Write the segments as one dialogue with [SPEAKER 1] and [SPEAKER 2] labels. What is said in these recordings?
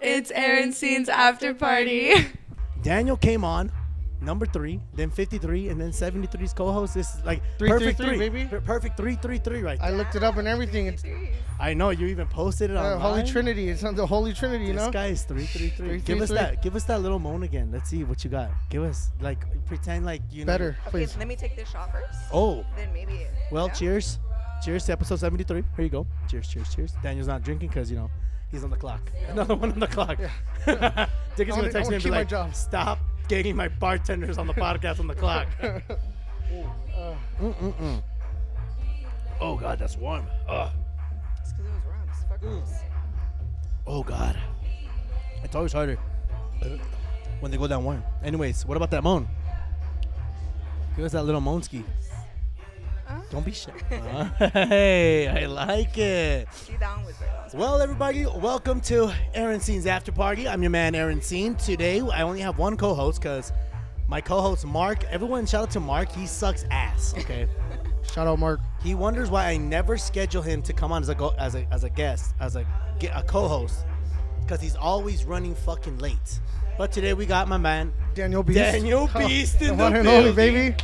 [SPEAKER 1] It's Aaron Scene's after party.
[SPEAKER 2] Daniel came on, number three, then 53, and then 73's co-host. This is like
[SPEAKER 3] Three, three,
[SPEAKER 2] perfect
[SPEAKER 3] three, baby.
[SPEAKER 2] Per- Perfect three, three, three, right?
[SPEAKER 3] I looked it up and everything. It's
[SPEAKER 2] there. I know you even posted it on
[SPEAKER 3] uh, Holy Trinity. It's on the Holy Trinity, you
[SPEAKER 2] This
[SPEAKER 3] know?
[SPEAKER 2] guy is three, three, three.
[SPEAKER 3] Three,
[SPEAKER 2] give
[SPEAKER 3] three,
[SPEAKER 2] us
[SPEAKER 3] three.
[SPEAKER 2] that. Give us that little moan again. Let's see what you got. Give us like pretend like you know.
[SPEAKER 3] Better,
[SPEAKER 4] Okay,
[SPEAKER 3] please.
[SPEAKER 4] let me take this shot first.
[SPEAKER 2] Oh,
[SPEAKER 4] Then maybe.
[SPEAKER 2] well,
[SPEAKER 4] yeah?
[SPEAKER 2] cheers. Cheers to episode 73. Here you go. Cheers, cheers, cheers. Daniel's not drinking because, you know, he's on the clock. Another one on the clock. Dick is
[SPEAKER 3] I
[SPEAKER 2] going
[SPEAKER 3] wanna-
[SPEAKER 2] to text
[SPEAKER 3] I
[SPEAKER 2] me and be
[SPEAKER 3] wanna keep my
[SPEAKER 2] like,
[SPEAKER 3] job.
[SPEAKER 2] stop getting my bartenders on the podcast on the clock. Mm, Mm-mm-mm. Oh, God, that's warm. Ugh.
[SPEAKER 4] It's because it was rum. so Fuck this.
[SPEAKER 2] Oh, God. It's always harder when they go down warm. Anyways, what about that moan? Give us that little moanski.
[SPEAKER 4] Uh,
[SPEAKER 2] Don't be shy. hey, I like it.
[SPEAKER 4] be down with it.
[SPEAKER 2] Well, everybody, welcome to Aaron Scene's After Party. I'm your man, Aaron Scene. Today, I only have one co host because my co host, Mark, everyone shout out to Mark. He sucks ass, okay?
[SPEAKER 3] Shout out, Mark.
[SPEAKER 2] he wonders why I never schedule him to come on as a, go- as a, as a guest, as a, ge- a co host, because he's always running fucking late. But today, we got my man,
[SPEAKER 3] Daniel Beast.
[SPEAKER 2] Daniel Beast in
[SPEAKER 3] the one
[SPEAKER 2] the
[SPEAKER 3] and only,
[SPEAKER 2] building.
[SPEAKER 3] baby.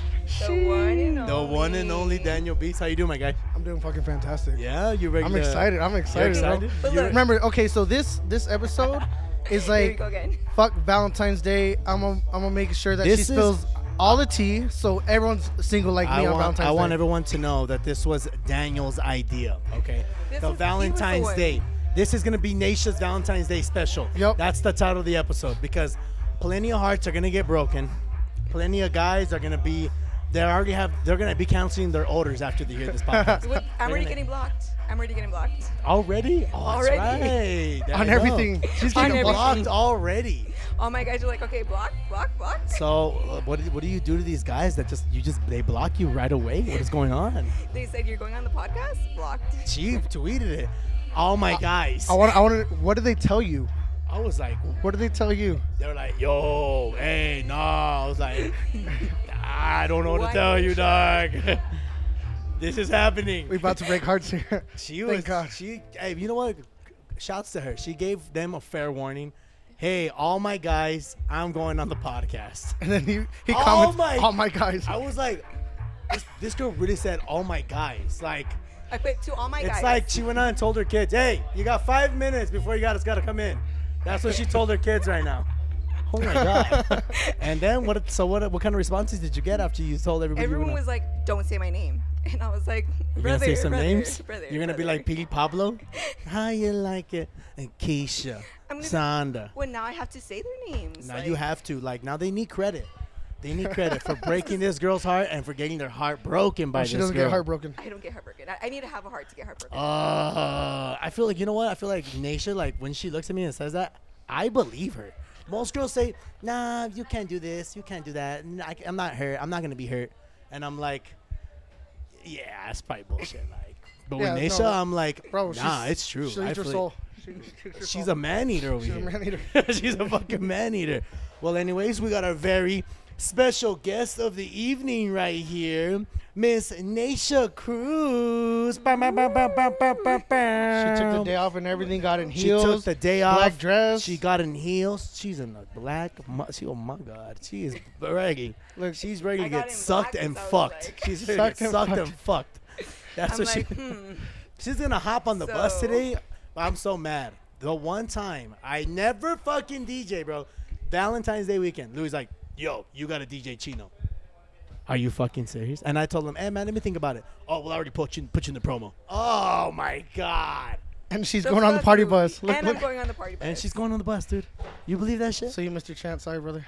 [SPEAKER 4] The one and
[SPEAKER 2] the one and only Daniel Beast. How you doing, my guy?
[SPEAKER 3] I'm doing fucking fantastic.
[SPEAKER 2] Yeah, you ready?
[SPEAKER 3] I'm
[SPEAKER 2] to-
[SPEAKER 3] excited. I'm
[SPEAKER 2] You're
[SPEAKER 3] excited. bro.
[SPEAKER 2] excited?
[SPEAKER 4] But
[SPEAKER 2] You're-
[SPEAKER 4] look-
[SPEAKER 3] Remember, okay, so this this episode is
[SPEAKER 4] Here we
[SPEAKER 3] like
[SPEAKER 4] go again.
[SPEAKER 3] fuck Valentine's Day. I'm gonna I'm gonna make sure that
[SPEAKER 2] This
[SPEAKER 3] she
[SPEAKER 2] is-
[SPEAKER 3] spills all the tea, so everyone's single like me
[SPEAKER 2] I
[SPEAKER 3] on
[SPEAKER 2] want,
[SPEAKER 3] Valentine's
[SPEAKER 2] I
[SPEAKER 3] Day.
[SPEAKER 2] want everyone to know that this was Daniel's idea, okay?
[SPEAKER 4] This
[SPEAKER 2] the
[SPEAKER 4] was- he was the
[SPEAKER 2] Valentine's
[SPEAKER 4] one.
[SPEAKER 2] Day. This is going to be Naisha's Valentine's Day special.
[SPEAKER 3] Yup.
[SPEAKER 2] That's the title of the episode because plenty of hearts are going to get broken. Plenty of guys are going to be, they already have, they're going to be canceling their orders after they hear this podcast.
[SPEAKER 4] Wait, I'm
[SPEAKER 2] Wait a
[SPEAKER 4] already
[SPEAKER 2] minute.
[SPEAKER 4] getting blocked. I'm already getting blocked.
[SPEAKER 2] already? Oh,
[SPEAKER 4] Already.
[SPEAKER 2] That's right. There you
[SPEAKER 3] on
[SPEAKER 2] go.
[SPEAKER 3] everything. She's
[SPEAKER 4] On
[SPEAKER 3] getting
[SPEAKER 4] everything.
[SPEAKER 2] Blocked
[SPEAKER 3] blocked.
[SPEAKER 2] already.
[SPEAKER 4] All my guys are like, okay, block, block, block.
[SPEAKER 2] So uh, what, do- what do you do to these guys that just, you just, they block you right away? What is going on?
[SPEAKER 4] They said you're going on the podcast. Blocked.
[SPEAKER 2] She tweeted it. Oh my guys.
[SPEAKER 3] I want I want to. What did they tell you?
[SPEAKER 2] I was like,
[SPEAKER 3] What did they tell you?
[SPEAKER 2] they were like, yo, hey, no. I was like, I don't know what to
[SPEAKER 4] Why
[SPEAKER 2] tell
[SPEAKER 4] would
[SPEAKER 2] you,
[SPEAKER 4] you-
[SPEAKER 2] dog. this is happening.
[SPEAKER 3] We about to break hearts here.
[SPEAKER 2] she
[SPEAKER 3] Thank
[SPEAKER 2] was,
[SPEAKER 3] God.
[SPEAKER 2] she, hey, you know what? Shouts to her. She gave them a fair warning. Hey, all my guys, I'm going on the podcast.
[SPEAKER 3] And then he he
[SPEAKER 2] Oh
[SPEAKER 3] comments,
[SPEAKER 2] my-
[SPEAKER 3] "Oh my guys,
[SPEAKER 2] I was like, this, this girl really said, all my guys. Like,
[SPEAKER 4] I quit to all my
[SPEAKER 2] it's
[SPEAKER 4] guys.
[SPEAKER 2] like she went on and told her kids, hey, you got five minutes before you guys got to come in. That's what she told her kids right now. Oh my god! and then what? So what? What kind of responses did you get after you told everybody?
[SPEAKER 4] Everyone
[SPEAKER 2] you were
[SPEAKER 4] was like, don't say my name. And I was like,
[SPEAKER 2] You're gonna
[SPEAKER 4] brother,
[SPEAKER 2] say some
[SPEAKER 4] brother,
[SPEAKER 2] names.
[SPEAKER 4] brother,
[SPEAKER 2] You're gonna be
[SPEAKER 4] brother."
[SPEAKER 2] like Piggy Pablo. How you like it? And Keisha,
[SPEAKER 4] I'm gonna-
[SPEAKER 2] Sanda.
[SPEAKER 4] Well, now I have to say their names.
[SPEAKER 2] Now
[SPEAKER 4] like,
[SPEAKER 2] you have to like. Now they need credit. They need credit for breaking this girl's heart and for getting their heart broken by
[SPEAKER 3] she
[SPEAKER 2] this
[SPEAKER 3] doesn't
[SPEAKER 2] girl.
[SPEAKER 3] get heartbroken."
[SPEAKER 4] I don't get heartbroken. I, I need to have a heart to get
[SPEAKER 2] Oh,
[SPEAKER 4] heartbroken.
[SPEAKER 2] Uh, I feel like you know what? I feel like Naisha, like when she looks at me and says that, I believe her. Most girls say, "Nah, you can't do this, you can't do that. N- I, am not hurt. I'm not gonna be hurt." And I'm like, "Yeah, that's probably bullshit." Like, but with
[SPEAKER 3] Yeah,
[SPEAKER 2] Naisha,
[SPEAKER 3] no,
[SPEAKER 2] I'm like,
[SPEAKER 3] Bro,
[SPEAKER 2] "Nah,
[SPEAKER 3] she's-
[SPEAKER 2] it's true."
[SPEAKER 3] She'll
[SPEAKER 2] I
[SPEAKER 3] eat your
[SPEAKER 2] feel
[SPEAKER 3] soul.
[SPEAKER 2] like-
[SPEAKER 3] She'll eat your
[SPEAKER 2] She's
[SPEAKER 3] soul.
[SPEAKER 2] a man eater over
[SPEAKER 3] She's a
[SPEAKER 2] here.
[SPEAKER 3] man-eater.
[SPEAKER 2] She's a fucking man eater. Well, anyways, we got our very special guest of the evening right here, Miss Naisha Cruz. She took
[SPEAKER 3] She took the day
[SPEAKER 2] the
[SPEAKER 3] off and everything, got in
[SPEAKER 2] Um, She
[SPEAKER 3] heels.
[SPEAKER 2] took the day off.
[SPEAKER 3] black dress.
[SPEAKER 2] She got in heels. She's in a black. mu- She, oh my God, she is ready.
[SPEAKER 3] Look,
[SPEAKER 2] She's ready to
[SPEAKER 4] I got
[SPEAKER 2] get
[SPEAKER 4] in
[SPEAKER 2] sucked
[SPEAKER 4] black
[SPEAKER 2] and
[SPEAKER 4] 'cause I was
[SPEAKER 2] fucked.
[SPEAKER 4] like-
[SPEAKER 2] She's ready to get
[SPEAKER 3] Sucked and
[SPEAKER 2] sucked
[SPEAKER 3] fucked.
[SPEAKER 2] and fucked. That's
[SPEAKER 4] I'm
[SPEAKER 2] what
[SPEAKER 4] like,
[SPEAKER 2] she.
[SPEAKER 4] hmm.
[SPEAKER 2] She's gonna hop on the bus
[SPEAKER 4] So-
[SPEAKER 2] today. I'm so mad. The one time I never fucking DJ, bro. Valentine's Day weekend, Louis like, yo, you got to DJ Chino. Are you fucking serious? And I told him, hey man, let me think about it. Oh, well, I already put you put you in the promo. Oh my god.
[SPEAKER 3] and she's going on the party bus. Look,
[SPEAKER 4] and
[SPEAKER 3] look.
[SPEAKER 4] I'm going on the party bus.
[SPEAKER 2] And she's going on the bus, dude. You believe that shit?
[SPEAKER 3] So you missed your chance. Sorry, brother.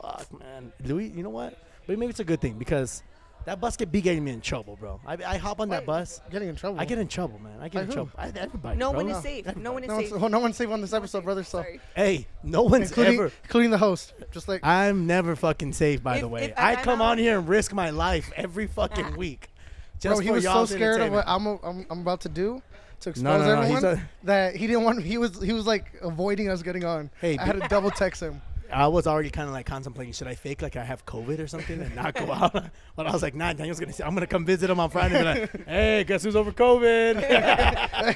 [SPEAKER 2] Fuck, man. Louis, you know what? But maybe it's a good thing because that bus could be getting me in trouble, bro. I, I hop on that bus.
[SPEAKER 3] Getting in trouble.
[SPEAKER 2] I get in trouble, man. I get
[SPEAKER 3] By
[SPEAKER 2] in
[SPEAKER 3] who?
[SPEAKER 2] trouble. I, everybody.
[SPEAKER 4] no
[SPEAKER 2] bro.
[SPEAKER 4] one is safe. No one is
[SPEAKER 3] No
[SPEAKER 4] safe.
[SPEAKER 3] one's, well, no one's safe on this episode, brother. So,
[SPEAKER 4] Sorry.
[SPEAKER 2] Hey, no one's
[SPEAKER 3] including
[SPEAKER 2] ever.
[SPEAKER 3] including the host, just like
[SPEAKER 2] I'm never fucking safe, by
[SPEAKER 4] If-
[SPEAKER 2] the way.
[SPEAKER 4] if I-
[SPEAKER 2] I
[SPEAKER 4] I
[SPEAKER 2] come
[SPEAKER 4] know.
[SPEAKER 2] on here and risk my life every fucking week. Just
[SPEAKER 3] bro, he
[SPEAKER 2] for
[SPEAKER 3] was so
[SPEAKER 2] y'all's
[SPEAKER 3] scared of what
[SPEAKER 2] entertainment.
[SPEAKER 3] I'm, I'm I'm about to do to expose
[SPEAKER 2] no, no, he's
[SPEAKER 3] everyone
[SPEAKER 2] a-
[SPEAKER 3] that he didn't want. He was he was like avoiding us getting on.
[SPEAKER 2] Hey,
[SPEAKER 3] I had to double text him.
[SPEAKER 2] I was already kind of like contemplating, should I fake like I have COVID or something and not go out? but I was like, nah, Daniel's gonna. See, I'm gonna come visit him on Friday. And be like, hey, guess who's over COVID?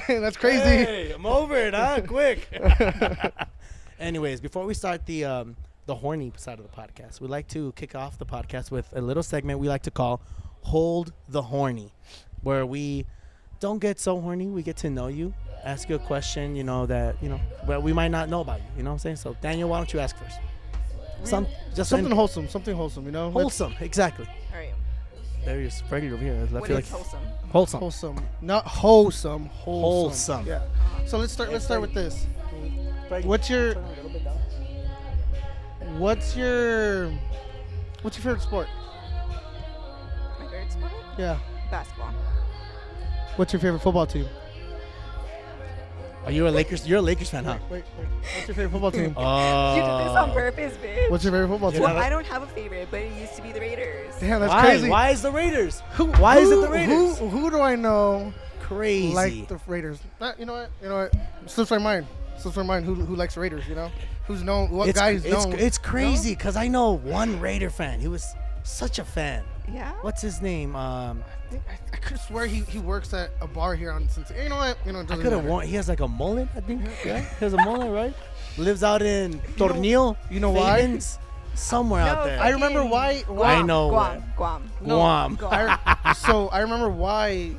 [SPEAKER 3] That's crazy.
[SPEAKER 2] Hey, I'm over it, huh? Quick. Anyways, before we start the um, the horny side of the podcast, we like to kick off the podcast with a little segment we like to call "Hold the Horny," where we don't get so horny. We get to know you, ask you a question, you know that you know well we might not know about you. You know what I'm saying? So Daniel, why don't you ask first? Some just
[SPEAKER 3] Something
[SPEAKER 2] any-
[SPEAKER 3] wholesome. Something wholesome. You know. Let's-
[SPEAKER 2] wholesome, exactly.
[SPEAKER 4] All right.
[SPEAKER 2] There you're spreading over here. I
[SPEAKER 4] What
[SPEAKER 2] feel
[SPEAKER 4] is
[SPEAKER 2] like
[SPEAKER 4] wholesome?
[SPEAKER 2] wholesome.
[SPEAKER 3] Wholesome. Not wholesome. Wholesome.
[SPEAKER 2] Wholesome.
[SPEAKER 3] Yeah. So let's start. Let's start with this.
[SPEAKER 2] Break-
[SPEAKER 3] What's your-
[SPEAKER 2] turn it a little bit down.
[SPEAKER 3] What's your What's your favorite sport?
[SPEAKER 4] My favorite sport?
[SPEAKER 3] Yeah.
[SPEAKER 4] Basketball.
[SPEAKER 3] What's your favorite football team?
[SPEAKER 2] Are you a Lakers? You're a Lakers fan, huh?
[SPEAKER 3] Wait, wait. What's your favorite football team?
[SPEAKER 2] Oh.
[SPEAKER 4] you did this
[SPEAKER 3] Uh,
[SPEAKER 4] on purpose, bitch.
[SPEAKER 3] What's your favorite football team?
[SPEAKER 2] You're not
[SPEAKER 4] well,
[SPEAKER 2] a-
[SPEAKER 4] I don't have a favorite, but it used to be the Raiders.
[SPEAKER 3] Damn, that's
[SPEAKER 2] why?
[SPEAKER 3] crazy.
[SPEAKER 2] Why is the Raiders?
[SPEAKER 3] Who,
[SPEAKER 2] Why is it
[SPEAKER 3] who-
[SPEAKER 2] the Raiders?
[SPEAKER 3] Who, who do I know
[SPEAKER 2] Crazy.
[SPEAKER 3] like the Raiders? Uh, you know what? You know what? Slips my mind. Slips my mind. Who, who likes Raiders? You know? Who's known? What
[SPEAKER 2] it's,
[SPEAKER 3] guys
[SPEAKER 2] it's,
[SPEAKER 3] known?
[SPEAKER 2] it's
[SPEAKER 3] you know?
[SPEAKER 2] crazy because I know one Raider fan. He was such a fan.
[SPEAKER 4] Yeah.
[SPEAKER 2] What's his name? Um,
[SPEAKER 3] I think- I, I could swear he, he works at a bar here on Cincinnati. You know what? You know, it
[SPEAKER 2] I
[SPEAKER 3] doesn't
[SPEAKER 2] could have
[SPEAKER 3] matter.
[SPEAKER 2] won. He has like a mullet, I think. Right? He has a mullet, right? Lives out in Tornillo.
[SPEAKER 3] you know why?
[SPEAKER 2] Fabians, Somewhere out there.
[SPEAKER 3] I remember why-
[SPEAKER 4] fucking
[SPEAKER 3] why-
[SPEAKER 2] I know
[SPEAKER 4] Guam.
[SPEAKER 2] where.
[SPEAKER 4] Guam.
[SPEAKER 2] No, Guam.
[SPEAKER 3] I, so I remember why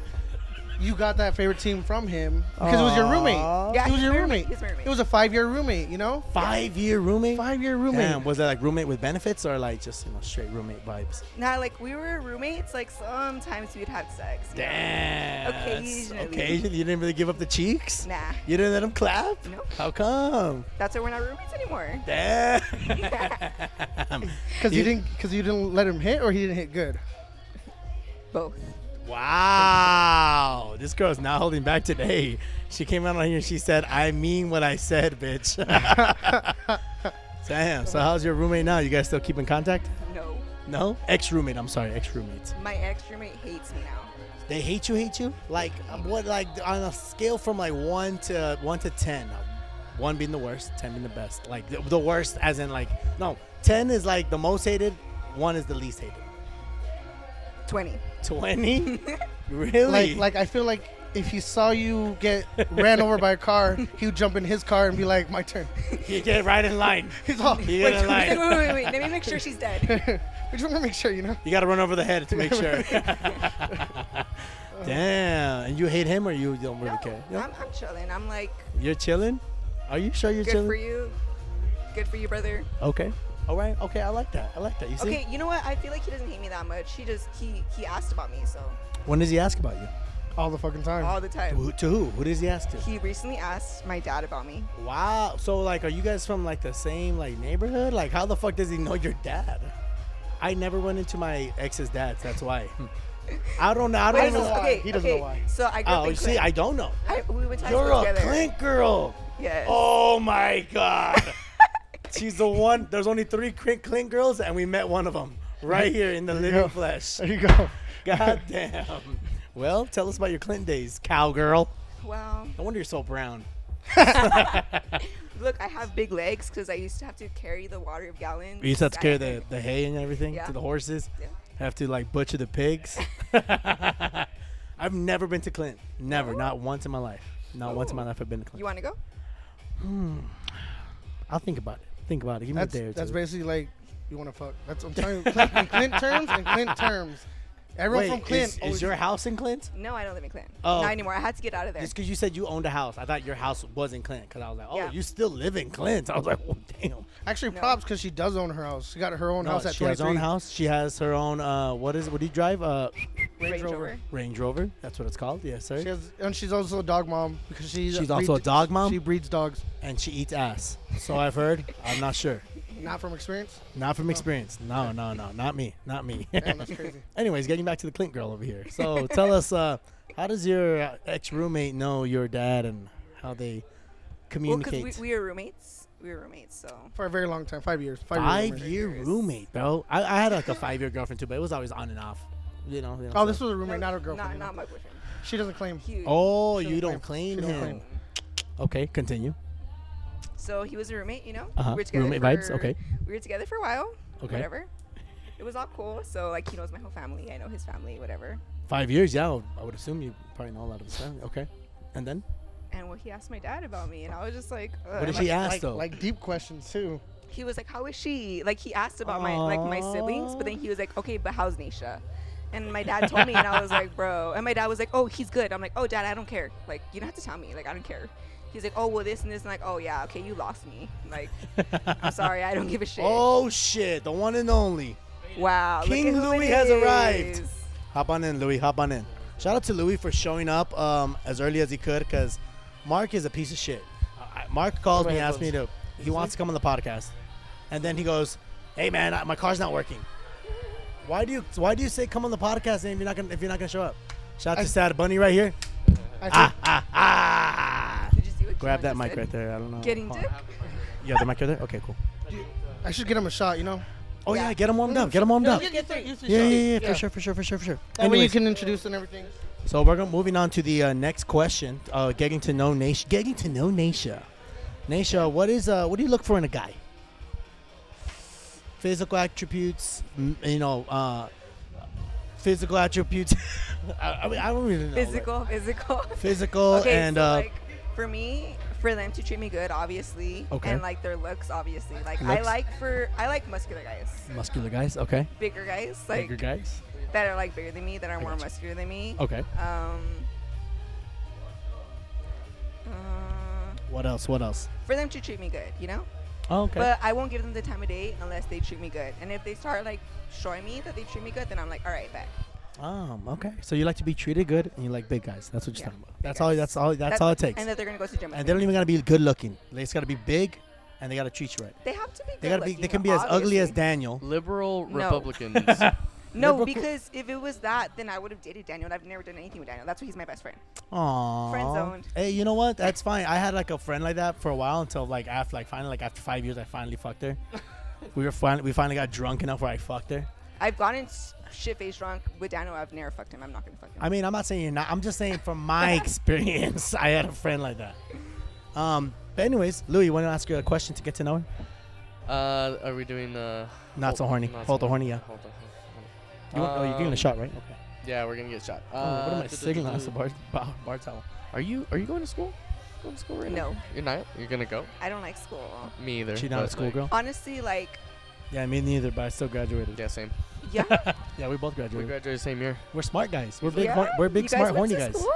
[SPEAKER 3] you got that favorite team from him because it was your roommate.
[SPEAKER 2] Aw.
[SPEAKER 4] Yeah,
[SPEAKER 3] it was
[SPEAKER 4] he's
[SPEAKER 3] your
[SPEAKER 4] my
[SPEAKER 3] roommate.
[SPEAKER 4] roommate. He's my roommate.
[SPEAKER 3] It was a five-year roommate. You know,
[SPEAKER 2] Five year roommate.
[SPEAKER 3] five-year roommate.
[SPEAKER 2] Damn, was that like roommate with benefits or like just you know straight roommate vibes?
[SPEAKER 4] Now, like we were roommates, like sometimes we'd have sex. you know?
[SPEAKER 2] Damn.
[SPEAKER 4] Occasionally.
[SPEAKER 2] Occasionally, you didn't really give up the cheeks.
[SPEAKER 4] Nah,
[SPEAKER 2] You didn't let him clap.
[SPEAKER 4] Nope.
[SPEAKER 2] How come?
[SPEAKER 4] that's why we're not roommates anymore.
[SPEAKER 2] Damn.
[SPEAKER 3] Because you,
[SPEAKER 2] You-
[SPEAKER 3] didn't, because you didn't let him hit, or he didn't hit good.
[SPEAKER 4] Both.
[SPEAKER 2] wow. This girl's not holding back today. She came out on here and she said, I mean what I said, bitch. Damn. So, how's your roommate now? You guys still keep in contact?
[SPEAKER 4] No,
[SPEAKER 2] No? Ex roommate. I'm sorry, ex roommates.
[SPEAKER 4] my ex roommate hates me now.
[SPEAKER 2] They hate you, hate you? Like, um, what, like, on a scale from like one to one to 10, um, one being the worst, 10 being the best. Like, the, the worst, as in, like, no, 10 is like the most hated, one is the least hated.
[SPEAKER 4] Twenty.
[SPEAKER 2] 20? really?
[SPEAKER 3] Like, like I feel like if he saw you get ran over by a car, he would jump in his car and be like, "My turn."
[SPEAKER 2] You get right in line.
[SPEAKER 3] He's all,
[SPEAKER 2] You
[SPEAKER 3] "Wait,
[SPEAKER 2] gotta lie.
[SPEAKER 4] Wait, wait, wait, wait. Let me make sure she's dead.
[SPEAKER 3] we just want to make sure, you know.
[SPEAKER 2] You gotta run over the head to make sure. Damn. And you hate him or you don't really
[SPEAKER 4] No,
[SPEAKER 2] care? No?
[SPEAKER 4] I'm, I'm chilling. I'm like,
[SPEAKER 2] You're chilling? Are you sure you're
[SPEAKER 4] good
[SPEAKER 2] chilling?
[SPEAKER 4] for you. Good for you, brother.
[SPEAKER 2] Okay. All right. Okay. I like that. I like that. You see?
[SPEAKER 4] Okay, you know what? I feel like he doesn't hate me that much. He just he he asked about me, so
[SPEAKER 2] When does he ask about you?
[SPEAKER 3] All the fucking time.
[SPEAKER 4] all the time.
[SPEAKER 2] Who, to who? Who does he ask to?
[SPEAKER 4] He recently asked my dad about me.
[SPEAKER 2] wow. So like, are you guys from like the same like neighborhood? Like, how the fuck does he know your dad? I never went into my ex's dad's. That's why. I don't know. I don't
[SPEAKER 4] Wait,
[SPEAKER 2] even
[SPEAKER 3] know
[SPEAKER 4] so-
[SPEAKER 3] why.
[SPEAKER 4] okay,
[SPEAKER 3] He doesn't know
[SPEAKER 4] okay.
[SPEAKER 3] why.
[SPEAKER 4] So I grew up
[SPEAKER 2] Oh,
[SPEAKER 4] in
[SPEAKER 2] you see,
[SPEAKER 4] Clint.
[SPEAKER 2] I don't know.
[SPEAKER 4] I, we went to high
[SPEAKER 2] You're
[SPEAKER 4] school
[SPEAKER 2] a
[SPEAKER 4] together.
[SPEAKER 2] Clint girl.
[SPEAKER 4] Yes.
[SPEAKER 2] Oh my god. She's the one. There's only three Clint, Clint girls, and we met one of them right here in the living
[SPEAKER 3] go.
[SPEAKER 2] flesh.
[SPEAKER 3] There you go.
[SPEAKER 2] God damn. Well, tell us about your Clint days, cowgirl.
[SPEAKER 4] Well,
[SPEAKER 2] No wonder you're so brown.
[SPEAKER 4] look, I have big legs because I used to have to carry the water of gallons.
[SPEAKER 2] We used to have to
[SPEAKER 4] I-
[SPEAKER 2] carry the, the hay and everything
[SPEAKER 4] Yeah.
[SPEAKER 2] to the horses.
[SPEAKER 4] Yeah.
[SPEAKER 2] Have to like butcher the pigs. I've never been to Clint. Never. Not once in my life. Not once in my
[SPEAKER 4] Ooh.
[SPEAKER 2] life I've been to Clint.
[SPEAKER 4] You want to go?
[SPEAKER 2] I'll think about it. Think about it. Give me
[SPEAKER 3] That's
[SPEAKER 2] a day or
[SPEAKER 3] that's
[SPEAKER 2] two.
[SPEAKER 3] basically like you want to fuck. That's I'm telling you, Clint, in Clint terms and Clint terms. Everyone
[SPEAKER 2] Wait,
[SPEAKER 3] from Oh, Clint
[SPEAKER 2] is,
[SPEAKER 3] always-
[SPEAKER 2] is your house in Clint?
[SPEAKER 4] No, I don't live in Clinton.
[SPEAKER 2] Oh.
[SPEAKER 4] Not anymore. I had to get out of there.
[SPEAKER 2] Just because you said you owned a house, I thought your house was in Clint. Because I was like, oh,
[SPEAKER 4] Yeah.
[SPEAKER 2] you still live in Clint. I was like, oh, damn.
[SPEAKER 3] actually
[SPEAKER 4] No.
[SPEAKER 3] props because she does own her house. She got her own
[SPEAKER 2] No,
[SPEAKER 3] house at
[SPEAKER 2] she has her
[SPEAKER 3] 23.
[SPEAKER 2] own house. She has her own. Uh, what is? What do you drive? Uh,
[SPEAKER 3] Range,
[SPEAKER 4] Range
[SPEAKER 3] Rover.
[SPEAKER 4] Rover.
[SPEAKER 2] Range Rover. That's what it's called. Yes, sir.
[SPEAKER 3] She has, and she's also a dog mom because she's
[SPEAKER 2] She's also a dog mom?
[SPEAKER 3] She breeds dogs.
[SPEAKER 2] and she eats ass. So I've heard. I'm not sure.
[SPEAKER 3] Not from experience.
[SPEAKER 2] Not from experience. No, no, no. Not me. Not me.
[SPEAKER 3] Damn, that's crazy.
[SPEAKER 2] Anyways, getting back to the Clint girl over here. So tell us, uh, how does your uh, ex roommate know your dad and how they
[SPEAKER 4] well,
[SPEAKER 2] communicate?
[SPEAKER 4] because we, we were roommates. We were roommates, so.
[SPEAKER 3] For a very long time, five years. Five,
[SPEAKER 2] five
[SPEAKER 3] years.
[SPEAKER 2] year
[SPEAKER 4] years.
[SPEAKER 2] roommate, bro. I, I had like a five year girlfriend too, but it was always on and off. You know. you know,
[SPEAKER 3] Oh,
[SPEAKER 2] so-
[SPEAKER 3] this was a roommate, not a
[SPEAKER 4] Not,
[SPEAKER 3] girlfriend.
[SPEAKER 4] not my boyfriend.
[SPEAKER 3] she doesn't claim.
[SPEAKER 4] Huge.
[SPEAKER 2] Oh,
[SPEAKER 3] She
[SPEAKER 2] you
[SPEAKER 3] don't
[SPEAKER 2] don't
[SPEAKER 3] claim.
[SPEAKER 2] claim
[SPEAKER 3] She don't
[SPEAKER 2] him.
[SPEAKER 3] claim.
[SPEAKER 2] Okay, continue.
[SPEAKER 4] So he was a roommate, you know.
[SPEAKER 2] Uh-huh.
[SPEAKER 4] We were together
[SPEAKER 2] Roommate
[SPEAKER 4] for,
[SPEAKER 2] vibes, okay.
[SPEAKER 4] We were together for a while.
[SPEAKER 2] Okay.
[SPEAKER 4] Whatever. It was all cool. So like he knows my whole family. I know his family. Whatever.
[SPEAKER 2] Five years, yeah. I would- I would assume you probably know a lot of this family. Okay, and then
[SPEAKER 4] and what he asked my dad about me, and I was just like,
[SPEAKER 2] What did
[SPEAKER 4] Ugh.
[SPEAKER 2] she ask
[SPEAKER 3] like,
[SPEAKER 2] though?
[SPEAKER 3] like deep questions too.
[SPEAKER 4] he was like, "How is she?" Like he asked about my like my siblings, but then he was like, "Okay, but how's Nisha?" And my dad told me, and I was like, "Bro." And my dad was like, "Oh, he's good." I'm like, "Oh, dad, I don't care. Like you don't have to tell me. Like I don't care." He's like, "Oh, well, this and this." And like, "Oh yeah, okay, you lost me. Like I'm sorry, I don't give a shit."
[SPEAKER 2] oh shit! The one and only.
[SPEAKER 4] wow, look
[SPEAKER 2] King
[SPEAKER 4] at who
[SPEAKER 2] Louis
[SPEAKER 4] it
[SPEAKER 2] has arrived.
[SPEAKER 4] is.
[SPEAKER 2] Hop on in, Louis. Hop on in. Shout out to Louis for showing up um, as early as he could because Mark is a piece of shit. I- I- Mark calls
[SPEAKER 3] my
[SPEAKER 2] me, asked me to.
[SPEAKER 3] headphones.
[SPEAKER 2] He wants to come on the podcast, and then he goes, "Hey man, I, my car's not working. Why do you Why do you say come on the podcast and if you're not gonna if you're not gonna show up? Shout out
[SPEAKER 3] I-
[SPEAKER 2] to Sad Bunny right here.
[SPEAKER 3] I
[SPEAKER 2] Ah ah ah!
[SPEAKER 4] Did you see what
[SPEAKER 2] Grab
[SPEAKER 4] Keon
[SPEAKER 2] that
[SPEAKER 4] just
[SPEAKER 2] mic
[SPEAKER 4] did?
[SPEAKER 2] right there. I don't know.
[SPEAKER 4] Getting
[SPEAKER 2] Hold on.
[SPEAKER 4] dipped.
[SPEAKER 2] You have the mic right there. Okay, cool.
[SPEAKER 3] I should get him a shot, you know.
[SPEAKER 2] Oh yeah,
[SPEAKER 4] Yeah.
[SPEAKER 2] get him warmed up. Get him warmed up.
[SPEAKER 3] Yeah,
[SPEAKER 2] Yeah, yeah, yeah, for sure, for sure, for sure, for sure.
[SPEAKER 3] That way you
[SPEAKER 2] Anyways.
[SPEAKER 3] can introduce and everything.
[SPEAKER 2] So we're going moving on to the uh, next question. Uh, getting to know Nasha. Getting to know Nasha. Nasha, what is uh, what do you look for in a guy? Physical attributes, m- you know, uh, physical attributes. I, I, mean, I don't really know. like,
[SPEAKER 4] Physical, physical.
[SPEAKER 2] physical, and
[SPEAKER 4] so,
[SPEAKER 2] uh,
[SPEAKER 4] like, for me, for them to treat me good, obviously,
[SPEAKER 2] Okay.
[SPEAKER 4] and like their looks, obviously. Like I
[SPEAKER 2] Looks.
[SPEAKER 4] like for I like muscular guys,
[SPEAKER 2] muscular guys. Okay,
[SPEAKER 4] bigger guys, like
[SPEAKER 2] bigger guys.
[SPEAKER 4] that are like bigger than me, that are more
[SPEAKER 2] gotcha. Oh.
[SPEAKER 4] muscular than me.
[SPEAKER 2] Okay.
[SPEAKER 4] Um. uh,
[SPEAKER 2] What else? What else?
[SPEAKER 4] for them to treat me good, you know.
[SPEAKER 2] Oh, okay.
[SPEAKER 4] But I won't give them the time of day unless they treat me good. And if they start like showing me that they treat me good, then I'm like, all right, bet.
[SPEAKER 2] um, okay. So you like to be treated good, and you like big guys. That's what you're
[SPEAKER 4] Yeah,
[SPEAKER 2] talking about.
[SPEAKER 4] big
[SPEAKER 2] That's all.
[SPEAKER 4] guys.
[SPEAKER 2] That's all. That's
[SPEAKER 4] That-
[SPEAKER 2] all it takes.
[SPEAKER 4] And that they're gonna go to the gym. with
[SPEAKER 2] and they
[SPEAKER 4] me.
[SPEAKER 2] don't even gotta be good looking. They just gotta be big, and they gotta treat you right.
[SPEAKER 4] They have to be.
[SPEAKER 2] They gotta be. They can be as ugly as Daniel.
[SPEAKER 5] Liberal
[SPEAKER 4] No.
[SPEAKER 5] Republicans.
[SPEAKER 4] No,
[SPEAKER 2] Liberal-
[SPEAKER 4] because if it was that, then I would have dated Daniel. and I've never done anything with Daniel. That's why he's my best friend.
[SPEAKER 2] Aww.
[SPEAKER 4] Friend-zoned.
[SPEAKER 2] Hey, you know what? That's fine. I had like a friend like that for a while until like after like finally like after five years I finally fucked her. we were finally we finally got drunk enough where I fucked her.
[SPEAKER 4] I've gotten shit faced drunk with Daniel. I've never fucked him. I'm not gonna fuck him.
[SPEAKER 2] I mean, I'm not saying you're not. I'm just saying from my experience, I had a friend like that. Um. But anyways, Louis, you want to ask you a question to get to know her?
[SPEAKER 5] uh, are we doing uh?
[SPEAKER 2] Not
[SPEAKER 5] hold-
[SPEAKER 2] so horny.
[SPEAKER 5] not
[SPEAKER 2] Hold the horny, yeah.
[SPEAKER 5] Hold the
[SPEAKER 2] You want, oh, you're getting a
[SPEAKER 5] Um,
[SPEAKER 2] shot, right? Okay.
[SPEAKER 5] Yeah, we're gonna get shot. Uh,
[SPEAKER 2] oh, what am I
[SPEAKER 5] duh, duh,
[SPEAKER 2] signaling?
[SPEAKER 5] duh,
[SPEAKER 2] That's a
[SPEAKER 5] duh.
[SPEAKER 2] bar, bar, bar towel.
[SPEAKER 5] Are you are you going to school? Going to school right now?
[SPEAKER 4] No.
[SPEAKER 5] You're not. You're gonna go?
[SPEAKER 4] I don't like school.
[SPEAKER 5] Me either.
[SPEAKER 2] She not a
[SPEAKER 5] but, like,
[SPEAKER 2] schoolgirl?
[SPEAKER 4] Honestly, like,
[SPEAKER 2] yeah, me neither. But I still graduated.
[SPEAKER 5] Yeah, same.
[SPEAKER 4] yeah.
[SPEAKER 2] Yeah, we both
[SPEAKER 5] We
[SPEAKER 2] graduated.
[SPEAKER 5] graduated the same year.
[SPEAKER 2] We're smart guys. We're big.
[SPEAKER 4] yeah?
[SPEAKER 2] hor- we're big
[SPEAKER 4] You
[SPEAKER 2] smart
[SPEAKER 4] went
[SPEAKER 2] horny
[SPEAKER 4] to
[SPEAKER 2] guys.
[SPEAKER 4] school?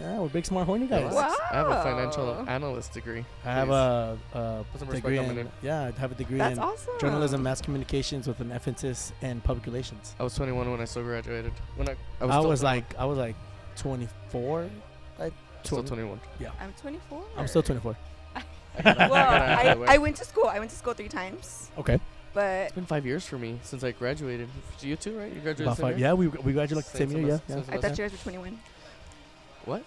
[SPEAKER 2] Yeah, we're big smart horny guys.
[SPEAKER 4] Wow.
[SPEAKER 5] I have a financial analyst degree.
[SPEAKER 2] I have
[SPEAKER 5] Please.
[SPEAKER 2] a, a
[SPEAKER 5] Put some respect
[SPEAKER 2] degree
[SPEAKER 5] on my
[SPEAKER 2] in
[SPEAKER 5] name.
[SPEAKER 2] yeah, I have a degree
[SPEAKER 4] That's
[SPEAKER 2] in
[SPEAKER 4] awesome.
[SPEAKER 2] journalism, mass communications with an emphasis in public relations.
[SPEAKER 5] I was 21 when I still graduated. When I I
[SPEAKER 2] I
[SPEAKER 5] was,
[SPEAKER 2] was,
[SPEAKER 5] still
[SPEAKER 2] like I was like 24. I,
[SPEAKER 5] still
[SPEAKER 2] 20
[SPEAKER 5] 21.
[SPEAKER 4] I'm 24.
[SPEAKER 2] I'm still 24.
[SPEAKER 4] Well,
[SPEAKER 5] gotta-
[SPEAKER 4] I,
[SPEAKER 5] wait.
[SPEAKER 4] I went to school. I went to school three times,
[SPEAKER 2] Okay.
[SPEAKER 4] but
[SPEAKER 5] It's been five years for me since I graduated. You too, right? You graduated. the
[SPEAKER 2] About
[SPEAKER 5] same
[SPEAKER 2] five.
[SPEAKER 5] year?
[SPEAKER 2] Yeah, we we graduated like the
[SPEAKER 5] Same
[SPEAKER 2] same year. Yeah,
[SPEAKER 5] semester-
[SPEAKER 2] yeah.
[SPEAKER 5] same
[SPEAKER 4] I
[SPEAKER 5] semester.
[SPEAKER 4] thought you guys were 21.
[SPEAKER 5] What?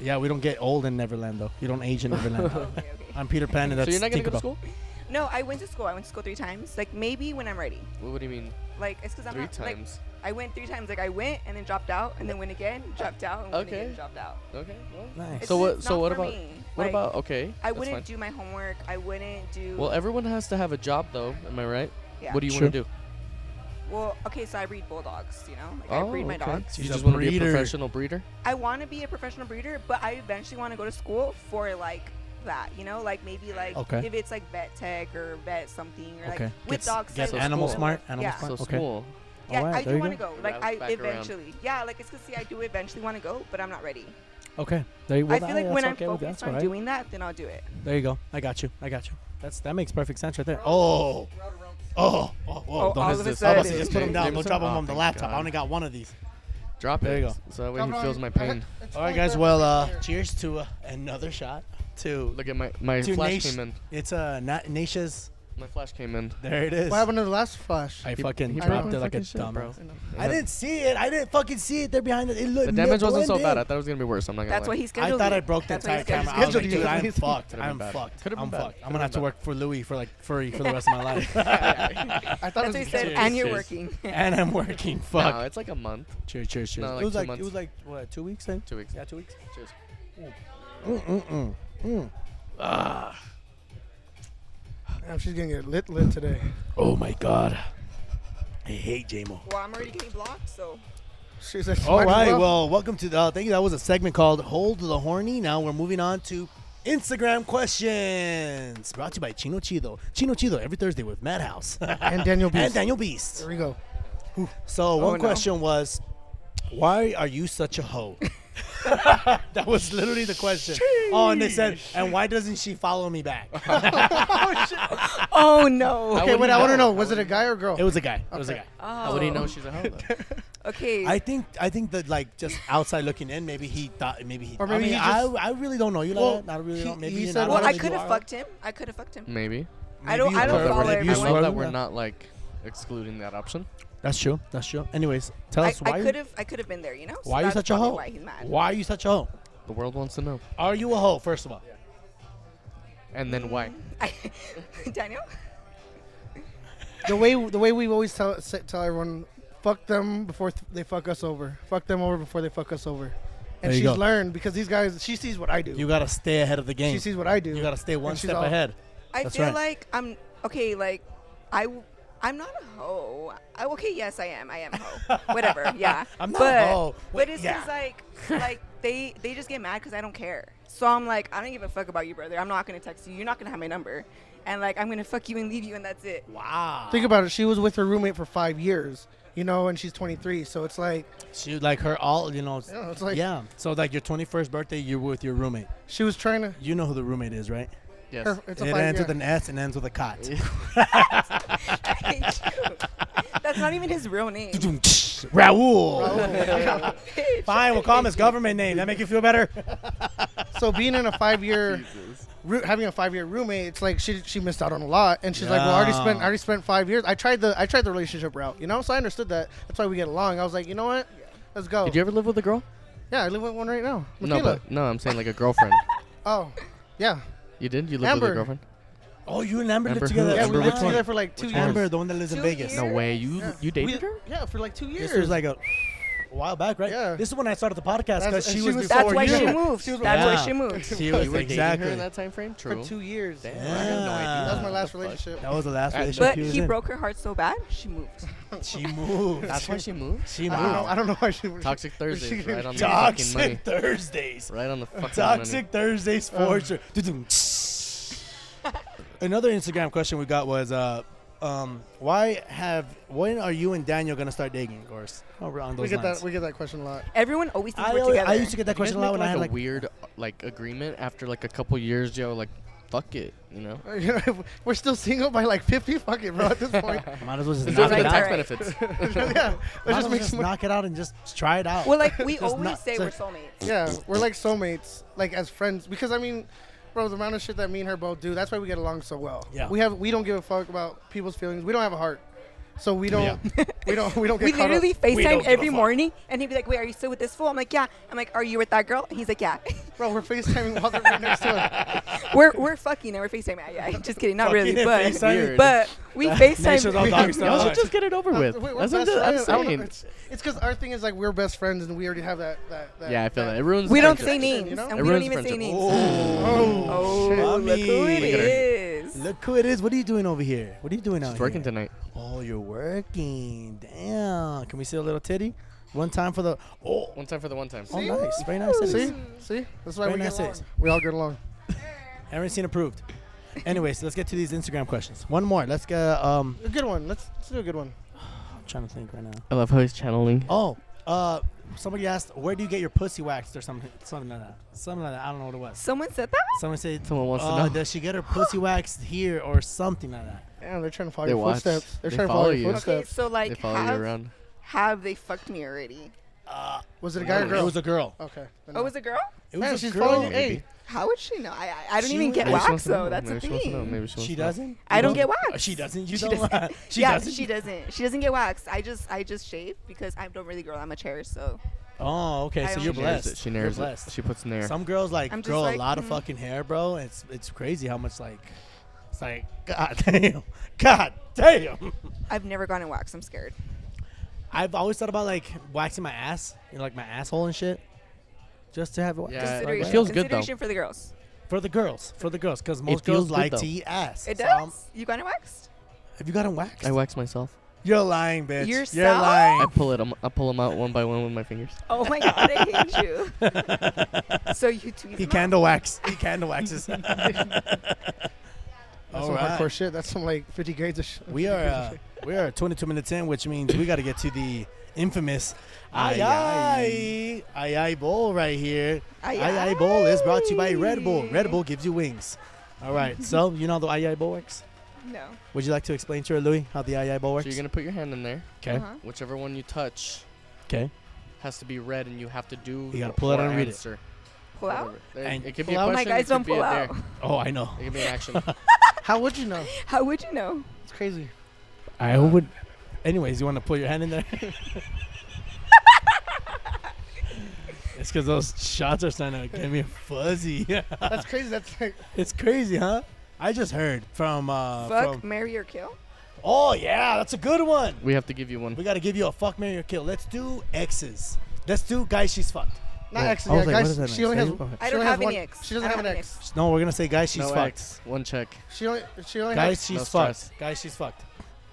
[SPEAKER 2] Yeah, we don't get old in Neverland though. You don't age in Neverland.
[SPEAKER 4] Oh, okay, okay.
[SPEAKER 2] I'm Peter Pan and that's
[SPEAKER 5] so you're not gonna go
[SPEAKER 2] Tinkerbell.
[SPEAKER 5] to school?
[SPEAKER 4] No, I went to school. I went to school three times. Like maybe when I'm ready.
[SPEAKER 5] What, what do you mean?
[SPEAKER 4] Like it's because I'm
[SPEAKER 5] Three
[SPEAKER 4] not, like,
[SPEAKER 5] times.
[SPEAKER 4] I went three times. Like I went and then dropped out, and then went again, dropped out, and went
[SPEAKER 5] Okay.
[SPEAKER 4] again, dropped out.
[SPEAKER 5] okay. Well,
[SPEAKER 2] Nice.
[SPEAKER 4] It's
[SPEAKER 5] So what-
[SPEAKER 4] just
[SPEAKER 5] so
[SPEAKER 4] not
[SPEAKER 5] what
[SPEAKER 4] for
[SPEAKER 5] about-
[SPEAKER 4] me.
[SPEAKER 5] what
[SPEAKER 4] Like,
[SPEAKER 5] about okay?
[SPEAKER 4] I
[SPEAKER 5] that's
[SPEAKER 4] wouldn't
[SPEAKER 5] fine.
[SPEAKER 4] do my homework. I wouldn't do.
[SPEAKER 2] eh
[SPEAKER 5] Well, everyone has to have a job, though. Am I right?
[SPEAKER 4] yeah.
[SPEAKER 5] What do you
[SPEAKER 2] Sure.
[SPEAKER 5] want to do?
[SPEAKER 4] Well, okay, so I breed bulldogs. You know, like
[SPEAKER 5] Oh,
[SPEAKER 4] I breed my
[SPEAKER 5] okay.
[SPEAKER 4] dogs.
[SPEAKER 5] You
[SPEAKER 2] She's a
[SPEAKER 5] just want to be a
[SPEAKER 2] breeder.
[SPEAKER 5] professional breeder.
[SPEAKER 4] I want to be a professional breeder, but I eventually want to go to school for like that. You know, like maybe like
[SPEAKER 2] Okay.
[SPEAKER 4] if it's like vet tech or vet something or
[SPEAKER 2] Okay.
[SPEAKER 4] like with
[SPEAKER 2] Gets-
[SPEAKER 4] dogs.
[SPEAKER 2] gets
[SPEAKER 4] I-
[SPEAKER 2] animal
[SPEAKER 4] yeah.
[SPEAKER 2] smart, animal
[SPEAKER 4] yeah.
[SPEAKER 2] smart.
[SPEAKER 5] So
[SPEAKER 2] Okay.
[SPEAKER 5] school.
[SPEAKER 4] Yeah,
[SPEAKER 2] Alright,
[SPEAKER 4] I
[SPEAKER 2] there
[SPEAKER 4] do
[SPEAKER 2] you
[SPEAKER 4] want to
[SPEAKER 2] go.
[SPEAKER 4] go. Like
[SPEAKER 5] Routes
[SPEAKER 4] I
[SPEAKER 5] back around.
[SPEAKER 4] eventually, yeah, like it's cause see, I do eventually want to go, but I'm not ready.
[SPEAKER 2] Okay. There you go.
[SPEAKER 4] I feel like when I'm
[SPEAKER 2] okay with that.
[SPEAKER 4] focused
[SPEAKER 2] That's
[SPEAKER 4] on
[SPEAKER 2] all right.
[SPEAKER 4] doing that, then I'll do it.
[SPEAKER 2] There you go. I got you. I got you. That's that makes perfect sense right there. Oh. Oh. Oh. Oh.
[SPEAKER 4] Oh,
[SPEAKER 2] don't-
[SPEAKER 4] all
[SPEAKER 5] is
[SPEAKER 4] of a
[SPEAKER 5] this-
[SPEAKER 2] I was about to
[SPEAKER 4] sudden.
[SPEAKER 2] just put them down.
[SPEAKER 5] Jameson?
[SPEAKER 2] Don't drop them
[SPEAKER 5] Oh,
[SPEAKER 2] on the
[SPEAKER 5] thank
[SPEAKER 2] laptop. I
[SPEAKER 5] God.
[SPEAKER 2] only got one of these.
[SPEAKER 5] Drop it.
[SPEAKER 2] There you go.
[SPEAKER 5] So that way he feels my pain.
[SPEAKER 2] All right, guys. Well, uh, cheers to uh, another shot. To
[SPEAKER 5] Look at my my
[SPEAKER 2] to
[SPEAKER 5] flash
[SPEAKER 2] Nash-
[SPEAKER 5] came in.
[SPEAKER 2] It's uh, Na- Nisha's.
[SPEAKER 5] My flash came in.
[SPEAKER 2] There it is.
[SPEAKER 3] What happened to the last flash?
[SPEAKER 2] I
[SPEAKER 5] He-
[SPEAKER 2] fucking
[SPEAKER 5] he
[SPEAKER 2] dropped
[SPEAKER 5] broke
[SPEAKER 2] it
[SPEAKER 5] my
[SPEAKER 2] like a
[SPEAKER 5] fucking shit, bro.
[SPEAKER 2] dumbass. I
[SPEAKER 5] Yeah.
[SPEAKER 2] didn't see it. I didn't fucking see it. They're behind it. It looked.
[SPEAKER 5] The damage wasn't so
[SPEAKER 2] blended.
[SPEAKER 5] bad. I thought it was gonna be worse. I'm not gonna.
[SPEAKER 4] That's why
[SPEAKER 5] lie.
[SPEAKER 4] he
[SPEAKER 2] I
[SPEAKER 4] scheduled.
[SPEAKER 2] thought
[SPEAKER 4] me.
[SPEAKER 2] I broke the
[SPEAKER 4] That's
[SPEAKER 2] entire
[SPEAKER 4] why he
[SPEAKER 2] camera. I
[SPEAKER 4] scheduled
[SPEAKER 2] was
[SPEAKER 4] me.
[SPEAKER 2] like, dude,
[SPEAKER 3] Scheduled you.
[SPEAKER 2] I'm fucked.
[SPEAKER 5] Could've been
[SPEAKER 2] I'm
[SPEAKER 5] bad.
[SPEAKER 2] fucked.
[SPEAKER 5] Could've been
[SPEAKER 2] I'm
[SPEAKER 5] bad.
[SPEAKER 2] fucked. I'm
[SPEAKER 5] Could've
[SPEAKER 2] gonna have to
[SPEAKER 5] been
[SPEAKER 2] work for Louis for like free for the rest of my life.
[SPEAKER 3] I thought it
[SPEAKER 4] That's what
[SPEAKER 3] was
[SPEAKER 4] he said.
[SPEAKER 5] Cheers,
[SPEAKER 4] And you're
[SPEAKER 5] cheers.
[SPEAKER 4] working.
[SPEAKER 2] and I'm working.
[SPEAKER 5] No,
[SPEAKER 2] Fuck.
[SPEAKER 5] it's like a month,
[SPEAKER 2] Cheers, cheers, cheers.
[SPEAKER 5] No, like
[SPEAKER 2] it was
[SPEAKER 5] two
[SPEAKER 2] like
[SPEAKER 5] months.
[SPEAKER 2] it was like what two weeks then?
[SPEAKER 5] two weeks.
[SPEAKER 2] Yeah, two weeks.
[SPEAKER 5] Cheers.
[SPEAKER 3] Damn, she's gonna get lit lit today.
[SPEAKER 2] Oh my god. I hate JMO.
[SPEAKER 4] Well, I'm already getting blocked, so
[SPEAKER 3] She's like,
[SPEAKER 2] All
[SPEAKER 3] might as
[SPEAKER 2] right. Well, welcome to the. Uh, thank you. That was a segment called "Hold the Horny." Now we're moving on to Instagram questions, brought to you by Chino Chido. Chino Chido every Thursday with Madhouse
[SPEAKER 3] and Daniel Beast.
[SPEAKER 2] and Daniel Beast.
[SPEAKER 3] There we go.
[SPEAKER 2] So one
[SPEAKER 4] no.
[SPEAKER 2] question was, "Why are you such a hoe?" that was literally the question. Oh, and they said, "And why doesn't she follow me back?"
[SPEAKER 4] Oh no.
[SPEAKER 5] How
[SPEAKER 3] Okay,
[SPEAKER 5] would
[SPEAKER 3] wait.
[SPEAKER 5] he
[SPEAKER 3] I want to
[SPEAKER 5] know?
[SPEAKER 3] know. Was it a guy or a girl?
[SPEAKER 2] It was a guy. It was a
[SPEAKER 3] Okay.
[SPEAKER 2] guy.
[SPEAKER 5] How would he know she's a hoe? though?
[SPEAKER 4] Oh, Okay.
[SPEAKER 2] I think I think that like just outside looking in, maybe he thought maybe he.
[SPEAKER 3] Or maybe
[SPEAKER 2] I, mean,
[SPEAKER 3] he just-
[SPEAKER 2] I, I really don't know you like
[SPEAKER 3] Well,
[SPEAKER 2] that. I really
[SPEAKER 3] he-
[SPEAKER 2] don't. Maybe
[SPEAKER 3] he
[SPEAKER 2] you're
[SPEAKER 3] said-
[SPEAKER 2] not-
[SPEAKER 4] well,
[SPEAKER 2] don't
[SPEAKER 4] I
[SPEAKER 2] think
[SPEAKER 4] could
[SPEAKER 2] you
[SPEAKER 4] have
[SPEAKER 2] are.
[SPEAKER 4] fucked him. I could have fucked him.
[SPEAKER 5] Maybe.
[SPEAKER 4] I don't.
[SPEAKER 2] Maybe
[SPEAKER 4] I
[SPEAKER 2] you
[SPEAKER 5] I love
[SPEAKER 4] don't
[SPEAKER 5] that
[SPEAKER 4] follow
[SPEAKER 5] we're- I
[SPEAKER 2] abuse
[SPEAKER 4] everyone.
[SPEAKER 5] love that
[SPEAKER 2] Swallowing
[SPEAKER 5] we're
[SPEAKER 2] that.
[SPEAKER 5] not like excluding that option.
[SPEAKER 2] That's true. That's true. Anyways, tell
[SPEAKER 4] I
[SPEAKER 2] us why.
[SPEAKER 4] I
[SPEAKER 2] you-
[SPEAKER 4] could have. I could have been there. You know. So
[SPEAKER 2] why are you
[SPEAKER 4] that's
[SPEAKER 2] such a
[SPEAKER 4] probably
[SPEAKER 2] hoe?
[SPEAKER 4] Why he's mad.
[SPEAKER 2] Why are you such a hoe?
[SPEAKER 5] The world wants to know.
[SPEAKER 2] Are you a hoe? First of all,
[SPEAKER 5] And then why?
[SPEAKER 4] Daniel.
[SPEAKER 3] the way the way we always tell say- tell everyone, fuck them before th- they fuck us over. Fuck them over before they fuck us over.
[SPEAKER 2] There
[SPEAKER 3] And
[SPEAKER 2] you
[SPEAKER 3] she's
[SPEAKER 2] go.
[SPEAKER 3] learned because these guys. She sees what I do.
[SPEAKER 2] you gotta stay ahead of the game.
[SPEAKER 3] she sees what I do.
[SPEAKER 2] you gotta stay one
[SPEAKER 3] and she's
[SPEAKER 2] step
[SPEAKER 3] all-
[SPEAKER 2] ahead.
[SPEAKER 4] I
[SPEAKER 2] That's
[SPEAKER 4] feel
[SPEAKER 2] right.
[SPEAKER 4] like I'm okay. Like I, w- I'm not a hoe. I, okay, yes, I am. I am a hoe. Whatever. Yeah.
[SPEAKER 2] I'm not a
[SPEAKER 4] but,
[SPEAKER 2] hoe. Wait,
[SPEAKER 4] but it's
[SPEAKER 2] yeah.
[SPEAKER 4] just like, like they they just get mad because I don't care. So I'm like, I don't give a fuck about you, brother. I'm not gonna text you. You're not gonna have my number. And like, I'm gonna fuck you and leave you, and that's it.
[SPEAKER 2] Wow.
[SPEAKER 3] Think about it. She was with her roommate for five years, you know, and she's 23. So it's like
[SPEAKER 2] She like her all. You know.
[SPEAKER 3] Yeah, it's like-
[SPEAKER 2] yeah. So like your 21st birthday, you're with your roommate.
[SPEAKER 3] she was trying to.
[SPEAKER 2] You know who the roommate is, right?
[SPEAKER 5] Yes.
[SPEAKER 3] Her, it's a
[SPEAKER 2] it
[SPEAKER 3] five
[SPEAKER 2] ends
[SPEAKER 3] year.
[SPEAKER 2] with an S and ends with a cot.
[SPEAKER 4] Thank you. that's not even his real name.
[SPEAKER 2] Raul.
[SPEAKER 4] Bitch.
[SPEAKER 2] Fine, we'll call him his government name. That make you feel better?
[SPEAKER 3] so being in a five year,
[SPEAKER 5] Jesus.
[SPEAKER 3] roo- having a five year roommate, it's like she she missed out on a lot, and she's like, well, I already spent I already spent five years. I tried the I tried the relationship route, you know, so I understood that. That's why we get along. I was like, you know what, let's go.
[SPEAKER 5] Did you ever live with a girl?
[SPEAKER 3] yeah, I live with one right now.
[SPEAKER 5] No,
[SPEAKER 3] Michaela.
[SPEAKER 5] but no, I'm saying like a girlfriend.
[SPEAKER 3] oh, yeah,
[SPEAKER 5] You did? You lived with
[SPEAKER 3] Amber.
[SPEAKER 5] a girlfriend?
[SPEAKER 2] Oh, you and Amber,
[SPEAKER 5] Amber
[SPEAKER 2] live together.
[SPEAKER 5] who?
[SPEAKER 3] yeah.
[SPEAKER 5] Amber,
[SPEAKER 3] we
[SPEAKER 5] which
[SPEAKER 3] lived
[SPEAKER 5] one?
[SPEAKER 3] together for like two
[SPEAKER 5] Which
[SPEAKER 3] years.
[SPEAKER 5] one?
[SPEAKER 2] Amber, the one that lives in
[SPEAKER 4] Two
[SPEAKER 2] Vegas.
[SPEAKER 4] years.
[SPEAKER 5] No way. You
[SPEAKER 3] Yeah.
[SPEAKER 5] you
[SPEAKER 3] We-
[SPEAKER 5] dated her?
[SPEAKER 3] Yeah, for like two years.
[SPEAKER 2] This was like a, a while back, right?
[SPEAKER 3] Yeah.
[SPEAKER 2] This is when I started the podcast
[SPEAKER 3] That's-
[SPEAKER 2] because she,
[SPEAKER 3] she
[SPEAKER 2] was,
[SPEAKER 3] was-
[SPEAKER 2] before
[SPEAKER 4] That's
[SPEAKER 2] you.
[SPEAKER 4] why she moved. That's
[SPEAKER 2] Yeah.
[SPEAKER 4] why she moved.
[SPEAKER 2] She was
[SPEAKER 5] You were dating her
[SPEAKER 2] exactly.
[SPEAKER 5] in that time frame? True.
[SPEAKER 3] for two years.
[SPEAKER 5] Damn.
[SPEAKER 3] That
[SPEAKER 5] I had no idea.
[SPEAKER 2] Yeah.
[SPEAKER 3] was my
[SPEAKER 5] What
[SPEAKER 3] last
[SPEAKER 5] the fuck?
[SPEAKER 3] relationship.
[SPEAKER 2] That was the last
[SPEAKER 5] I-
[SPEAKER 2] relationship
[SPEAKER 4] But
[SPEAKER 2] he was
[SPEAKER 4] he
[SPEAKER 2] in.
[SPEAKER 4] broke her heart so bad, she moved.
[SPEAKER 2] She moved.
[SPEAKER 5] That's why she moved?
[SPEAKER 2] She
[SPEAKER 3] I don't know. I
[SPEAKER 2] moved.
[SPEAKER 3] don't know why she was.
[SPEAKER 5] Toxic Thursdays, right on the fucking money.
[SPEAKER 2] Toxic Thursdays.
[SPEAKER 5] Right on the fucking
[SPEAKER 2] Toxic Thursdays for
[SPEAKER 3] Ugh.
[SPEAKER 2] sure. Dudum. Another Instagram question we got was, uh, um, why have when are you and Daniel gonna start dating? Of course, around
[SPEAKER 3] We
[SPEAKER 2] those
[SPEAKER 3] get
[SPEAKER 2] lines.
[SPEAKER 3] that. We get that question a lot.
[SPEAKER 4] Everyone always thinks
[SPEAKER 2] I,
[SPEAKER 4] we're
[SPEAKER 2] always-
[SPEAKER 4] together.
[SPEAKER 2] I used to get that
[SPEAKER 5] money. You guys
[SPEAKER 2] question a lot
[SPEAKER 5] make,
[SPEAKER 2] when I
[SPEAKER 5] like
[SPEAKER 2] had
[SPEAKER 5] a
[SPEAKER 2] like
[SPEAKER 5] weird like agreement after like a couple years, yo, like fuck it, you know?
[SPEAKER 3] We're still single by like 50. Fuck it, bro. At this point,
[SPEAKER 2] Might as well just
[SPEAKER 5] It's
[SPEAKER 2] knock
[SPEAKER 5] not
[SPEAKER 4] like
[SPEAKER 2] it
[SPEAKER 5] tax
[SPEAKER 4] that.
[SPEAKER 2] out.
[SPEAKER 4] Alright.
[SPEAKER 5] benefits.
[SPEAKER 3] yeah.
[SPEAKER 2] Might as
[SPEAKER 3] Let's just
[SPEAKER 2] well
[SPEAKER 3] make
[SPEAKER 2] just
[SPEAKER 3] some.
[SPEAKER 2] knock it out and just try it out.
[SPEAKER 4] well, like we
[SPEAKER 2] Just
[SPEAKER 4] always
[SPEAKER 2] not-
[SPEAKER 4] say,
[SPEAKER 2] so-
[SPEAKER 4] we're soulmates.
[SPEAKER 3] Yeah, we're like soulmates, like as friends, because I mean, bro, the amount of shit that me and her both do, that's why we get along so well.
[SPEAKER 2] Yeah.
[SPEAKER 3] We have we don't give a fuck about people's feelings. We don't have a heart, so we don't we don't we don't get
[SPEAKER 4] We
[SPEAKER 3] caught
[SPEAKER 4] literally
[SPEAKER 3] up.
[SPEAKER 2] don't
[SPEAKER 4] FaceTime
[SPEAKER 2] give a
[SPEAKER 4] every
[SPEAKER 2] fuck.
[SPEAKER 4] morning, and he'd be like, "Wait, are you still with this fool?" I'm like, "Yeah." I'm like, "Are you with that girl?" And he's like, "Yeah."
[SPEAKER 3] Bro, we're FaceTiming while they're right next to us.
[SPEAKER 4] we're we're fucking and we're FaceTime. Yeah, yeah. Just kidding, not
[SPEAKER 2] Fucking
[SPEAKER 4] really,
[SPEAKER 2] it,
[SPEAKER 4] but
[SPEAKER 2] FaceTime.
[SPEAKER 5] Weird.
[SPEAKER 4] but we
[SPEAKER 2] Nation's all dog
[SPEAKER 4] FaceTime.
[SPEAKER 2] style.
[SPEAKER 5] Y'all should just get it over with.
[SPEAKER 3] Wait, we're
[SPEAKER 5] That's what
[SPEAKER 3] best
[SPEAKER 5] I'm
[SPEAKER 3] friends. I don't know,
[SPEAKER 5] saying.
[SPEAKER 3] It's because our thing is like we're best friends and we already have that. that, that
[SPEAKER 5] Yeah, I feel that. It ruins
[SPEAKER 4] we
[SPEAKER 5] the
[SPEAKER 4] don't say
[SPEAKER 5] friendship.
[SPEAKER 4] names,
[SPEAKER 3] you know?
[SPEAKER 4] and
[SPEAKER 5] It
[SPEAKER 4] we don't
[SPEAKER 5] ruins
[SPEAKER 4] even say
[SPEAKER 5] friendship.
[SPEAKER 4] names.
[SPEAKER 2] Oh,
[SPEAKER 4] Oh, look who
[SPEAKER 2] mommy.
[SPEAKER 4] it
[SPEAKER 5] Look at her.
[SPEAKER 4] is!
[SPEAKER 2] Look who it is. What are you doing over here? What are you doing out
[SPEAKER 5] She's working
[SPEAKER 2] here?
[SPEAKER 5] tonight.
[SPEAKER 2] Oh, you're working. Damn. Can we see a little titty? One time for the. Oh,
[SPEAKER 5] One time for the one time.
[SPEAKER 2] oh nice. Very nice. titties.
[SPEAKER 3] See, see, that's why
[SPEAKER 2] Very
[SPEAKER 3] we
[SPEAKER 2] nice
[SPEAKER 3] get along.
[SPEAKER 2] titties.
[SPEAKER 3] We all get along.
[SPEAKER 2] Aaron seen approved. Anyways, let's get to these Instagram questions. One more. Let's get. Um,
[SPEAKER 3] A good one. Let's, let's do a good one.
[SPEAKER 2] I'm trying to think right now.
[SPEAKER 5] I love how he's channeling.
[SPEAKER 2] Oh, uh, somebody asked, where do you get your pussy waxed or something? Something like that. Something like that. I don't know what it was.
[SPEAKER 4] Someone said that.
[SPEAKER 2] Someone said,
[SPEAKER 5] Someone wants to
[SPEAKER 2] uh,
[SPEAKER 5] know.
[SPEAKER 2] does she get her pussy waxed here or something like that?
[SPEAKER 3] Damn, they're trying to follow
[SPEAKER 5] They
[SPEAKER 3] your
[SPEAKER 5] watch.
[SPEAKER 3] footsteps. They're
[SPEAKER 5] They
[SPEAKER 3] trying to
[SPEAKER 5] follow
[SPEAKER 3] follow
[SPEAKER 5] you.
[SPEAKER 3] your
[SPEAKER 4] Okay,
[SPEAKER 3] footsteps.
[SPEAKER 4] so
[SPEAKER 5] they
[SPEAKER 4] like,
[SPEAKER 5] follow you
[SPEAKER 4] have,
[SPEAKER 5] around.
[SPEAKER 4] have they fucked me already?
[SPEAKER 3] Was it a guy or
[SPEAKER 5] No,
[SPEAKER 3] girl?
[SPEAKER 2] It was a girl.
[SPEAKER 3] okay. then
[SPEAKER 4] Oh,
[SPEAKER 3] no.
[SPEAKER 4] was it a girl?
[SPEAKER 2] It was
[SPEAKER 3] Yeah,
[SPEAKER 2] a
[SPEAKER 3] she's
[SPEAKER 2] girl.
[SPEAKER 3] following you. Hey,
[SPEAKER 5] Maybe.
[SPEAKER 4] How would she know? I I, I don't
[SPEAKER 2] She
[SPEAKER 4] even
[SPEAKER 2] would-
[SPEAKER 4] get
[SPEAKER 5] Maybe she wants
[SPEAKER 4] waxed
[SPEAKER 5] to know.
[SPEAKER 4] though. That's
[SPEAKER 5] Maybe
[SPEAKER 4] the
[SPEAKER 5] she wants to know.
[SPEAKER 4] thing.
[SPEAKER 5] Maybe she wants
[SPEAKER 2] She
[SPEAKER 5] to know.
[SPEAKER 2] doesn't.
[SPEAKER 4] I
[SPEAKER 2] You Oh,
[SPEAKER 4] don't get waxed.
[SPEAKER 2] She doesn't. You
[SPEAKER 4] She
[SPEAKER 2] don't.
[SPEAKER 4] doesn't.
[SPEAKER 2] she
[SPEAKER 4] yeah,
[SPEAKER 2] doesn't.
[SPEAKER 4] she doesn't. She doesn't get waxed. I just I just shave because I don't really grow that much hair, so
[SPEAKER 2] Oh, okay.
[SPEAKER 4] I
[SPEAKER 2] So
[SPEAKER 4] don't
[SPEAKER 2] you're
[SPEAKER 5] She narrows it.
[SPEAKER 2] blessed.
[SPEAKER 5] She
[SPEAKER 2] You're
[SPEAKER 5] narrows it.
[SPEAKER 2] blessed.
[SPEAKER 5] She puts nair.
[SPEAKER 2] Some girls like
[SPEAKER 4] I'm just
[SPEAKER 2] grow a
[SPEAKER 4] like,
[SPEAKER 2] lot of
[SPEAKER 4] mm.
[SPEAKER 5] mm-hmm.
[SPEAKER 2] fucking hair, bro. It's it's crazy how much like it's like god damn, god damn.
[SPEAKER 4] I've never gotten waxed. I'm scared.
[SPEAKER 2] I've always thought about like waxing my ass, you know, like my asshole and shit, just to have it waxed.
[SPEAKER 5] Yeah,
[SPEAKER 2] Like,
[SPEAKER 5] it
[SPEAKER 4] Consideration,
[SPEAKER 5] feels good, though.
[SPEAKER 4] consideration for the girls.
[SPEAKER 2] for the girls, for the girls, because most
[SPEAKER 5] feels
[SPEAKER 2] girls
[SPEAKER 5] good,
[SPEAKER 2] like
[SPEAKER 5] though.
[SPEAKER 2] to eat ass.
[SPEAKER 4] It
[SPEAKER 2] So,
[SPEAKER 4] does.
[SPEAKER 2] um,
[SPEAKER 4] you got it waxed?
[SPEAKER 2] have you gotten waxed?
[SPEAKER 5] I wax myself.
[SPEAKER 2] You're lying, bitch.
[SPEAKER 4] You're
[SPEAKER 2] You're
[SPEAKER 4] so-
[SPEAKER 5] I
[SPEAKER 2] lying.
[SPEAKER 5] pull it. um, I pull them out one by one with my fingers.
[SPEAKER 4] Oh my god, I hate you. so you tweet.
[SPEAKER 2] He
[SPEAKER 4] them out.
[SPEAKER 2] candle wax. He candle waxes.
[SPEAKER 3] That's
[SPEAKER 2] All
[SPEAKER 3] some
[SPEAKER 2] Oh, right.
[SPEAKER 3] hardcore shit. That's some like 50 grades of shit.
[SPEAKER 2] We are uh, we are 22 minutes in, which means we got to get to the infamous
[SPEAKER 5] Ay,
[SPEAKER 2] Aye Aye Aye Aye Bowl right here.
[SPEAKER 4] Ay,
[SPEAKER 2] Aye Aye
[SPEAKER 4] ay.
[SPEAKER 2] Bowl is brought to you by Red Bull. Red Bull gives you wings. All right, so you know how the Aye Aye Bowl works.
[SPEAKER 4] No.
[SPEAKER 2] Would you like to explain to her, Louis, how the Aye Aye Bowl
[SPEAKER 5] So
[SPEAKER 2] works?
[SPEAKER 5] you're gonna put your hand in there.
[SPEAKER 2] okay,
[SPEAKER 4] Uh-huh.
[SPEAKER 5] Whichever one you touch
[SPEAKER 2] okay.
[SPEAKER 5] has to be red, and you have to do.
[SPEAKER 2] You gotta pull it out and read it.
[SPEAKER 5] answer.
[SPEAKER 4] Pull out.
[SPEAKER 5] Whatever. There-
[SPEAKER 2] And-
[SPEAKER 5] it could be
[SPEAKER 2] Pull
[SPEAKER 5] a
[SPEAKER 2] out?
[SPEAKER 4] Oh
[SPEAKER 5] question.
[SPEAKER 4] my
[SPEAKER 5] it
[SPEAKER 4] guys,
[SPEAKER 5] could
[SPEAKER 4] don't
[SPEAKER 5] be a
[SPEAKER 4] pull
[SPEAKER 5] dare.
[SPEAKER 4] out.
[SPEAKER 2] Oh, I know.
[SPEAKER 5] It could be an action.
[SPEAKER 3] How would you know?
[SPEAKER 4] How would you know?
[SPEAKER 3] It's crazy.
[SPEAKER 2] I would. Uh, Anyways, you want to put your hand in there? it's because those shots are starting to get me fuzzy.
[SPEAKER 3] That's crazy. That's like,
[SPEAKER 2] it's crazy, huh? I just heard from. Uh,
[SPEAKER 4] Fuck,
[SPEAKER 2] From,
[SPEAKER 4] marry, or kill.
[SPEAKER 2] oh yeah, that's a good one.
[SPEAKER 5] we have to give you one.
[SPEAKER 2] We gotta give you a fuck, marry, or kill. Let's do exes. Let's do guys she's fucked.
[SPEAKER 3] not
[SPEAKER 2] Well,
[SPEAKER 3] exes.
[SPEAKER 2] I
[SPEAKER 3] Yeah,
[SPEAKER 2] was like, what
[SPEAKER 3] guys,
[SPEAKER 2] is that
[SPEAKER 3] she
[SPEAKER 2] next?
[SPEAKER 3] only has.
[SPEAKER 2] Are you-
[SPEAKER 4] I
[SPEAKER 3] she
[SPEAKER 4] don't
[SPEAKER 3] only
[SPEAKER 4] have
[SPEAKER 3] has
[SPEAKER 4] any
[SPEAKER 3] one-
[SPEAKER 4] ex.
[SPEAKER 3] She doesn't
[SPEAKER 4] I
[SPEAKER 3] have
[SPEAKER 4] don't
[SPEAKER 3] an
[SPEAKER 4] have
[SPEAKER 3] ex.
[SPEAKER 2] No, we're gonna say guys she's
[SPEAKER 5] no
[SPEAKER 2] fucked.
[SPEAKER 5] X. One check.
[SPEAKER 3] She only. She only
[SPEAKER 2] Guys
[SPEAKER 3] has.
[SPEAKER 2] she's
[SPEAKER 5] No
[SPEAKER 2] fucked.
[SPEAKER 5] stress.
[SPEAKER 2] Guys she's fucked.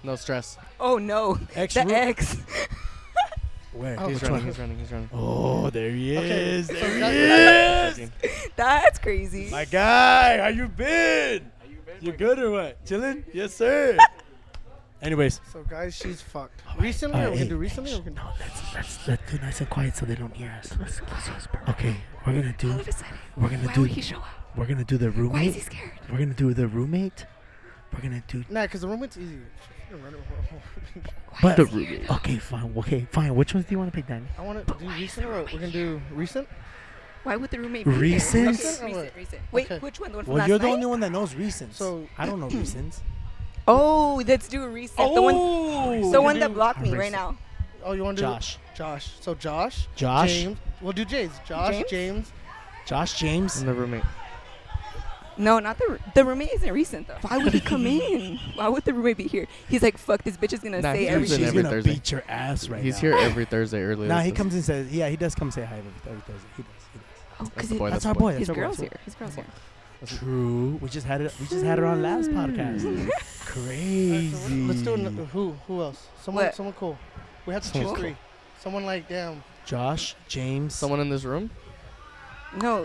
[SPEAKER 5] No stress.
[SPEAKER 4] Oh no.
[SPEAKER 2] Ex
[SPEAKER 4] the
[SPEAKER 2] root-
[SPEAKER 4] ex.
[SPEAKER 2] Where?
[SPEAKER 3] Oh.
[SPEAKER 5] He's running. He's running. He's running.
[SPEAKER 2] Oh, there he
[SPEAKER 3] Okay,
[SPEAKER 2] is.
[SPEAKER 3] so
[SPEAKER 2] There he
[SPEAKER 3] guys-
[SPEAKER 2] is.
[SPEAKER 4] That's crazy.
[SPEAKER 2] My guy, how you been? You good or what? Chilling? Yes, sir. Anyways,
[SPEAKER 3] So guys, she's fucked. Recently,
[SPEAKER 2] All
[SPEAKER 3] or
[SPEAKER 2] right,
[SPEAKER 3] we can do
[SPEAKER 2] hey,
[SPEAKER 3] recently. Or we can do.
[SPEAKER 2] let's let's let's do nice and quiet so they don't hear us. Okay, we're gonna
[SPEAKER 1] All
[SPEAKER 2] do
[SPEAKER 1] of a sudden,
[SPEAKER 2] we're gonna
[SPEAKER 1] why
[SPEAKER 2] do
[SPEAKER 1] would he show up?
[SPEAKER 2] we're gonna do
[SPEAKER 1] Why
[SPEAKER 2] the
[SPEAKER 1] is he
[SPEAKER 2] roommate.
[SPEAKER 1] scared?
[SPEAKER 2] We're gonna do the roommate. We're gonna do.
[SPEAKER 3] Nah, cause the roommate's easy.
[SPEAKER 2] But
[SPEAKER 5] The roommate.
[SPEAKER 2] okay, fine. Okay, fine. Which ones do you want to pick, Danny?
[SPEAKER 3] I want to do recent or what? We're gonna do recent.
[SPEAKER 4] Why would the roommate be there?
[SPEAKER 2] Recent?
[SPEAKER 4] Recent, recent, recent. Wait,
[SPEAKER 3] Okay.
[SPEAKER 4] which one? The one from
[SPEAKER 2] Well,
[SPEAKER 4] last
[SPEAKER 2] you're the
[SPEAKER 4] night?
[SPEAKER 2] only one that knows recent.
[SPEAKER 3] So-
[SPEAKER 2] I don't know recent.
[SPEAKER 4] Oh, let's do recent. the one,
[SPEAKER 2] Oh,
[SPEAKER 4] the one that
[SPEAKER 3] do
[SPEAKER 4] blocked me right
[SPEAKER 2] recent.
[SPEAKER 4] now.
[SPEAKER 3] Oh, you want to do
[SPEAKER 2] Josh,
[SPEAKER 3] Josh. So Josh.
[SPEAKER 2] Josh?
[SPEAKER 3] James. We'll do Jay's. Josh.
[SPEAKER 4] James?
[SPEAKER 3] James.
[SPEAKER 2] Josh James.
[SPEAKER 5] And the roommate.
[SPEAKER 4] No, not the the roommate isn't recent though. Why would he come in? Why would the roommate be here? He's like, fuck, this bitch is gonna
[SPEAKER 5] Nah,
[SPEAKER 4] say
[SPEAKER 5] he's
[SPEAKER 2] Dude,
[SPEAKER 5] in
[SPEAKER 2] she's
[SPEAKER 4] everything.
[SPEAKER 5] every
[SPEAKER 2] gonna
[SPEAKER 5] Thursday.
[SPEAKER 2] beat your ass right
[SPEAKER 5] He's
[SPEAKER 2] now.
[SPEAKER 5] here every Thursday early.
[SPEAKER 2] Nah, he comes and says, yeah, he does come say hi every, every Thursday. He does. He does.
[SPEAKER 4] Oh, 'cause
[SPEAKER 5] That's the
[SPEAKER 4] he-
[SPEAKER 5] boy.
[SPEAKER 2] That's
[SPEAKER 5] That's
[SPEAKER 2] our
[SPEAKER 5] the boy.
[SPEAKER 2] boy. That's
[SPEAKER 4] his
[SPEAKER 2] our boy.
[SPEAKER 4] girl's
[SPEAKER 2] That's our
[SPEAKER 4] here. His girl's here.
[SPEAKER 2] boy. True. We just had it. We just had her on last podcast. Crazy.
[SPEAKER 3] Let's do an, who? Who else? Someone.
[SPEAKER 4] What?
[SPEAKER 3] Someone cool. We have to
[SPEAKER 5] Someone
[SPEAKER 3] choose
[SPEAKER 5] cool.
[SPEAKER 3] three. Someone like damn.
[SPEAKER 2] Josh, James.
[SPEAKER 5] Someone in this room?
[SPEAKER 4] No,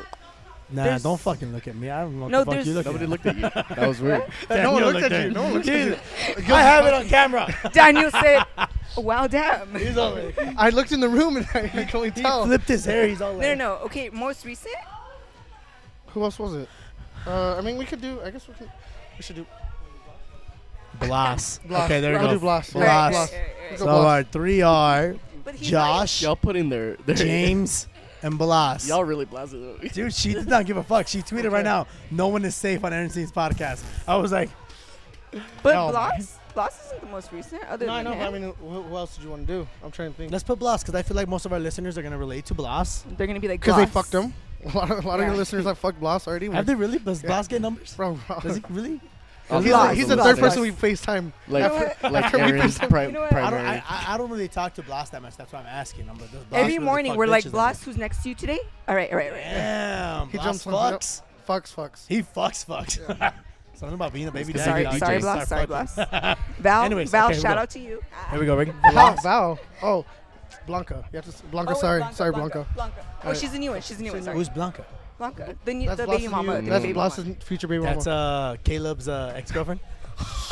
[SPEAKER 2] nah,
[SPEAKER 4] there's-
[SPEAKER 2] don't fucking look at me. I don't know what
[SPEAKER 4] No,
[SPEAKER 2] the fuck
[SPEAKER 4] there's-
[SPEAKER 2] you look
[SPEAKER 5] Nobody
[SPEAKER 2] at.
[SPEAKER 5] looked at you. That was weird.
[SPEAKER 2] Damn,
[SPEAKER 3] no one
[SPEAKER 2] you
[SPEAKER 3] looked
[SPEAKER 2] look
[SPEAKER 3] at you.
[SPEAKER 2] there.
[SPEAKER 3] No one looked at you.
[SPEAKER 2] I have it on camera.
[SPEAKER 4] Daniel said, "Wow, damn." No,
[SPEAKER 3] He's all like- I looked in the room and I could only
[SPEAKER 2] He
[SPEAKER 3] tell.
[SPEAKER 2] flipped his hair. He's all like,
[SPEAKER 4] no, no. Okay, most recent.
[SPEAKER 3] Who else was it? Uh, I mean, we could do. I guess we could. We should do.
[SPEAKER 2] Blas.
[SPEAKER 3] Blas.
[SPEAKER 2] Okay, there you
[SPEAKER 3] I'll
[SPEAKER 2] go.
[SPEAKER 3] do Blas.
[SPEAKER 4] Right, right,
[SPEAKER 2] Blas.
[SPEAKER 3] Blas.
[SPEAKER 4] right, right, right.
[SPEAKER 2] So uh,
[SPEAKER 3] Blas.
[SPEAKER 2] our three are
[SPEAKER 4] But he's like-
[SPEAKER 2] Josh,
[SPEAKER 5] Y'all put in their, their
[SPEAKER 2] James, and Blas.
[SPEAKER 5] Y'all really blasted it.
[SPEAKER 2] Dude, she did not give a fuck. She tweeted right now, no one is safe on Ernestine's podcast. I was like,
[SPEAKER 4] But
[SPEAKER 2] No,
[SPEAKER 4] Bloss, Bloss isn't the most recent. Other
[SPEAKER 3] Oh, No, I
[SPEAKER 4] than
[SPEAKER 3] know.
[SPEAKER 4] him.
[SPEAKER 3] But I mean, who, who else did you want to do? I'm trying to think.
[SPEAKER 2] let's put Blas because I feel like most of our listeners are going to relate to Blas.
[SPEAKER 4] they're gonna be like,
[SPEAKER 3] Because they
[SPEAKER 4] Bloss.
[SPEAKER 3] fucked him. A lot of, a lot of
[SPEAKER 4] Yeah.
[SPEAKER 3] your listeners have fucked Blas already.
[SPEAKER 2] Have they really? Does Blas get numbers?
[SPEAKER 3] Bro,
[SPEAKER 2] Does he really?
[SPEAKER 5] Oh,
[SPEAKER 3] he's,
[SPEAKER 4] Blas.
[SPEAKER 3] the- he's the
[SPEAKER 5] Blas.
[SPEAKER 3] third person we FaceTime.
[SPEAKER 5] like like
[SPEAKER 3] Every
[SPEAKER 5] Aaron's
[SPEAKER 3] person-
[SPEAKER 5] pri-
[SPEAKER 4] You know what?
[SPEAKER 2] I don't,
[SPEAKER 5] primary.
[SPEAKER 2] I, I- I don't really talk to Blas that much. That's why I'm asking. I'm like, does Blas
[SPEAKER 4] Every
[SPEAKER 2] really
[SPEAKER 4] morning
[SPEAKER 2] fuck
[SPEAKER 4] we're like,
[SPEAKER 2] bitches
[SPEAKER 4] Bloss,
[SPEAKER 2] that
[SPEAKER 4] who's next to you today? All right, all right, all
[SPEAKER 2] much?
[SPEAKER 4] right.
[SPEAKER 2] Damn.
[SPEAKER 3] He
[SPEAKER 2] Blas
[SPEAKER 3] jumps on it.
[SPEAKER 2] fucks.
[SPEAKER 3] Fucks, fucks.
[SPEAKER 2] He fucks, fucks. Something about being a baby daddy.
[SPEAKER 4] Sorry,
[SPEAKER 2] dog.
[SPEAKER 4] sorry,
[SPEAKER 2] Just
[SPEAKER 4] Blas, sorry,
[SPEAKER 2] start
[SPEAKER 4] Blas.
[SPEAKER 2] fucking.
[SPEAKER 4] Val,
[SPEAKER 2] Anyways,
[SPEAKER 4] Val,
[SPEAKER 2] okay, here we
[SPEAKER 4] shout
[SPEAKER 2] go.
[SPEAKER 4] out to you. Ah.
[SPEAKER 2] Here we go, Rick.
[SPEAKER 3] Wow,
[SPEAKER 2] Blas.
[SPEAKER 3] wow. Oh, Blanca. You have to s- Blanca,
[SPEAKER 4] Oh, wait,
[SPEAKER 3] sorry. sorry, Blanca.
[SPEAKER 4] Oh, she's a new one. She's a new one. Sorry,
[SPEAKER 2] Who's Blanca?
[SPEAKER 4] Blanca, the new, the
[SPEAKER 3] Blas's
[SPEAKER 4] baby mama.
[SPEAKER 3] new-
[SPEAKER 4] the
[SPEAKER 3] That's
[SPEAKER 4] baby
[SPEAKER 3] Blas's
[SPEAKER 4] mama.
[SPEAKER 3] future baby
[SPEAKER 2] That's
[SPEAKER 3] mama.
[SPEAKER 2] uh Caleb's uh, ex-girlfriend.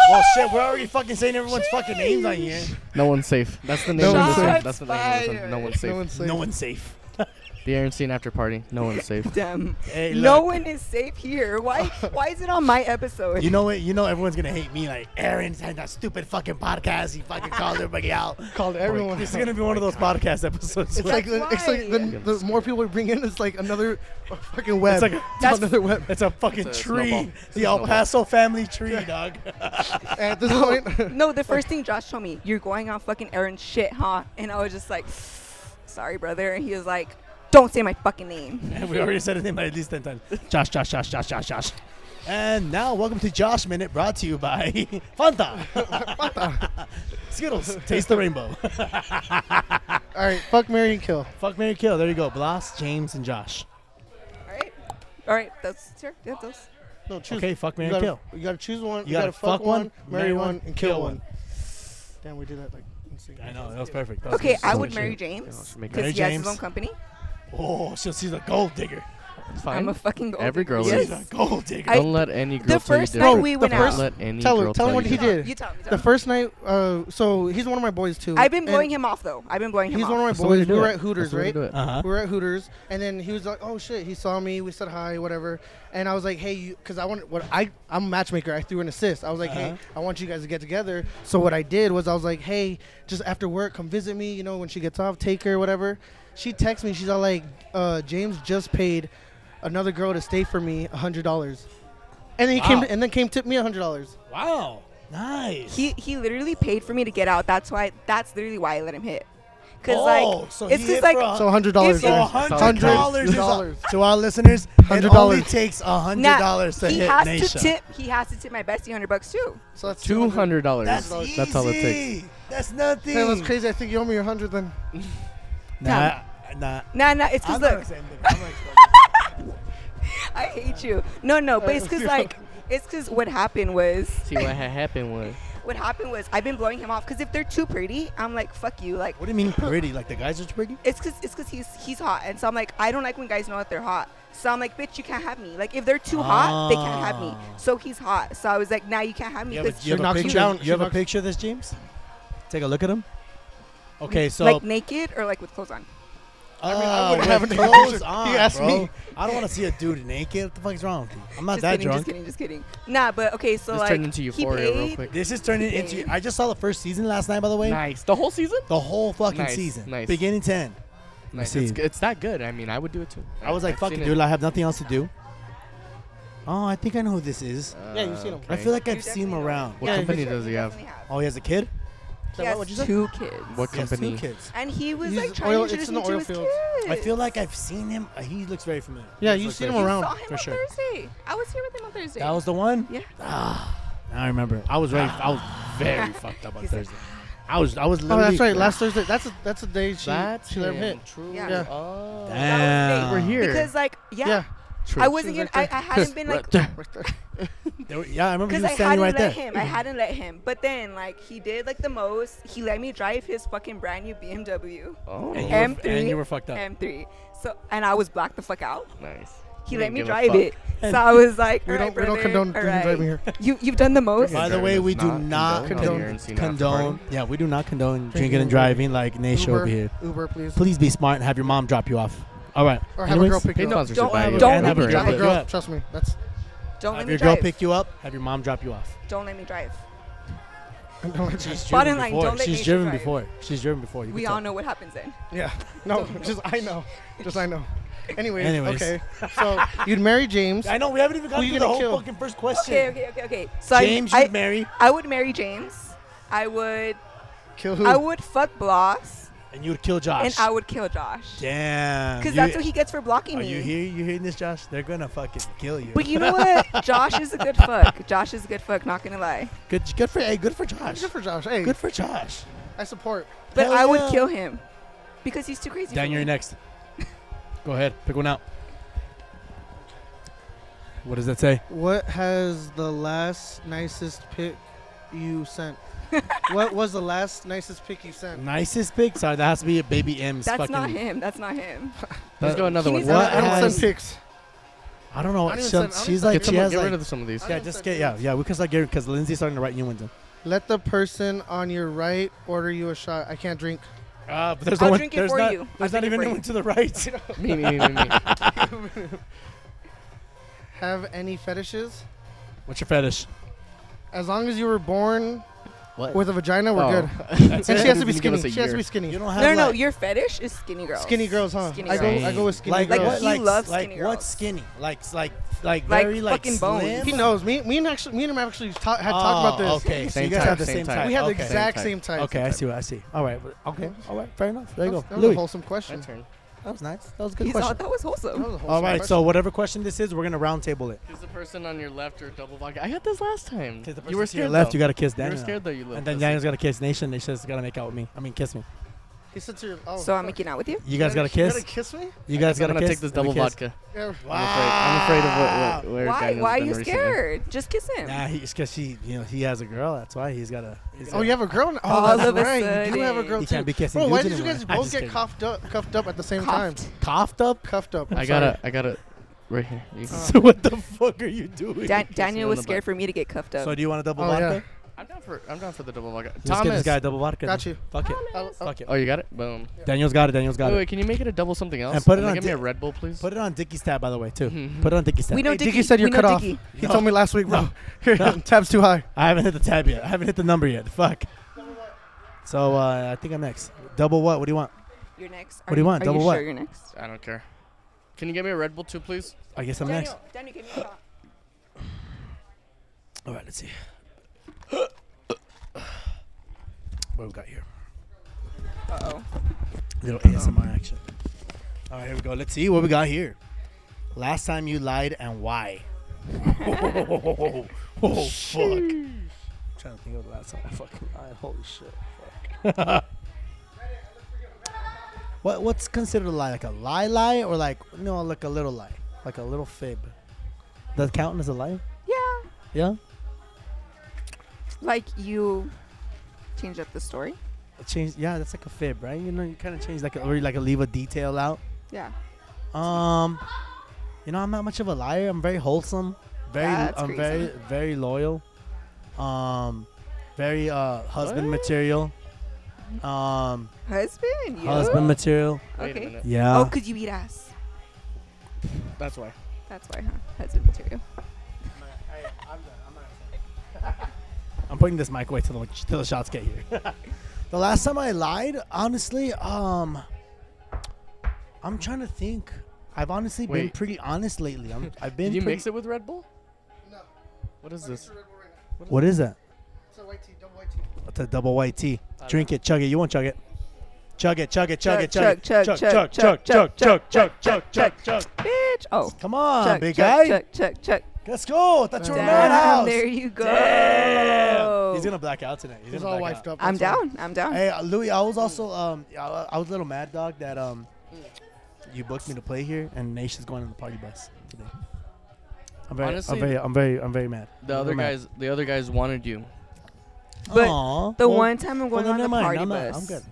[SPEAKER 2] well, shit, we're already fucking saying everyone's fucking names on here.
[SPEAKER 5] no one's safe. That's the name
[SPEAKER 3] No
[SPEAKER 5] of
[SPEAKER 3] one's
[SPEAKER 5] this one.
[SPEAKER 4] safe.
[SPEAKER 5] That's the name of this one. No one's safe.
[SPEAKER 3] no one's safe.
[SPEAKER 2] No one's safe.
[SPEAKER 5] the Aaron scene after party. No one's safe.
[SPEAKER 4] Damn.
[SPEAKER 2] Hey,
[SPEAKER 4] no
[SPEAKER 2] look.
[SPEAKER 4] one is safe here. Why? Why is it on my episode?
[SPEAKER 2] You know what? You know everyone's gonna hate me. Like Aaron's had that stupid fucking podcast. He fucking called everybody out.
[SPEAKER 3] called everyone.
[SPEAKER 2] This is gonna be one of those podcast episodes.
[SPEAKER 3] It's like, the, it's like the,
[SPEAKER 5] why.
[SPEAKER 3] the more people we bring in, it's like another fucking web.
[SPEAKER 2] It's like a- that's-
[SPEAKER 3] it's another web.
[SPEAKER 2] it's a fucking
[SPEAKER 5] It's a
[SPEAKER 2] tree.
[SPEAKER 5] snowball. It's a
[SPEAKER 2] The El
[SPEAKER 5] snowball.
[SPEAKER 2] Paso family tree, dog.
[SPEAKER 3] At this point,
[SPEAKER 4] No, the first thing Josh told me, you're going on fucking Aaron's shit, huh? And I was just like, sorry, brother. And he was like, don't say my fucking name.
[SPEAKER 2] we already said his name at least ten times. Josh, Josh, Josh, Josh, Josh, Josh. And now, welcome to Josh Minute, brought to you by Fanta. Skittles, taste the rainbow.
[SPEAKER 3] all right, fuck, Mary and kill.
[SPEAKER 2] Fuck, Mary, kill. There you go. Blas, James, and Josh.
[SPEAKER 4] All right. All right. That's sure. Yeah, those.
[SPEAKER 3] No, choose.
[SPEAKER 2] Okay, fuck,
[SPEAKER 3] you
[SPEAKER 2] marry,
[SPEAKER 3] gotta,
[SPEAKER 2] kill.
[SPEAKER 3] You gotta choose one. You,
[SPEAKER 2] gotta
[SPEAKER 3] gotta, fuck, one, marry one, and kill one. Damn, we did that like. in sync.
[SPEAKER 2] I know that was perfect. That was
[SPEAKER 4] Okay,
[SPEAKER 2] good.
[SPEAKER 4] I
[SPEAKER 5] so
[SPEAKER 4] would
[SPEAKER 5] much
[SPEAKER 4] marry
[SPEAKER 5] shit.
[SPEAKER 4] James
[SPEAKER 5] Yeah,
[SPEAKER 4] because
[SPEAKER 2] Mary
[SPEAKER 4] he has
[SPEAKER 2] James.
[SPEAKER 4] his own company.
[SPEAKER 2] Oh, so she's a gold digger.
[SPEAKER 5] It's fine.
[SPEAKER 4] I'm a fucking gold
[SPEAKER 5] Every
[SPEAKER 4] digger.
[SPEAKER 5] girl
[SPEAKER 4] Yes.
[SPEAKER 5] is.
[SPEAKER 2] She's a gold digger.
[SPEAKER 4] I-
[SPEAKER 5] Don't let any
[SPEAKER 4] the
[SPEAKER 5] girl tell you
[SPEAKER 4] first
[SPEAKER 5] different.
[SPEAKER 4] night we
[SPEAKER 3] the
[SPEAKER 4] went
[SPEAKER 5] Don't
[SPEAKER 3] first-
[SPEAKER 4] out.
[SPEAKER 5] let any
[SPEAKER 3] Tell her-
[SPEAKER 5] girl
[SPEAKER 3] tell her what
[SPEAKER 5] you
[SPEAKER 3] he
[SPEAKER 5] different.
[SPEAKER 3] did.
[SPEAKER 4] You tell me. tell
[SPEAKER 3] The
[SPEAKER 4] me.
[SPEAKER 3] first night, uh, so he's one of my boys too.
[SPEAKER 4] I've been
[SPEAKER 3] and
[SPEAKER 4] blowing him off though. I've been blowing him
[SPEAKER 3] He's
[SPEAKER 4] off.
[SPEAKER 3] one of my
[SPEAKER 5] That's the way to
[SPEAKER 3] boys. We
[SPEAKER 5] do
[SPEAKER 3] were
[SPEAKER 5] it.
[SPEAKER 3] at Hooters,
[SPEAKER 5] That's the way
[SPEAKER 3] right?
[SPEAKER 5] to do it.
[SPEAKER 2] Uh-huh.
[SPEAKER 3] We were at Hooters, and then he was like, "Oh shit!" He saw me. We said hi, whatever. And I was like, "Hey, you," because I wanted what I I'm a matchmaker. I threw an assist. I was like, "Hey, I want you guys to get together." So what I did was I was like, "Hey, just after work, come visit me. You know, when she gets off, take her, whatever." She texts me. She's all like, uh, "James just paid another girl to stay for me a hundred dollars," and then he
[SPEAKER 2] Wow.
[SPEAKER 3] came and then came tip me a hundred dollars.
[SPEAKER 2] Wow, nice.
[SPEAKER 4] He he literally paid for me to get out. That's why. That's literally why I let him hit. Cause
[SPEAKER 2] Oh,
[SPEAKER 4] like
[SPEAKER 2] so
[SPEAKER 4] it's
[SPEAKER 2] he
[SPEAKER 4] cause
[SPEAKER 2] hit
[SPEAKER 4] like
[SPEAKER 2] for a-
[SPEAKER 3] So a hundred dollars.
[SPEAKER 4] If you-
[SPEAKER 2] so
[SPEAKER 4] Yeah.
[SPEAKER 2] a hundred dollars is all, to our listeners. It only
[SPEAKER 3] $100.
[SPEAKER 2] takes a hundred
[SPEAKER 4] nah,
[SPEAKER 2] dollars to
[SPEAKER 4] he
[SPEAKER 2] hit
[SPEAKER 4] has
[SPEAKER 2] Nisha.
[SPEAKER 4] to tip. He has to tip my bestie hundred bucks too.
[SPEAKER 3] So that's
[SPEAKER 5] Two hundred dollars.
[SPEAKER 2] That's, easy.
[SPEAKER 5] That's all it takes.
[SPEAKER 2] That's nothing.
[SPEAKER 3] Hey, that's crazy. I think you owe me your hundred then.
[SPEAKER 2] Nah, nah.
[SPEAKER 4] Nah, nah. It's
[SPEAKER 2] I'm
[SPEAKER 4] cause
[SPEAKER 2] not
[SPEAKER 4] look,
[SPEAKER 2] extending. I'm not extending.
[SPEAKER 4] I hate you. No, no. But it's cause like it's cause what happened was
[SPEAKER 5] See what had happened was
[SPEAKER 4] what happened was I've been blowing him off. Cause if they're too pretty, I'm like fuck you. Like
[SPEAKER 2] What do you mean pretty? Like the guys are pretty?
[SPEAKER 4] it's cause it's cause he's he's hot, and so I'm like I don't like when guys know that they're hot. So I'm like, bitch, you can't have me. Like if they're too hot, they can't have me.
[SPEAKER 2] Ah.
[SPEAKER 4] So he's hot. So I was like, nah, you can't have me.
[SPEAKER 2] You have,
[SPEAKER 4] 'cause
[SPEAKER 2] a, you have a
[SPEAKER 3] She knocks you
[SPEAKER 2] picture.
[SPEAKER 3] down.
[SPEAKER 2] You
[SPEAKER 3] She
[SPEAKER 2] have a
[SPEAKER 3] knocks-
[SPEAKER 2] picture of this, James? Take a look at him. Okay, so oh,
[SPEAKER 4] like naked or like with clothes on.
[SPEAKER 2] I
[SPEAKER 3] I
[SPEAKER 2] mean,
[SPEAKER 3] wouldn't have a
[SPEAKER 2] clothes
[SPEAKER 3] picture.
[SPEAKER 2] on,
[SPEAKER 3] You asked
[SPEAKER 2] bro.
[SPEAKER 3] me.
[SPEAKER 2] I don't want to see a dude naked. What the fuck's wrong with you? I'm not
[SPEAKER 4] just
[SPEAKER 2] that
[SPEAKER 4] kidding,
[SPEAKER 2] drunk.
[SPEAKER 4] just kidding, just kidding. Nah, but okay, so
[SPEAKER 5] this
[SPEAKER 4] like
[SPEAKER 5] turned into
[SPEAKER 4] he
[SPEAKER 5] euphoria real
[SPEAKER 4] paid-
[SPEAKER 5] quick.
[SPEAKER 2] This is turning into. I just saw the first season last night, by the way.
[SPEAKER 5] Nice. The whole season.
[SPEAKER 2] The whole fucking
[SPEAKER 5] Nice,
[SPEAKER 2] season,
[SPEAKER 5] nice.
[SPEAKER 2] beginning to end.
[SPEAKER 5] Nice.
[SPEAKER 2] see.
[SPEAKER 5] It's, it's that good. I mean, I would do it too.
[SPEAKER 2] I was like,
[SPEAKER 5] I've
[SPEAKER 2] "Fuck
[SPEAKER 5] seen
[SPEAKER 2] it,
[SPEAKER 5] it.
[SPEAKER 2] dude! I have nothing else to do." Oh, I think I know who this is.
[SPEAKER 5] Uh,
[SPEAKER 3] Yeah, you've seen 'em.
[SPEAKER 2] I feel like
[SPEAKER 4] You
[SPEAKER 2] I've seen him
[SPEAKER 4] definitely know.
[SPEAKER 2] around.
[SPEAKER 5] What
[SPEAKER 3] Yeah,
[SPEAKER 5] company
[SPEAKER 3] you
[SPEAKER 5] does he have?
[SPEAKER 4] definitely have.
[SPEAKER 2] Oh, he has a kid.
[SPEAKER 4] He
[SPEAKER 3] What-
[SPEAKER 4] has
[SPEAKER 3] what'd you say?
[SPEAKER 4] two kids.
[SPEAKER 5] What
[SPEAKER 2] He has two
[SPEAKER 5] company?
[SPEAKER 2] kids.
[SPEAKER 4] And he was
[SPEAKER 3] He's
[SPEAKER 4] like trying
[SPEAKER 3] oil-
[SPEAKER 4] to
[SPEAKER 3] it's
[SPEAKER 4] introduce
[SPEAKER 3] in
[SPEAKER 4] me
[SPEAKER 3] the
[SPEAKER 4] to
[SPEAKER 3] oil
[SPEAKER 4] his
[SPEAKER 3] fields.
[SPEAKER 4] kids.
[SPEAKER 2] I feel like I've seen him. Uh, He looks very familiar.
[SPEAKER 3] Yeah,
[SPEAKER 2] He
[SPEAKER 3] you've
[SPEAKER 2] looks
[SPEAKER 3] seen
[SPEAKER 2] very
[SPEAKER 3] him
[SPEAKER 4] you
[SPEAKER 3] around,
[SPEAKER 4] saw him
[SPEAKER 2] for
[SPEAKER 4] on
[SPEAKER 2] sure.
[SPEAKER 4] Thursday. I was here with him on Thursday.
[SPEAKER 2] That was the one. Ah,
[SPEAKER 4] yeah.
[SPEAKER 2] Now I remember. I was right. I was very fucked up on
[SPEAKER 4] He's like,
[SPEAKER 2] Thursday. I was. I was.
[SPEAKER 3] Oh,
[SPEAKER 2] Literally
[SPEAKER 3] that's right. Last Thursday. That's a, that's the day she
[SPEAKER 5] That's
[SPEAKER 3] she let him hit.
[SPEAKER 5] him. True.
[SPEAKER 4] Yeah.
[SPEAKER 3] Yeah.
[SPEAKER 5] Oh.
[SPEAKER 2] Damn.
[SPEAKER 4] That was the
[SPEAKER 5] We're
[SPEAKER 4] thing.
[SPEAKER 5] here.
[SPEAKER 4] Because like yeah,
[SPEAKER 3] Yeah.
[SPEAKER 4] I wasn't
[SPEAKER 3] She
[SPEAKER 4] gonna
[SPEAKER 3] was
[SPEAKER 4] I,
[SPEAKER 3] right
[SPEAKER 4] I hadn't been like
[SPEAKER 3] Right there.
[SPEAKER 2] They were- yeah, I remember he
[SPEAKER 4] because
[SPEAKER 2] was
[SPEAKER 4] I
[SPEAKER 2] standing
[SPEAKER 4] hadn't
[SPEAKER 2] right
[SPEAKER 4] let
[SPEAKER 2] there.
[SPEAKER 4] him. I hadn't let him. But then like he did like the most. He let me drive his fucking brand new BMW
[SPEAKER 5] Oh.
[SPEAKER 2] And you were-
[SPEAKER 4] M3.
[SPEAKER 2] and you were fucked up.
[SPEAKER 4] M3. So and I was blacked the fuck out.
[SPEAKER 5] nice.
[SPEAKER 4] He
[SPEAKER 5] You
[SPEAKER 4] let
[SPEAKER 5] didn't
[SPEAKER 4] me
[SPEAKER 5] give a
[SPEAKER 4] drive
[SPEAKER 5] fuck.
[SPEAKER 4] it. So I was like,
[SPEAKER 3] We
[SPEAKER 4] all right,
[SPEAKER 3] don't- we don't
[SPEAKER 4] brother,
[SPEAKER 3] condone
[SPEAKER 4] all
[SPEAKER 3] drinking driving here.
[SPEAKER 4] You, you've done the most.
[SPEAKER 5] Drinking
[SPEAKER 2] By
[SPEAKER 5] and
[SPEAKER 2] the way,
[SPEAKER 5] driving
[SPEAKER 2] we
[SPEAKER 5] is
[SPEAKER 2] do not
[SPEAKER 5] condone
[SPEAKER 3] condone-
[SPEAKER 5] here and seen after party.
[SPEAKER 2] Condone. Yeah, we do not condone drinking
[SPEAKER 3] Drinking
[SPEAKER 2] and
[SPEAKER 3] and
[SPEAKER 2] driving like Nation
[SPEAKER 3] Uber,
[SPEAKER 2] over here.
[SPEAKER 3] Uber, please.
[SPEAKER 2] Please be smart and have your mom drop you off. All right.
[SPEAKER 3] Or have a
[SPEAKER 2] Anyways,
[SPEAKER 3] girl pick
[SPEAKER 5] Paid
[SPEAKER 3] you up.
[SPEAKER 5] sponsors
[SPEAKER 4] don't-
[SPEAKER 5] to buy
[SPEAKER 4] don't
[SPEAKER 5] it.
[SPEAKER 4] let me
[SPEAKER 5] Never.
[SPEAKER 4] drive
[SPEAKER 3] Have a
[SPEAKER 4] it.
[SPEAKER 2] pick you
[SPEAKER 3] girl.
[SPEAKER 2] up.
[SPEAKER 3] Trust me. That's.
[SPEAKER 4] Don't let
[SPEAKER 2] Have
[SPEAKER 4] me
[SPEAKER 2] your girl
[SPEAKER 4] drive.
[SPEAKER 2] pick you up. Have your mom drop you off.
[SPEAKER 4] Don't let me drive.
[SPEAKER 3] don't let you-
[SPEAKER 2] She's
[SPEAKER 4] Bottom
[SPEAKER 2] driven
[SPEAKER 4] line,
[SPEAKER 2] before.
[SPEAKER 4] don't let
[SPEAKER 2] She's
[SPEAKER 4] Nation
[SPEAKER 2] driven
[SPEAKER 4] drive.
[SPEAKER 2] before. She's driven before. You
[SPEAKER 4] We
[SPEAKER 2] can
[SPEAKER 4] all
[SPEAKER 2] tell.
[SPEAKER 4] know what happens then.
[SPEAKER 3] Yeah. No. Just I know. Just I know. Anyways.
[SPEAKER 2] Anyways.
[SPEAKER 3] Okay. So you'd marry James.
[SPEAKER 2] I know we haven't even
[SPEAKER 3] Who
[SPEAKER 2] gotten
[SPEAKER 3] you
[SPEAKER 2] to the
[SPEAKER 3] gonna
[SPEAKER 2] whole
[SPEAKER 3] kill?
[SPEAKER 2] fucking first question.
[SPEAKER 4] Okay, okay, okay, okay. So I-
[SPEAKER 2] James,
[SPEAKER 4] I,
[SPEAKER 2] you'd marry,
[SPEAKER 4] I would marry James. I would
[SPEAKER 3] Kill
[SPEAKER 4] I
[SPEAKER 3] who?
[SPEAKER 4] would fuck Bloss
[SPEAKER 2] and you'd kill Josh.
[SPEAKER 4] and I would kill Josh.
[SPEAKER 2] Damn.
[SPEAKER 4] Because
[SPEAKER 2] You-
[SPEAKER 4] that's what he gets for blocking
[SPEAKER 2] Are
[SPEAKER 4] me.
[SPEAKER 2] you hear you hearing this, Josh? They're gonna fucking kill you.
[SPEAKER 4] But you know what? Josh is a good fuck. Josh is a good fuck, not gonna lie.
[SPEAKER 2] good, good for hey, good for Josh.
[SPEAKER 3] Good for Josh. Hey.
[SPEAKER 2] Good for Josh.
[SPEAKER 3] I support.
[SPEAKER 4] But
[SPEAKER 2] Hell
[SPEAKER 4] I would
[SPEAKER 2] yeah.
[SPEAKER 4] kill him. Because he's too crazy. for
[SPEAKER 2] Dan, you're
[SPEAKER 4] me.
[SPEAKER 2] next. Go ahead, pick one out. What does that say?
[SPEAKER 3] What has the last nicest pick you sent? what was the last nicest pick you sent?
[SPEAKER 2] Nicest pick? Sorry, that has to be a baby M's
[SPEAKER 4] That's
[SPEAKER 2] fucking.
[SPEAKER 4] not him. That's not him.
[SPEAKER 5] Let's go another
[SPEAKER 4] He
[SPEAKER 5] one.
[SPEAKER 4] needs
[SPEAKER 2] What
[SPEAKER 3] I don't
[SPEAKER 2] has-
[SPEAKER 3] send picks.
[SPEAKER 2] I don't know.
[SPEAKER 3] I don't even
[SPEAKER 2] she-
[SPEAKER 3] send- I don't
[SPEAKER 2] she's
[SPEAKER 3] even
[SPEAKER 2] like
[SPEAKER 5] Get,
[SPEAKER 2] she
[SPEAKER 5] some,
[SPEAKER 2] has
[SPEAKER 5] get
[SPEAKER 2] like.
[SPEAKER 5] rid of some of these.
[SPEAKER 3] I
[SPEAKER 2] yeah,
[SPEAKER 3] don't
[SPEAKER 2] just
[SPEAKER 3] send
[SPEAKER 2] get yeah
[SPEAKER 3] names.
[SPEAKER 2] yeah. We can start getting because Lindsay's starting to write new ones in.
[SPEAKER 3] Let the person on your right order you a shot. I can't drink.
[SPEAKER 2] Uh, but there's
[SPEAKER 4] I'll
[SPEAKER 2] no one.
[SPEAKER 4] drink it
[SPEAKER 2] there's
[SPEAKER 4] for
[SPEAKER 2] not.
[SPEAKER 4] you. I'll
[SPEAKER 2] There's not
[SPEAKER 4] drink it
[SPEAKER 2] even
[SPEAKER 4] for
[SPEAKER 2] anyone
[SPEAKER 4] you.
[SPEAKER 2] to the right.
[SPEAKER 5] me, me, me, me.
[SPEAKER 3] Have any fetishes?
[SPEAKER 2] What's your fetish?
[SPEAKER 3] As long as you were born
[SPEAKER 5] What?
[SPEAKER 3] with a vagina,
[SPEAKER 2] Oh.
[SPEAKER 3] we're good.
[SPEAKER 5] good.
[SPEAKER 3] And she has to be
[SPEAKER 5] Give
[SPEAKER 3] skinny.
[SPEAKER 5] us a
[SPEAKER 3] She has to
[SPEAKER 5] year.
[SPEAKER 3] be skinny.
[SPEAKER 2] You don't
[SPEAKER 4] No,
[SPEAKER 2] have.
[SPEAKER 4] no, no,
[SPEAKER 2] like-
[SPEAKER 4] your fetish is skinny girls.
[SPEAKER 3] Skinny girls, huh?
[SPEAKER 4] Skinny
[SPEAKER 3] I
[SPEAKER 4] girls.
[SPEAKER 3] go, I go with skinny
[SPEAKER 2] like
[SPEAKER 3] girls.
[SPEAKER 2] what?
[SPEAKER 4] he
[SPEAKER 2] Like
[SPEAKER 4] loves
[SPEAKER 2] like
[SPEAKER 4] skinny
[SPEAKER 2] what
[SPEAKER 4] girls.
[SPEAKER 2] skinny? Like like like
[SPEAKER 4] Like
[SPEAKER 2] very like
[SPEAKER 4] fucking bones.
[SPEAKER 2] slim?
[SPEAKER 3] he knows me. Me and actually, me and him actually ta- had
[SPEAKER 2] Oh,
[SPEAKER 3] talked about this.
[SPEAKER 2] Okay, so
[SPEAKER 5] Same
[SPEAKER 2] you guys
[SPEAKER 5] type,
[SPEAKER 2] have the
[SPEAKER 5] same
[SPEAKER 2] same
[SPEAKER 5] type.
[SPEAKER 2] type.
[SPEAKER 3] We had the
[SPEAKER 2] okay.
[SPEAKER 3] exact
[SPEAKER 5] Same
[SPEAKER 3] same type.
[SPEAKER 2] Okay, I see what I see. All right. well, Okay. All right. Fair enough. There
[SPEAKER 3] That
[SPEAKER 2] you
[SPEAKER 3] was,
[SPEAKER 2] go.
[SPEAKER 3] that was a
[SPEAKER 2] Louis.
[SPEAKER 3] wholesome question.
[SPEAKER 5] My turn.
[SPEAKER 2] That was nice. That was a good
[SPEAKER 4] He
[SPEAKER 2] question.
[SPEAKER 4] saw that was wholesome.
[SPEAKER 3] That was a wholesome
[SPEAKER 2] All right,
[SPEAKER 3] question.
[SPEAKER 2] so whatever question this is, we're gonna round table it.
[SPEAKER 5] Is the person on your left or double vodka? I had this last time.
[SPEAKER 2] Because the person
[SPEAKER 5] you were
[SPEAKER 2] to your
[SPEAKER 5] scared
[SPEAKER 2] left,
[SPEAKER 5] though.
[SPEAKER 2] you gotta kiss
[SPEAKER 5] You
[SPEAKER 2] Daniel.
[SPEAKER 5] were scared though. You
[SPEAKER 2] and
[SPEAKER 5] left.
[SPEAKER 2] then
[SPEAKER 5] That's
[SPEAKER 2] Daniel's gotta kiss Nation. Nation's gotta make out with me. I mean, kiss me.
[SPEAKER 3] He said to your. Oh,
[SPEAKER 4] So I'm
[SPEAKER 3] fuck.
[SPEAKER 4] making out with you.
[SPEAKER 2] You guys got a
[SPEAKER 3] You
[SPEAKER 2] kiss?
[SPEAKER 3] gotta kiss me?
[SPEAKER 2] You guys
[SPEAKER 5] I'm
[SPEAKER 2] got a
[SPEAKER 5] gonna
[SPEAKER 2] kiss?
[SPEAKER 5] take this
[SPEAKER 2] Have a
[SPEAKER 5] double
[SPEAKER 2] kiss?
[SPEAKER 5] vodka.
[SPEAKER 3] Yeah.
[SPEAKER 5] I'm afraid. I'm afraid of what, what, where
[SPEAKER 4] Why?
[SPEAKER 5] Daniel's
[SPEAKER 4] Why are
[SPEAKER 5] been
[SPEAKER 4] you
[SPEAKER 5] recently.
[SPEAKER 4] scared? Just kiss him.
[SPEAKER 2] Nah, he's because he, you know, he has a girl. That's why he's got a. he's
[SPEAKER 3] Oh,
[SPEAKER 2] got-
[SPEAKER 3] you have a girl now? Oh,
[SPEAKER 4] All
[SPEAKER 3] that's
[SPEAKER 4] of a
[SPEAKER 3] right. You do have a
[SPEAKER 4] sudden.
[SPEAKER 3] girl
[SPEAKER 2] He
[SPEAKER 3] too.
[SPEAKER 2] can't be kissing
[SPEAKER 3] Bro, why
[SPEAKER 2] dudes
[SPEAKER 3] did you
[SPEAKER 2] anymore.
[SPEAKER 3] guys
[SPEAKER 2] I'm
[SPEAKER 3] both
[SPEAKER 2] just
[SPEAKER 3] get
[SPEAKER 2] kidding.
[SPEAKER 3] cuffed up, cuffed up at the same
[SPEAKER 4] Coughed.
[SPEAKER 3] time?
[SPEAKER 2] coughed up.
[SPEAKER 3] Cuffed up. I'm
[SPEAKER 5] I got
[SPEAKER 3] sorry.
[SPEAKER 5] it. I got it right here. You can-
[SPEAKER 2] So what the fuck are you doing?
[SPEAKER 4] Dan-
[SPEAKER 5] on
[SPEAKER 4] Daniel was
[SPEAKER 5] the
[SPEAKER 4] scared
[SPEAKER 5] butt.
[SPEAKER 4] for me to get cuffed up.
[SPEAKER 2] so do you want a double
[SPEAKER 3] Oh,
[SPEAKER 2] vodka?
[SPEAKER 3] yeah.
[SPEAKER 5] I'm down for. I'm down for the double vodka.
[SPEAKER 2] Uh. Let's get this
[SPEAKER 5] Thomas.
[SPEAKER 2] guy a double vodka.
[SPEAKER 3] Got
[SPEAKER 2] then.
[SPEAKER 3] you.
[SPEAKER 2] Fuck it.
[SPEAKER 3] I'll- I'll-
[SPEAKER 2] Fuck it.
[SPEAKER 5] Oh, you got it. Boom.
[SPEAKER 2] Daniel's got it. Daniel's got
[SPEAKER 5] Wait,
[SPEAKER 2] it.
[SPEAKER 5] wait, can you make it a double something else?
[SPEAKER 2] And put it
[SPEAKER 5] Like,
[SPEAKER 2] on
[SPEAKER 5] Give me
[SPEAKER 2] di-
[SPEAKER 5] a Red Bull, please.
[SPEAKER 2] Put it on Dickie's tab, by the way, too.
[SPEAKER 5] Mhm.
[SPEAKER 2] Put it on Dickie's tab.
[SPEAKER 4] we know
[SPEAKER 3] Mm-hmm, Hey,
[SPEAKER 4] Dicky,
[SPEAKER 3] Dicky said you're
[SPEAKER 4] we know
[SPEAKER 3] cut off.
[SPEAKER 4] Dicky.
[SPEAKER 3] He told me last week, bro.
[SPEAKER 2] No.
[SPEAKER 3] Here,
[SPEAKER 2] No.
[SPEAKER 3] tab's too high.
[SPEAKER 2] I haven't hit the tab yet. I haven't hit the number yet. Fuck. So uh, I think I'm next. Double what? What do you want?
[SPEAKER 4] You're next. Are
[SPEAKER 2] What do you want?
[SPEAKER 4] Are
[SPEAKER 2] Double
[SPEAKER 4] you
[SPEAKER 2] what?
[SPEAKER 4] Sure you're next.
[SPEAKER 5] I don't care. Can you get me a Red Bull too, please?
[SPEAKER 2] I guess I'm next.
[SPEAKER 4] Daniel, Daniel, give me a shot.
[SPEAKER 2] All right, let's see. what we got here?
[SPEAKER 4] Uh-oh.
[SPEAKER 2] Little ASMR action. All right, here we go. Let's see what we got here. Last time you lied and why? oh, fuck. I'm trying to think of the last time I fucking lied. Holy shit. Fuck. what what's considered a lie? Like a lie lie or like no, like a little lie. Like a little fib. Does that count as a lie?
[SPEAKER 4] Yeah.
[SPEAKER 2] Yeah?
[SPEAKER 4] Like you change up the story.
[SPEAKER 2] A change yeah, that's like a fib, right? You know, you kinda change like a, or you like a leave a detail out.
[SPEAKER 4] Yeah.
[SPEAKER 2] Um, you know, I'm not much of a liar. I'm very wholesome. Very,
[SPEAKER 4] That's
[SPEAKER 2] I'm very,
[SPEAKER 4] crazy.
[SPEAKER 2] very loyal. Um, very uh, husband material. Um,
[SPEAKER 4] Husband. You?
[SPEAKER 2] husband material.
[SPEAKER 5] Wait a
[SPEAKER 4] Okay.
[SPEAKER 5] minute.
[SPEAKER 2] Yeah.
[SPEAKER 4] Oh, could you eat ass?
[SPEAKER 5] That's why.
[SPEAKER 4] That's why, huh? Husband material.
[SPEAKER 2] I'm putting this mic away till the, till the shots get here. the last time I lied, honestly, um, I'm trying to think. I've honestly been
[SPEAKER 5] Wait.
[SPEAKER 2] pretty honest lately. I'm, I've been.
[SPEAKER 5] Did you
[SPEAKER 2] pretty,
[SPEAKER 5] mix it with Red Bull? No. What is this?
[SPEAKER 2] What is that?
[SPEAKER 3] It's a white tea, double white tea.
[SPEAKER 2] It's a double white tea. Drink it, chug it. You won't chug it. Chug it, chug it, chug it, chug
[SPEAKER 4] Chug,
[SPEAKER 2] it.
[SPEAKER 4] chug, chug, chug, chug,
[SPEAKER 2] chug, chug,
[SPEAKER 4] Bitch. Oh.
[SPEAKER 2] Come on,
[SPEAKER 4] Chuck,
[SPEAKER 2] big
[SPEAKER 4] chuck,
[SPEAKER 2] guy.
[SPEAKER 4] chuck, chuck, chuck.
[SPEAKER 2] Let's go. That's your
[SPEAKER 4] Damn,
[SPEAKER 2] madhouse.
[SPEAKER 4] there you go.
[SPEAKER 2] Damn. He's gonna black out tonight. He's,
[SPEAKER 3] He's
[SPEAKER 2] gonna
[SPEAKER 3] all
[SPEAKER 2] black
[SPEAKER 3] wifed
[SPEAKER 2] out.
[SPEAKER 3] up.
[SPEAKER 4] I'm
[SPEAKER 3] that's why.
[SPEAKER 4] down. I'm down.
[SPEAKER 2] Hey, uh, Louis, I was also um, I, I was a little mad dog that um, you booked me to play here, and Nation's going on the party bus today. I'm very,
[SPEAKER 5] Honestly,
[SPEAKER 2] I'm very, I'm very, I'm very mad.
[SPEAKER 5] The
[SPEAKER 2] I'm
[SPEAKER 5] other
[SPEAKER 2] mad.
[SPEAKER 5] guys. The other guys wanted you.
[SPEAKER 4] But
[SPEAKER 2] Aw.
[SPEAKER 4] the
[SPEAKER 2] Well,
[SPEAKER 4] one time I'm
[SPEAKER 2] well,
[SPEAKER 4] going
[SPEAKER 2] then
[SPEAKER 4] on the
[SPEAKER 2] never mind.
[SPEAKER 4] party
[SPEAKER 2] I'm not-
[SPEAKER 4] bus.
[SPEAKER 2] I'm good.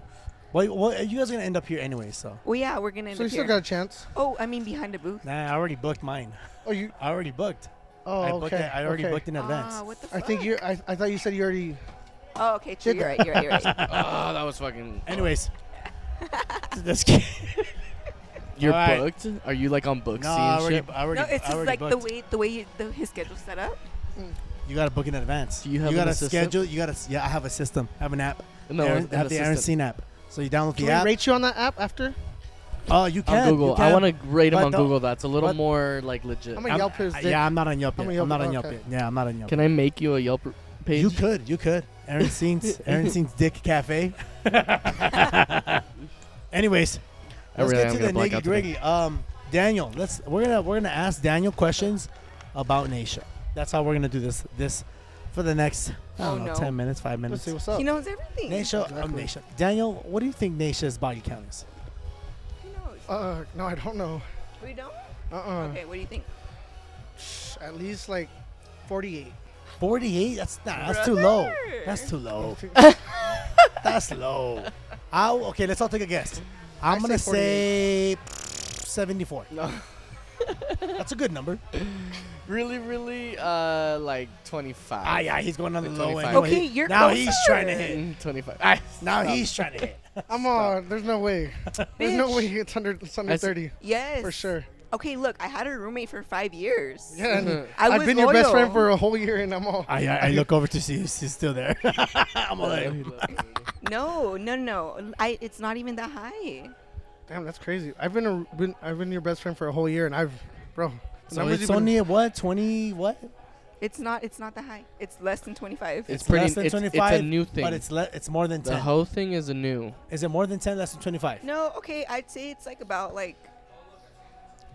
[SPEAKER 2] Well, well, you guys are gonna end up here anyway, so
[SPEAKER 4] Well, yeah, we're gonna end
[SPEAKER 3] So you
[SPEAKER 4] up
[SPEAKER 3] still
[SPEAKER 4] here.
[SPEAKER 3] got a chance.
[SPEAKER 4] oh, I mean behind the booth.
[SPEAKER 2] nah, I already booked mine.
[SPEAKER 3] Oh, you.
[SPEAKER 2] I already booked.
[SPEAKER 3] Oh,
[SPEAKER 2] I booked
[SPEAKER 3] okay.
[SPEAKER 2] it- I already
[SPEAKER 3] okay.
[SPEAKER 2] booked in advance.
[SPEAKER 4] Ah, what the fuck?
[SPEAKER 3] I think you're. I, I thought you said you already.
[SPEAKER 4] Oh, okay. True.
[SPEAKER 3] Did
[SPEAKER 4] You're right. You're right. You're right.
[SPEAKER 5] oh, that was fucking.
[SPEAKER 2] Anyways, this kid.
[SPEAKER 5] Oh. You're
[SPEAKER 2] Alright.
[SPEAKER 5] booked? Are you like on Booksy
[SPEAKER 2] No, I
[SPEAKER 5] and
[SPEAKER 2] already,
[SPEAKER 5] shit?
[SPEAKER 2] I already,
[SPEAKER 4] no, it's
[SPEAKER 2] I
[SPEAKER 4] just
[SPEAKER 2] already
[SPEAKER 4] like
[SPEAKER 2] booked.
[SPEAKER 4] the way the way you, the, his schedule's set up.
[SPEAKER 2] You gotta book in advance.
[SPEAKER 5] Do you have
[SPEAKER 2] you
[SPEAKER 5] an
[SPEAKER 2] gotta
[SPEAKER 5] assistant?
[SPEAKER 2] schedule. You gotta. Yeah, I have a system. I have an app.
[SPEAKER 5] No,
[SPEAKER 2] Aaron-
[SPEAKER 5] an
[SPEAKER 2] I have the Aaron
[SPEAKER 5] assistant.
[SPEAKER 2] Scene app. So you download
[SPEAKER 3] Can
[SPEAKER 2] the app.
[SPEAKER 3] we rate you on that app after?
[SPEAKER 2] Oh, you can.
[SPEAKER 5] On Google. I want to rate him
[SPEAKER 2] But
[SPEAKER 5] on
[SPEAKER 2] the-
[SPEAKER 5] Google. That's a little
[SPEAKER 2] but-
[SPEAKER 5] more like legit.
[SPEAKER 3] I'm a Yelp is dick.
[SPEAKER 2] Yeah, I'm not on Yelp yet.
[SPEAKER 3] I'm a
[SPEAKER 2] I'm,
[SPEAKER 3] Yelp-
[SPEAKER 2] not on Yelp
[SPEAKER 3] okay.
[SPEAKER 2] yet. Yeah, I'm not on Yelp.
[SPEAKER 5] Can I make you a Yelp page?
[SPEAKER 2] You could. You could. Aaron Scene's Aaron Scene's Dick Cafe. Anyways,
[SPEAKER 5] I
[SPEAKER 2] let's
[SPEAKER 5] really am
[SPEAKER 2] get to the
[SPEAKER 5] gonna black
[SPEAKER 2] nitty
[SPEAKER 5] out today.
[SPEAKER 2] gritty. Um, Daniel, let's we're gonna we're gonna ask Daniel questions about Nisha. That's how we're gonna do this this for the next I don't
[SPEAKER 4] Oh,
[SPEAKER 2] know
[SPEAKER 4] no.
[SPEAKER 2] ten minutes, five
[SPEAKER 3] Let's
[SPEAKER 2] minutes.
[SPEAKER 3] see what's up.
[SPEAKER 4] He knows everything.
[SPEAKER 2] Nisha, um,
[SPEAKER 3] Exactly.
[SPEAKER 2] Nisha. Daniel, what do you think Nisha's body count is?
[SPEAKER 4] He knows.
[SPEAKER 2] Oh.
[SPEAKER 3] uh, no, I don't know.
[SPEAKER 4] we don't.
[SPEAKER 3] Uh, uh
[SPEAKER 4] Okay. What do you think?
[SPEAKER 3] At least like 48.
[SPEAKER 2] Forty-eight. That's not. That's too low.
[SPEAKER 4] Brother.
[SPEAKER 2] That's too low. that's low. i okay, let's all take a guess. I'm
[SPEAKER 3] I
[SPEAKER 2] gonna say
[SPEAKER 3] say
[SPEAKER 2] seventy-four.
[SPEAKER 5] No.
[SPEAKER 2] That's a good number.
[SPEAKER 5] Really, really, uh, like 25.
[SPEAKER 2] Ah, yeah, he's going on the
[SPEAKER 5] Like
[SPEAKER 2] low end.
[SPEAKER 5] 25.
[SPEAKER 4] Okay,
[SPEAKER 2] He-
[SPEAKER 4] you're
[SPEAKER 2] now he's
[SPEAKER 4] closer.
[SPEAKER 2] trying to hit.
[SPEAKER 5] Mm, 25. Ah,
[SPEAKER 2] Now
[SPEAKER 5] stop.
[SPEAKER 2] he's trying to hit.
[SPEAKER 3] I'm on. There's no way. There's no way it's under, it's under
[SPEAKER 5] That's-
[SPEAKER 3] 30.
[SPEAKER 4] Yes.
[SPEAKER 3] For sure.
[SPEAKER 4] Okay. Look, I had a roommate for five years.
[SPEAKER 3] Yeah. and
[SPEAKER 5] I
[SPEAKER 3] I've
[SPEAKER 4] Mm-hmm. was
[SPEAKER 3] been your best friend
[SPEAKER 4] loyal.
[SPEAKER 3] for a whole year and I'm all.
[SPEAKER 2] I, I, I look over to see if she's still there. I'm all like,
[SPEAKER 4] No, no, no. I. It's not even that high.
[SPEAKER 3] Damn, that's crazy. I've been, a, been I've been your best friend for a whole year and I've, bro. the
[SPEAKER 2] so
[SPEAKER 3] numbers
[SPEAKER 2] it's
[SPEAKER 3] you've been-
[SPEAKER 2] only at what twenty what?
[SPEAKER 4] It's not. It's not that high. It's less than twenty-five.
[SPEAKER 5] It's pretty.
[SPEAKER 2] less than
[SPEAKER 5] it's, it's
[SPEAKER 2] twenty-five.
[SPEAKER 5] a new thing.
[SPEAKER 2] but it's le- it's more than
[SPEAKER 5] the
[SPEAKER 2] ten.
[SPEAKER 5] whole thing is a new.
[SPEAKER 2] Is it more than ten? Less than twenty-five.
[SPEAKER 4] no. Okay. I'd say it's like about like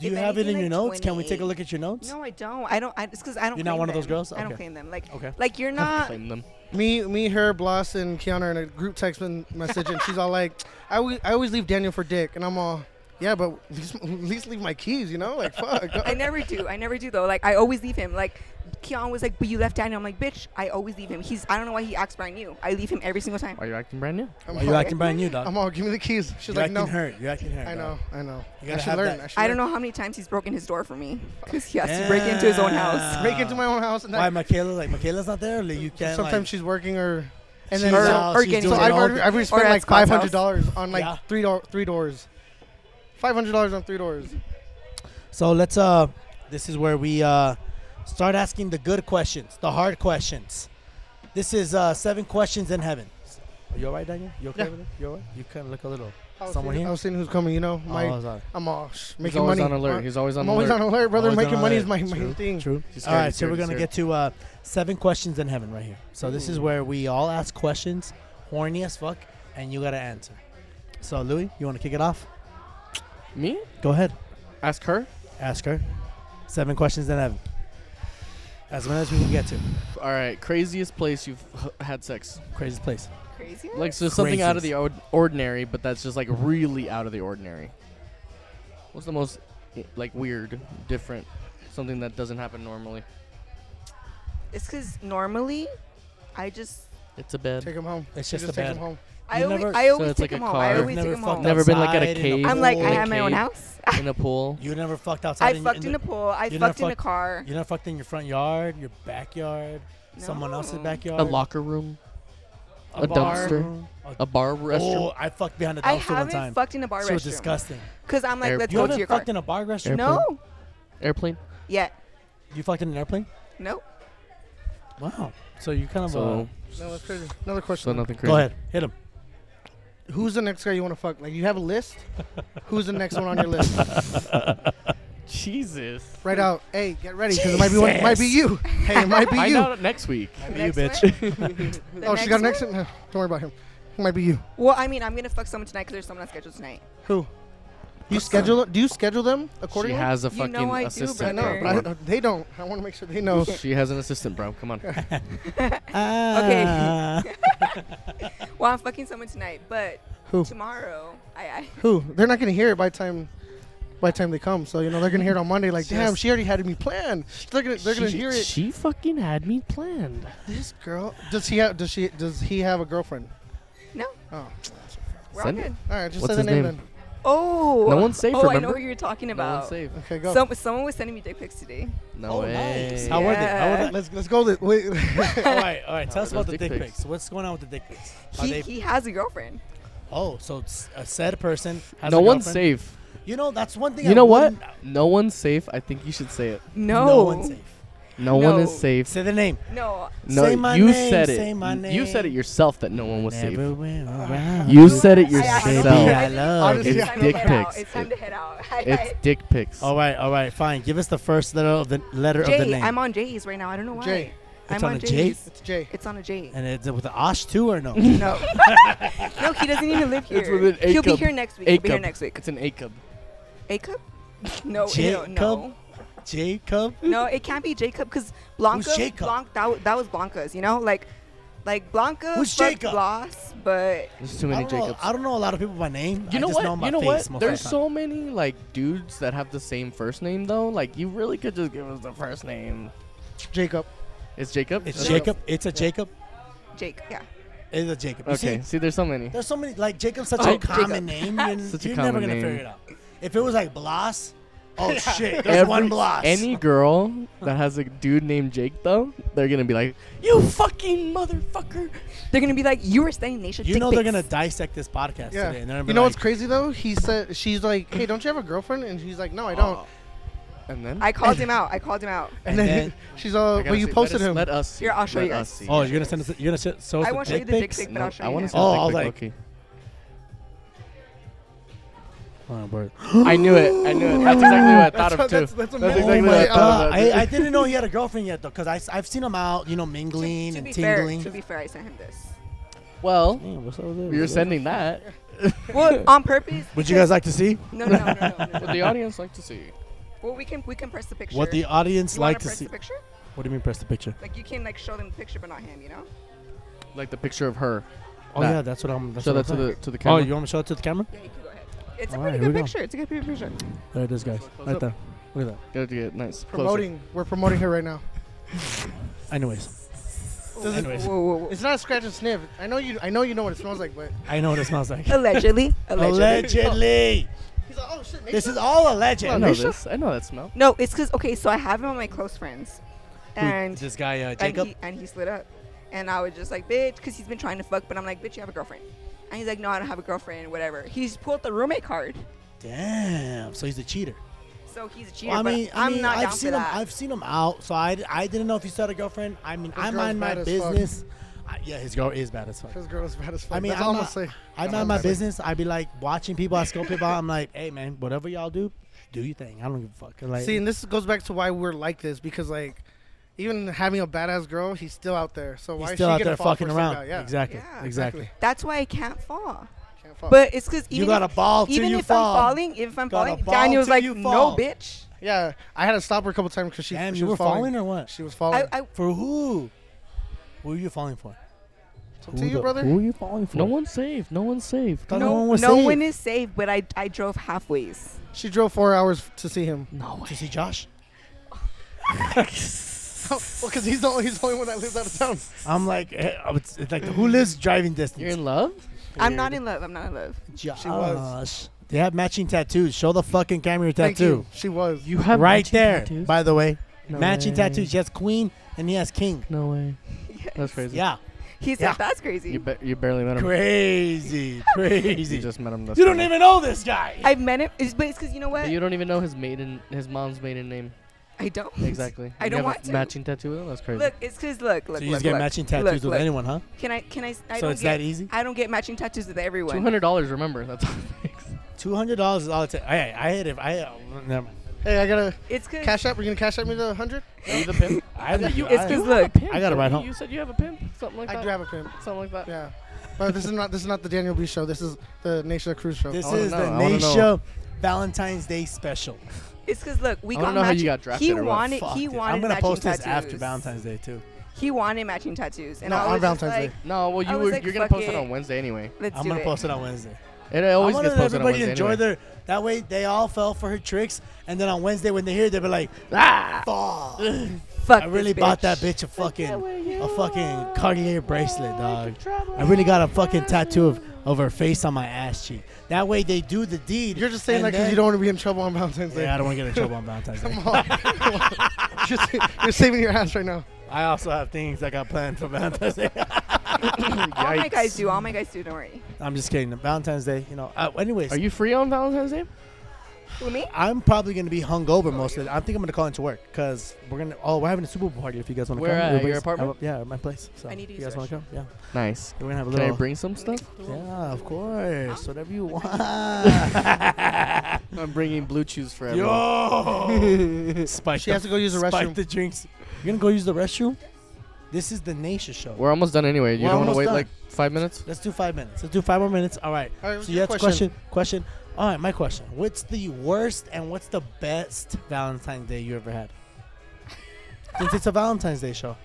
[SPEAKER 2] Do
[SPEAKER 4] if
[SPEAKER 2] you have it in
[SPEAKER 4] anything,
[SPEAKER 2] your
[SPEAKER 4] like
[SPEAKER 2] notes? Can we take a
[SPEAKER 4] 28.
[SPEAKER 2] look at your notes?
[SPEAKER 4] No, I don't. I don't. I, it's because I don't.
[SPEAKER 2] You're not
[SPEAKER 4] claim
[SPEAKER 2] one of those
[SPEAKER 4] them.
[SPEAKER 2] girls?
[SPEAKER 4] I don't
[SPEAKER 2] Okay.
[SPEAKER 4] claim them. Like,
[SPEAKER 2] Okay. Ah.
[SPEAKER 4] like you're
[SPEAKER 5] Not
[SPEAKER 4] not.
[SPEAKER 5] claim them.
[SPEAKER 3] Me, me, her, Bloss, and Kiana in a group text men- message, and she's all like, I, always, "I always leave Daniel for Dick," and I'm all, "Yeah, but at least, at least leave my keys, you know? Like, fuck."
[SPEAKER 4] I never do. I never do though. Like, I always leave him. Like, Keon was like, "But you left Daniel." I'm like, "Bitch, I always leave him. He's. I don't know why he acts brand new. I leave him every single time."
[SPEAKER 5] Are you acting brand new?
[SPEAKER 3] I'm
[SPEAKER 2] Why you
[SPEAKER 3] all-
[SPEAKER 2] acting brand new, dog?
[SPEAKER 3] I'm all, give me the keys. She's
[SPEAKER 2] You're
[SPEAKER 3] like,
[SPEAKER 2] acting
[SPEAKER 3] no.
[SPEAKER 2] hurt. You're acting hurt.
[SPEAKER 3] I
[SPEAKER 2] dog.
[SPEAKER 3] know, I know.
[SPEAKER 2] You
[SPEAKER 3] I
[SPEAKER 2] gotta
[SPEAKER 3] should
[SPEAKER 2] have
[SPEAKER 3] learn.
[SPEAKER 2] that.
[SPEAKER 3] should
[SPEAKER 4] I don't
[SPEAKER 3] learn.
[SPEAKER 4] know how many times he's broken his door for me because he has to break into his own house.
[SPEAKER 3] Break into my own house and
[SPEAKER 2] Why
[SPEAKER 3] that,
[SPEAKER 2] Michaela? Like Michaela's not there. Like you can't.
[SPEAKER 3] sometimes she's working or and then
[SPEAKER 2] She's
[SPEAKER 4] Or-
[SPEAKER 2] out,
[SPEAKER 4] or
[SPEAKER 2] she's
[SPEAKER 4] getting
[SPEAKER 3] so
[SPEAKER 2] doing
[SPEAKER 3] I've
[SPEAKER 2] all
[SPEAKER 3] already,
[SPEAKER 2] the-
[SPEAKER 3] I've already
[SPEAKER 4] Or
[SPEAKER 3] spent
[SPEAKER 4] at
[SPEAKER 3] like
[SPEAKER 4] Scott's
[SPEAKER 3] five
[SPEAKER 4] house.
[SPEAKER 3] hundred dollars on like
[SPEAKER 2] Yeah.
[SPEAKER 3] three door three doors. Five hundred dollars on three doors.
[SPEAKER 2] So let's uh this is where we uh start asking the good questions, the hard questions. This is uh seven questions in heaven. Are you alright, Daniel? You okay
[SPEAKER 3] Yeah.
[SPEAKER 2] with it? You alright? You kinda look a little
[SPEAKER 3] I was
[SPEAKER 2] someone
[SPEAKER 3] seeing,
[SPEAKER 2] here?
[SPEAKER 3] I was seeing who's coming. You know, my
[SPEAKER 2] oh, sorry.
[SPEAKER 3] I'm all shh,
[SPEAKER 5] He's
[SPEAKER 3] making
[SPEAKER 5] always
[SPEAKER 3] money.
[SPEAKER 5] on alert.
[SPEAKER 3] I'm-
[SPEAKER 5] He's always on
[SPEAKER 3] I'm
[SPEAKER 5] alert.
[SPEAKER 3] always on alert, brother.
[SPEAKER 2] Always on
[SPEAKER 3] Making money is my
[SPEAKER 2] alert.
[SPEAKER 3] main
[SPEAKER 5] True.
[SPEAKER 3] thing.
[SPEAKER 2] True.
[SPEAKER 5] He's
[SPEAKER 2] All
[SPEAKER 5] scared,
[SPEAKER 2] right,
[SPEAKER 5] he's
[SPEAKER 2] so
[SPEAKER 5] scared,
[SPEAKER 2] we're
[SPEAKER 5] he's
[SPEAKER 2] gonna
[SPEAKER 5] scared.
[SPEAKER 2] get to uh, seven questions in heaven right here. So this is where we all ask questions, horny as fuck, and you gotta answer. So Louis, you wanna kick it off?
[SPEAKER 5] Me?
[SPEAKER 2] Go ahead,
[SPEAKER 5] Ask her.
[SPEAKER 2] ask her. Seven questions in heaven. As many as we can get to.
[SPEAKER 5] All right. Craziest place you've h- had sex?
[SPEAKER 2] Craziest place.
[SPEAKER 4] Crazy.
[SPEAKER 5] Like so something out
[SPEAKER 2] Craziest.
[SPEAKER 5] of the ord- ordinary, but that's just like really out of the ordinary. What's the most i- like weird, different, something that doesn't happen normally?
[SPEAKER 4] It's because normally, I just.
[SPEAKER 5] It's a bed.
[SPEAKER 3] Take him home.
[SPEAKER 2] It's
[SPEAKER 3] You
[SPEAKER 2] just,
[SPEAKER 3] just
[SPEAKER 2] a
[SPEAKER 3] take
[SPEAKER 2] bad.
[SPEAKER 3] him home.
[SPEAKER 4] I
[SPEAKER 2] You
[SPEAKER 4] always,
[SPEAKER 2] never-
[SPEAKER 4] I
[SPEAKER 5] So
[SPEAKER 4] always
[SPEAKER 5] it's
[SPEAKER 4] take
[SPEAKER 5] like a
[SPEAKER 4] him home.
[SPEAKER 5] car.
[SPEAKER 4] I
[SPEAKER 5] You've
[SPEAKER 4] always take
[SPEAKER 2] never
[SPEAKER 4] him
[SPEAKER 2] fucked
[SPEAKER 4] home.
[SPEAKER 5] Never been like at a
[SPEAKER 2] outside in a
[SPEAKER 5] cave.
[SPEAKER 4] I'm like, I
[SPEAKER 5] in a
[SPEAKER 4] have my own
[SPEAKER 5] cave,
[SPEAKER 4] house.
[SPEAKER 5] in a pool.
[SPEAKER 2] You never fucked outside.
[SPEAKER 4] I fucked in a
[SPEAKER 2] the-
[SPEAKER 4] pool. I
[SPEAKER 2] you never
[SPEAKER 4] fucked in a
[SPEAKER 2] fucked-
[SPEAKER 4] car.
[SPEAKER 2] You never fucked in your front yard, your backyard, someone else's
[SPEAKER 4] No.
[SPEAKER 2] backyard.
[SPEAKER 5] A locker room. a
[SPEAKER 2] bar.
[SPEAKER 5] dumpster.
[SPEAKER 2] A-
[SPEAKER 5] A bar
[SPEAKER 2] oh,
[SPEAKER 5] restaurant.
[SPEAKER 2] I fucked behind a
[SPEAKER 4] I
[SPEAKER 2] dumpster one
[SPEAKER 4] haven't
[SPEAKER 2] time.
[SPEAKER 4] fucked in a bar
[SPEAKER 2] she was
[SPEAKER 4] restroom.
[SPEAKER 2] disgusting.
[SPEAKER 4] Because I'm like,
[SPEAKER 5] Air-
[SPEAKER 4] let's
[SPEAKER 2] You
[SPEAKER 4] go to
[SPEAKER 2] haven't
[SPEAKER 4] your
[SPEAKER 2] fucked
[SPEAKER 4] car.
[SPEAKER 2] in a bar restaurant.
[SPEAKER 4] No,
[SPEAKER 5] Airplane.
[SPEAKER 4] yet,
[SPEAKER 2] You fucked in an airplane.
[SPEAKER 4] no.
[SPEAKER 2] Wow. So you kind of. uh,
[SPEAKER 5] So,
[SPEAKER 3] No, that's crazy. Another question.
[SPEAKER 5] so nothing crazy.
[SPEAKER 2] go ahead, hit him.
[SPEAKER 3] Who's the next guy you want to fuck? Like, you have a list. Who's the next one on your list?
[SPEAKER 5] Jesus.
[SPEAKER 3] Right out. Hey, get ready because it might be one. It might be you. Hey, it might be
[SPEAKER 5] Find
[SPEAKER 3] you.
[SPEAKER 5] out next week.
[SPEAKER 4] Next
[SPEAKER 2] bitch.
[SPEAKER 4] one? The
[SPEAKER 3] Oh, she got an
[SPEAKER 4] one?
[SPEAKER 3] exit. No, don't worry about him. It might be you.
[SPEAKER 4] Well, I mean, I'm gonna fuck someone tonight because there's someone on schedule tonight.
[SPEAKER 3] Who? You schedule? Do you schedule them
[SPEAKER 5] She
[SPEAKER 3] accordingly?
[SPEAKER 5] has a
[SPEAKER 4] You know
[SPEAKER 5] fucking
[SPEAKER 4] I do,
[SPEAKER 3] I
[SPEAKER 5] assistant.
[SPEAKER 3] know,
[SPEAKER 4] brother.
[SPEAKER 5] bro.
[SPEAKER 3] but I, they don't. I want to make sure they know.
[SPEAKER 5] she has an assistant, bro. Come on.
[SPEAKER 2] Ah.
[SPEAKER 4] Well, I'm fucking someone tonight, but
[SPEAKER 3] Who?
[SPEAKER 4] tomorrow, I, I
[SPEAKER 3] Who? They're not gonna hear it by time, by time they come. So you know they're gonna hear it on Monday. Like, damn,
[SPEAKER 2] Just-
[SPEAKER 3] she already had me planned. They're gonna, they're gonna hear it.
[SPEAKER 5] She fucking had me planned.
[SPEAKER 3] This girl. Does he have? Does she? Does he have a girlfriend?
[SPEAKER 4] no,
[SPEAKER 3] Oh,
[SPEAKER 4] we're
[SPEAKER 5] Send
[SPEAKER 4] all
[SPEAKER 5] it.
[SPEAKER 4] good.
[SPEAKER 3] all right. Just
[SPEAKER 5] What's
[SPEAKER 3] say the
[SPEAKER 5] his
[SPEAKER 3] name,
[SPEAKER 5] name?
[SPEAKER 4] Oh,
[SPEAKER 5] No one's safe,
[SPEAKER 4] Oh, I know
[SPEAKER 5] remember?
[SPEAKER 4] what you're talking
[SPEAKER 5] No one's
[SPEAKER 4] about.
[SPEAKER 5] safe.
[SPEAKER 3] then. Okay, go.
[SPEAKER 4] Some, someone was sending me dick pics today.
[SPEAKER 5] No way.
[SPEAKER 2] Oh, nice. How were they? How were
[SPEAKER 4] Oh, Yeah.
[SPEAKER 2] they?
[SPEAKER 3] let's let's go. This, wait.
[SPEAKER 2] all right, all right. Tell us
[SPEAKER 5] those
[SPEAKER 2] about the
[SPEAKER 5] dick
[SPEAKER 2] dick
[SPEAKER 5] pics.
[SPEAKER 2] pics. What's going on with the dick pics? Are
[SPEAKER 4] He,
[SPEAKER 2] they?
[SPEAKER 4] he has a girlfriend.
[SPEAKER 2] Oh, so it's a said person. Has
[SPEAKER 5] No
[SPEAKER 2] a
[SPEAKER 5] one's
[SPEAKER 2] girlfriend.
[SPEAKER 5] safe.
[SPEAKER 2] You know that's one uh, thing.
[SPEAKER 5] You
[SPEAKER 2] I
[SPEAKER 5] know what?
[SPEAKER 2] wouldn't-
[SPEAKER 5] No one's safe. I think you should say it.
[SPEAKER 4] No,
[SPEAKER 2] No one's safe.
[SPEAKER 5] No, one is
[SPEAKER 4] No.
[SPEAKER 5] safe.
[SPEAKER 2] Say the name.
[SPEAKER 4] No,
[SPEAKER 5] No,
[SPEAKER 2] Say my
[SPEAKER 5] you
[SPEAKER 2] name,
[SPEAKER 5] said it.
[SPEAKER 2] say my
[SPEAKER 5] N- You said it
[SPEAKER 2] name.
[SPEAKER 5] yourself that no one was
[SPEAKER 2] Never
[SPEAKER 5] safe.
[SPEAKER 2] went around.
[SPEAKER 5] You said it
[SPEAKER 4] I actually-
[SPEAKER 5] yourself.
[SPEAKER 2] Baby,
[SPEAKER 4] I
[SPEAKER 2] I love
[SPEAKER 4] honestly,
[SPEAKER 3] you.
[SPEAKER 4] it's
[SPEAKER 5] It's
[SPEAKER 4] time to
[SPEAKER 5] dick
[SPEAKER 4] head out.
[SPEAKER 5] pics.
[SPEAKER 4] It's time to head out.
[SPEAKER 5] It's dick pics.
[SPEAKER 2] All right, all right, fine. Give us the first letter of the letter of the
[SPEAKER 4] Jay,
[SPEAKER 2] name.
[SPEAKER 4] I'm on J's right now. I don't know why.
[SPEAKER 3] J.
[SPEAKER 4] I'm
[SPEAKER 2] It's on
[SPEAKER 4] on,
[SPEAKER 2] a J?
[SPEAKER 4] J's.
[SPEAKER 3] It's Jay.
[SPEAKER 4] It's on a J.
[SPEAKER 2] and it's with the Osh too or no?
[SPEAKER 4] No. no, he doesn't even live here.
[SPEAKER 5] It's with an A
[SPEAKER 4] He'll be
[SPEAKER 5] cup.
[SPEAKER 4] here next week.
[SPEAKER 5] A
[SPEAKER 4] He'll be here
[SPEAKER 5] cup.
[SPEAKER 4] next week.
[SPEAKER 5] It's an A cup.
[SPEAKER 4] A cup? No, no,
[SPEAKER 2] Jacob?
[SPEAKER 4] no.
[SPEAKER 2] Jacob.
[SPEAKER 4] No, it can't be Jacob because Blanca.
[SPEAKER 2] Jacob?
[SPEAKER 4] Blanc- that, wa- that was Blanca's, you know? Like, like Blanca
[SPEAKER 2] Who's
[SPEAKER 4] fucked
[SPEAKER 2] Jacob?
[SPEAKER 4] Blas, but
[SPEAKER 5] There's too
[SPEAKER 2] I
[SPEAKER 5] many
[SPEAKER 2] don't, know,
[SPEAKER 5] Jacobs.
[SPEAKER 2] I don't know a lot of people by name.
[SPEAKER 5] You know
[SPEAKER 2] I just
[SPEAKER 5] what?
[SPEAKER 2] Know 'em by
[SPEAKER 5] you know
[SPEAKER 2] face
[SPEAKER 5] what?
[SPEAKER 2] most
[SPEAKER 5] There's
[SPEAKER 2] of the time.
[SPEAKER 5] so many like dudes that have the same first name though. Like you really could just give us the first name.
[SPEAKER 3] Jacob.
[SPEAKER 5] It's Jacob.
[SPEAKER 2] It's
[SPEAKER 5] Okay.
[SPEAKER 2] Jacob. It's a Jacob.
[SPEAKER 4] Jake, yeah.
[SPEAKER 2] It's a Jacob. You
[SPEAKER 5] Okay.
[SPEAKER 2] See,
[SPEAKER 5] See, there's so many.
[SPEAKER 2] there's so many like Jacob's
[SPEAKER 4] Oh,
[SPEAKER 2] such a
[SPEAKER 5] Jacob.
[SPEAKER 2] common name. You're,
[SPEAKER 5] Such a
[SPEAKER 2] you're never
[SPEAKER 5] common
[SPEAKER 2] gonna
[SPEAKER 5] name.
[SPEAKER 2] figure it out. If it was like Blas, oh shit, there's one Blas.
[SPEAKER 5] Any girl that has a dude named Jake though, they're gonna be like, "You fucking motherfucker."
[SPEAKER 4] They're going to be like, you were sending Nation
[SPEAKER 2] you
[SPEAKER 4] dick
[SPEAKER 2] know they're
[SPEAKER 4] pics."
[SPEAKER 2] gonna dissect this podcast today,
[SPEAKER 3] Yeah. You
[SPEAKER 2] and
[SPEAKER 3] know
[SPEAKER 2] they're gonna be
[SPEAKER 3] what's
[SPEAKER 2] like,
[SPEAKER 3] crazy though? He said she's like, "Hey, don't you have a girlfriend?" And he's like, "No, I
[SPEAKER 5] Oh,
[SPEAKER 3] don't."
[SPEAKER 5] And then
[SPEAKER 4] I called him out. I called him out.
[SPEAKER 2] And
[SPEAKER 3] And, then,
[SPEAKER 2] then-
[SPEAKER 3] she's all,
[SPEAKER 5] I gotta
[SPEAKER 3] "Well, you
[SPEAKER 5] see-
[SPEAKER 3] posted
[SPEAKER 5] let us-
[SPEAKER 3] him."
[SPEAKER 5] Let us. See.
[SPEAKER 4] Here, I'll show
[SPEAKER 5] Let
[SPEAKER 4] you
[SPEAKER 5] us
[SPEAKER 4] guys.
[SPEAKER 5] see.
[SPEAKER 2] "Oh, you're gonna send us, you're gonna sh- show us
[SPEAKER 4] I
[SPEAKER 2] the
[SPEAKER 4] won't show you
[SPEAKER 2] dick
[SPEAKER 4] the dick
[SPEAKER 2] pics."
[SPEAKER 4] pic, but
[SPEAKER 5] No,
[SPEAKER 4] I'll show
[SPEAKER 5] I
[SPEAKER 4] you.
[SPEAKER 5] want to
[SPEAKER 4] now.
[SPEAKER 5] see.
[SPEAKER 2] Oh, I
[SPEAKER 5] the
[SPEAKER 2] was
[SPEAKER 5] dick pic,
[SPEAKER 2] like-
[SPEAKER 5] low-key.
[SPEAKER 2] Oh, word.
[SPEAKER 5] I knew it. I knew it. That's exactly what I thought
[SPEAKER 3] what-
[SPEAKER 5] of too.
[SPEAKER 3] that's- that's what Mel-
[SPEAKER 5] exactly
[SPEAKER 3] Oh
[SPEAKER 5] what I
[SPEAKER 3] my
[SPEAKER 5] thought of.
[SPEAKER 2] Uh, I, I didn't know he had a girlfriend yet though, because I have seen him out, you know, mingling
[SPEAKER 4] To
[SPEAKER 2] and
[SPEAKER 4] be fair,
[SPEAKER 2] tingling.
[SPEAKER 4] to be fair, I sent him this.
[SPEAKER 5] well,
[SPEAKER 2] Damn, what's over there?
[SPEAKER 5] you're sending that.
[SPEAKER 4] Well, on purpose.
[SPEAKER 2] Would you guys like to see?
[SPEAKER 4] No, no, no, no, no, no.
[SPEAKER 5] What the audience like to see.
[SPEAKER 4] Well, we can we can press the picture.
[SPEAKER 2] What the audience
[SPEAKER 4] you wanna
[SPEAKER 2] like to
[SPEAKER 4] press
[SPEAKER 2] see.
[SPEAKER 4] the picture?
[SPEAKER 2] What do you mean press the picture?
[SPEAKER 4] Like you can like show them the picture, but not him. You know.
[SPEAKER 5] Like the picture of her.
[SPEAKER 2] Oh
[SPEAKER 5] That.
[SPEAKER 2] yeah, that's what I'm. That's
[SPEAKER 5] show
[SPEAKER 2] what
[SPEAKER 5] that to
[SPEAKER 2] I'm
[SPEAKER 5] the
[SPEAKER 2] saying.
[SPEAKER 5] to the
[SPEAKER 2] Oh,
[SPEAKER 5] camera.
[SPEAKER 2] you want me to show it to the camera?
[SPEAKER 4] Yeah, you can go ahead. It's a
[SPEAKER 2] All
[SPEAKER 4] pretty
[SPEAKER 2] right,
[SPEAKER 4] good
[SPEAKER 2] here we go.
[SPEAKER 4] picture. It's a good picture.
[SPEAKER 2] There it is, guys.
[SPEAKER 5] Close
[SPEAKER 2] Right
[SPEAKER 5] up.
[SPEAKER 2] there. Look at that.
[SPEAKER 5] Gotta get nice. closer.
[SPEAKER 3] Promoting. We're promoting her right now.
[SPEAKER 2] Anyways,
[SPEAKER 5] Oh.
[SPEAKER 3] Does it-
[SPEAKER 2] Anyways.
[SPEAKER 4] Whoa, whoa, whoa.
[SPEAKER 3] it's not a scratch and sniff. I know you. I know you know what it smells like, but
[SPEAKER 2] I know what it smells like.
[SPEAKER 4] Allegedly. Allegedly.
[SPEAKER 2] Allegedly,
[SPEAKER 3] he's like, oh shit. Nate
[SPEAKER 2] this
[SPEAKER 3] Shop."
[SPEAKER 2] is all a
[SPEAKER 5] I
[SPEAKER 2] legend.
[SPEAKER 5] know this. I know that smell.
[SPEAKER 4] No, it's because okay, so I have him on my close friends, and
[SPEAKER 2] this guy uh,
[SPEAKER 4] and
[SPEAKER 2] Jacob.
[SPEAKER 4] he, and he slid up, and I was just like, bitch, because he's been trying to fuck, but I'm like, bitch, you have a girlfriend, and he's like, no, I don't have a girlfriend, whatever. He's pulled the roommate card,
[SPEAKER 2] Damn. So he's a cheater.
[SPEAKER 4] so he's a cheater.
[SPEAKER 2] Well, I
[SPEAKER 4] but
[SPEAKER 2] mean, I
[SPEAKER 4] I'm
[SPEAKER 2] mean,
[SPEAKER 4] not
[SPEAKER 2] I've
[SPEAKER 4] down
[SPEAKER 2] seen
[SPEAKER 4] for
[SPEAKER 2] him.
[SPEAKER 4] that.
[SPEAKER 2] I've seen him out. So I, I didn't know if he still had a girlfriend. I mean, I
[SPEAKER 3] girl's
[SPEAKER 2] mind my
[SPEAKER 3] bad as fuck.
[SPEAKER 2] business. I, yeah, his girl is bad as fuck.
[SPEAKER 3] This girl is bad as fuck.
[SPEAKER 2] I mean,
[SPEAKER 3] That's
[SPEAKER 2] I'm
[SPEAKER 3] all
[SPEAKER 2] not,
[SPEAKER 3] say.
[SPEAKER 2] I
[SPEAKER 3] That's
[SPEAKER 2] mind
[SPEAKER 3] all
[SPEAKER 2] my
[SPEAKER 3] I'll say.
[SPEAKER 2] business. I be like watching people. I scope people. out. I'm like, hey man, whatever y'all do, do your thing. I don't give a fuck. Like,
[SPEAKER 3] See, and this goes back to why we're like this because like, even having a badass girl, he's still out there. So
[SPEAKER 2] he's
[SPEAKER 3] why
[SPEAKER 2] still
[SPEAKER 3] is she
[SPEAKER 2] out
[SPEAKER 3] gonna
[SPEAKER 2] there
[SPEAKER 3] fall
[SPEAKER 2] fucking
[SPEAKER 3] for some
[SPEAKER 2] around.
[SPEAKER 3] guy? Yeah.
[SPEAKER 2] Exactly.
[SPEAKER 4] Yeah,
[SPEAKER 2] exactly.
[SPEAKER 4] That's why I can't fall.
[SPEAKER 3] Can't fall.
[SPEAKER 4] But it's because
[SPEAKER 2] Oh. You got a ball till
[SPEAKER 4] even
[SPEAKER 2] you
[SPEAKER 4] if
[SPEAKER 2] fall.
[SPEAKER 4] I'm falling, if I'm
[SPEAKER 2] Got a
[SPEAKER 4] falling,
[SPEAKER 2] ball
[SPEAKER 4] Daniel's
[SPEAKER 2] till
[SPEAKER 4] like,
[SPEAKER 2] you
[SPEAKER 4] no,
[SPEAKER 2] fall."
[SPEAKER 4] bitch.
[SPEAKER 3] yeah, I had to stop her a couple times because she
[SPEAKER 2] Damn,
[SPEAKER 3] she
[SPEAKER 2] you
[SPEAKER 3] was
[SPEAKER 2] were falling or what?
[SPEAKER 3] She was falling.
[SPEAKER 4] I, I
[SPEAKER 2] For who? Who are you falling for?
[SPEAKER 3] to you,
[SPEAKER 2] the-
[SPEAKER 3] brother.
[SPEAKER 2] Who are you falling for?
[SPEAKER 5] No one's safe. No one's safe.
[SPEAKER 2] Thought
[SPEAKER 4] no,
[SPEAKER 2] was
[SPEAKER 4] no
[SPEAKER 2] safe.
[SPEAKER 4] one is safe, but I, I drove halfways.
[SPEAKER 3] She drove four hours f- to see him.
[SPEAKER 5] No
[SPEAKER 2] To see Josh.
[SPEAKER 3] well, because he's the only, he's the only one that lives out of town.
[SPEAKER 2] I'm like, eh, I would s- it's like who lives driving distance?
[SPEAKER 5] You're in love?
[SPEAKER 4] I'm not in love. I'm not in love.
[SPEAKER 2] Josh.
[SPEAKER 3] She was.
[SPEAKER 2] They have matching tattoos. Show the fucking camera your
[SPEAKER 3] Thank
[SPEAKER 2] tattoo.
[SPEAKER 3] you. She was.
[SPEAKER 5] You have
[SPEAKER 2] Right
[SPEAKER 5] matching
[SPEAKER 2] there,
[SPEAKER 5] tattoos?
[SPEAKER 2] by the way.
[SPEAKER 5] No
[SPEAKER 2] matching
[SPEAKER 5] way.
[SPEAKER 2] tattoos. She has queen and he has king.
[SPEAKER 5] No way. That's crazy.
[SPEAKER 2] Yeah.
[SPEAKER 4] He's
[SPEAKER 2] Yeah.
[SPEAKER 4] like, that's crazy.
[SPEAKER 5] You, ba- you barely met him.
[SPEAKER 2] Crazy. Crazy.
[SPEAKER 5] You just met him.
[SPEAKER 2] you don't even know this guy.
[SPEAKER 4] I've met him, it's, but it's because you know what?
[SPEAKER 5] You don't even know his maiden, his mom's maiden name.
[SPEAKER 4] I don't.
[SPEAKER 5] Exactly.
[SPEAKER 4] I
[SPEAKER 5] You
[SPEAKER 4] don't
[SPEAKER 5] have a
[SPEAKER 4] want to.
[SPEAKER 5] Matching tattoo with him. That's crazy.
[SPEAKER 4] Look, it's because look, look,
[SPEAKER 2] so you
[SPEAKER 4] look,
[SPEAKER 2] just get
[SPEAKER 4] look,
[SPEAKER 2] matching
[SPEAKER 4] look,
[SPEAKER 2] tattoos with
[SPEAKER 4] look.
[SPEAKER 2] anyone, huh?
[SPEAKER 4] Can I? Can I? I
[SPEAKER 2] so
[SPEAKER 4] don't
[SPEAKER 2] it's
[SPEAKER 4] get,
[SPEAKER 2] that e- easy.
[SPEAKER 4] I don't get matching tattoos with everyone.
[SPEAKER 5] Two hundred dollars. Remember, that's all it takes.
[SPEAKER 2] Two hundred dollars is all it takes. I, I hit it. I uh, never mind.
[SPEAKER 3] hey, I gotta
[SPEAKER 4] It's because
[SPEAKER 3] cash up. We're gonna cash up me the hundred.
[SPEAKER 5] Are you the pimp?
[SPEAKER 2] I would do-
[SPEAKER 4] it's
[SPEAKER 2] I-
[SPEAKER 4] 'cause look,
[SPEAKER 5] Pimp,
[SPEAKER 2] I gotta ride
[SPEAKER 5] you-
[SPEAKER 2] home.
[SPEAKER 5] You said you have a pimp, something like
[SPEAKER 3] I
[SPEAKER 5] that.
[SPEAKER 3] do have a pimp.
[SPEAKER 5] something like that.
[SPEAKER 3] Yeah, but this is not this is not the Daniel B show. This is the Nation of Cruz show.
[SPEAKER 2] This
[SPEAKER 5] I wanna
[SPEAKER 2] is
[SPEAKER 5] know,
[SPEAKER 2] the
[SPEAKER 5] I wanna know.
[SPEAKER 2] Nisha Valentine's Day special.
[SPEAKER 4] it's because look, we
[SPEAKER 5] I
[SPEAKER 4] got
[SPEAKER 5] don't know how
[SPEAKER 4] matching.
[SPEAKER 5] you got
[SPEAKER 4] he
[SPEAKER 5] drafted or what.
[SPEAKER 4] wanted.
[SPEAKER 2] Fuck,
[SPEAKER 4] he
[SPEAKER 2] dude.
[SPEAKER 4] wanted
[SPEAKER 2] I'm gonna
[SPEAKER 4] matching
[SPEAKER 2] post
[SPEAKER 4] tattoos.
[SPEAKER 2] this after Valentine's Day too.
[SPEAKER 4] He wanted matching tattoos, and
[SPEAKER 3] No,
[SPEAKER 4] I
[SPEAKER 3] on
[SPEAKER 4] was just
[SPEAKER 3] Valentine's
[SPEAKER 4] like,
[SPEAKER 3] Day.
[SPEAKER 5] No, well,
[SPEAKER 4] I
[SPEAKER 5] you
[SPEAKER 4] was
[SPEAKER 5] were
[SPEAKER 4] like,
[SPEAKER 5] you're gonna
[SPEAKER 4] fuck
[SPEAKER 5] post it.
[SPEAKER 4] it.
[SPEAKER 5] on Wednesday anyway.
[SPEAKER 4] Let's
[SPEAKER 2] I'm
[SPEAKER 4] do
[SPEAKER 2] gonna
[SPEAKER 4] it.
[SPEAKER 2] post it on Wednesday.
[SPEAKER 5] It
[SPEAKER 2] I
[SPEAKER 5] always
[SPEAKER 2] want to
[SPEAKER 5] gets
[SPEAKER 2] let
[SPEAKER 5] posted on
[SPEAKER 2] everybody
[SPEAKER 5] Wednesday.
[SPEAKER 2] enjoy
[SPEAKER 5] anyway.
[SPEAKER 2] their. That way, they all fell for her tricks, and then on Wednesday when they hear, it, they'll be like, "Ah, fuck!
[SPEAKER 4] Fuck.
[SPEAKER 2] I really
[SPEAKER 4] this
[SPEAKER 2] bought
[SPEAKER 4] bitch.
[SPEAKER 2] that bitch a fucking a fucking Cartier bracelet, dog. I really got a fucking tattoo of, of her face on my ass cheek. That way, they do the deed.
[SPEAKER 3] You're just saying
[SPEAKER 2] and
[SPEAKER 3] that because
[SPEAKER 2] then-
[SPEAKER 3] you don't want to be in trouble on Valentine's Day.
[SPEAKER 2] Yeah, I don't want to get in trouble on Valentine's Day.
[SPEAKER 3] Come on. you're, sa- you're saving your ass right now.
[SPEAKER 2] I also have things I got planned for Valentine's Day.
[SPEAKER 4] All my
[SPEAKER 5] Yikes.
[SPEAKER 4] guys do. All my guys do. Don't worry.
[SPEAKER 2] I'm just kidding. Valentine's Day, you know. Uh, anyways,
[SPEAKER 5] Are you free on Valentine's Day?
[SPEAKER 4] Who me?
[SPEAKER 2] I'm probably gonna be hungover most of the. I think I'm gonna call into work because we're gonna. Oh, we're having a Super Bowl party. If you guys want to
[SPEAKER 5] Where
[SPEAKER 2] come,
[SPEAKER 5] at? Your
[SPEAKER 2] Everybody's-
[SPEAKER 5] apartment?
[SPEAKER 2] uh, yeah, at my place. So
[SPEAKER 4] I need to
[SPEAKER 2] if you
[SPEAKER 4] use
[SPEAKER 2] guys want to come? Yeah,
[SPEAKER 5] Nice.
[SPEAKER 2] we're gonna have a
[SPEAKER 5] Can I
[SPEAKER 2] little.
[SPEAKER 5] bring some stuff?
[SPEAKER 2] yeah, of course. Whatever you want.
[SPEAKER 5] I'm bringing blue chews for everyone.
[SPEAKER 2] Yo, spike.
[SPEAKER 3] She has to go use the
[SPEAKER 2] Spike
[SPEAKER 3] restroom.
[SPEAKER 2] the drinks. You're gonna go use the restroom. This is the Nation show.
[SPEAKER 5] We're almost done anyway. You
[SPEAKER 2] We're
[SPEAKER 5] don't want
[SPEAKER 2] almost
[SPEAKER 5] to wait
[SPEAKER 2] done.
[SPEAKER 5] like five minutes?
[SPEAKER 2] Let's do five minutes. Let's do five more minutes. All right.
[SPEAKER 3] All right, what's
[SPEAKER 2] so
[SPEAKER 3] your
[SPEAKER 2] that's question.
[SPEAKER 3] question?
[SPEAKER 2] Question. All right, my question. What's the worst and what's the best Valentine's Day you ever had? Since it's a Valentine's Day show,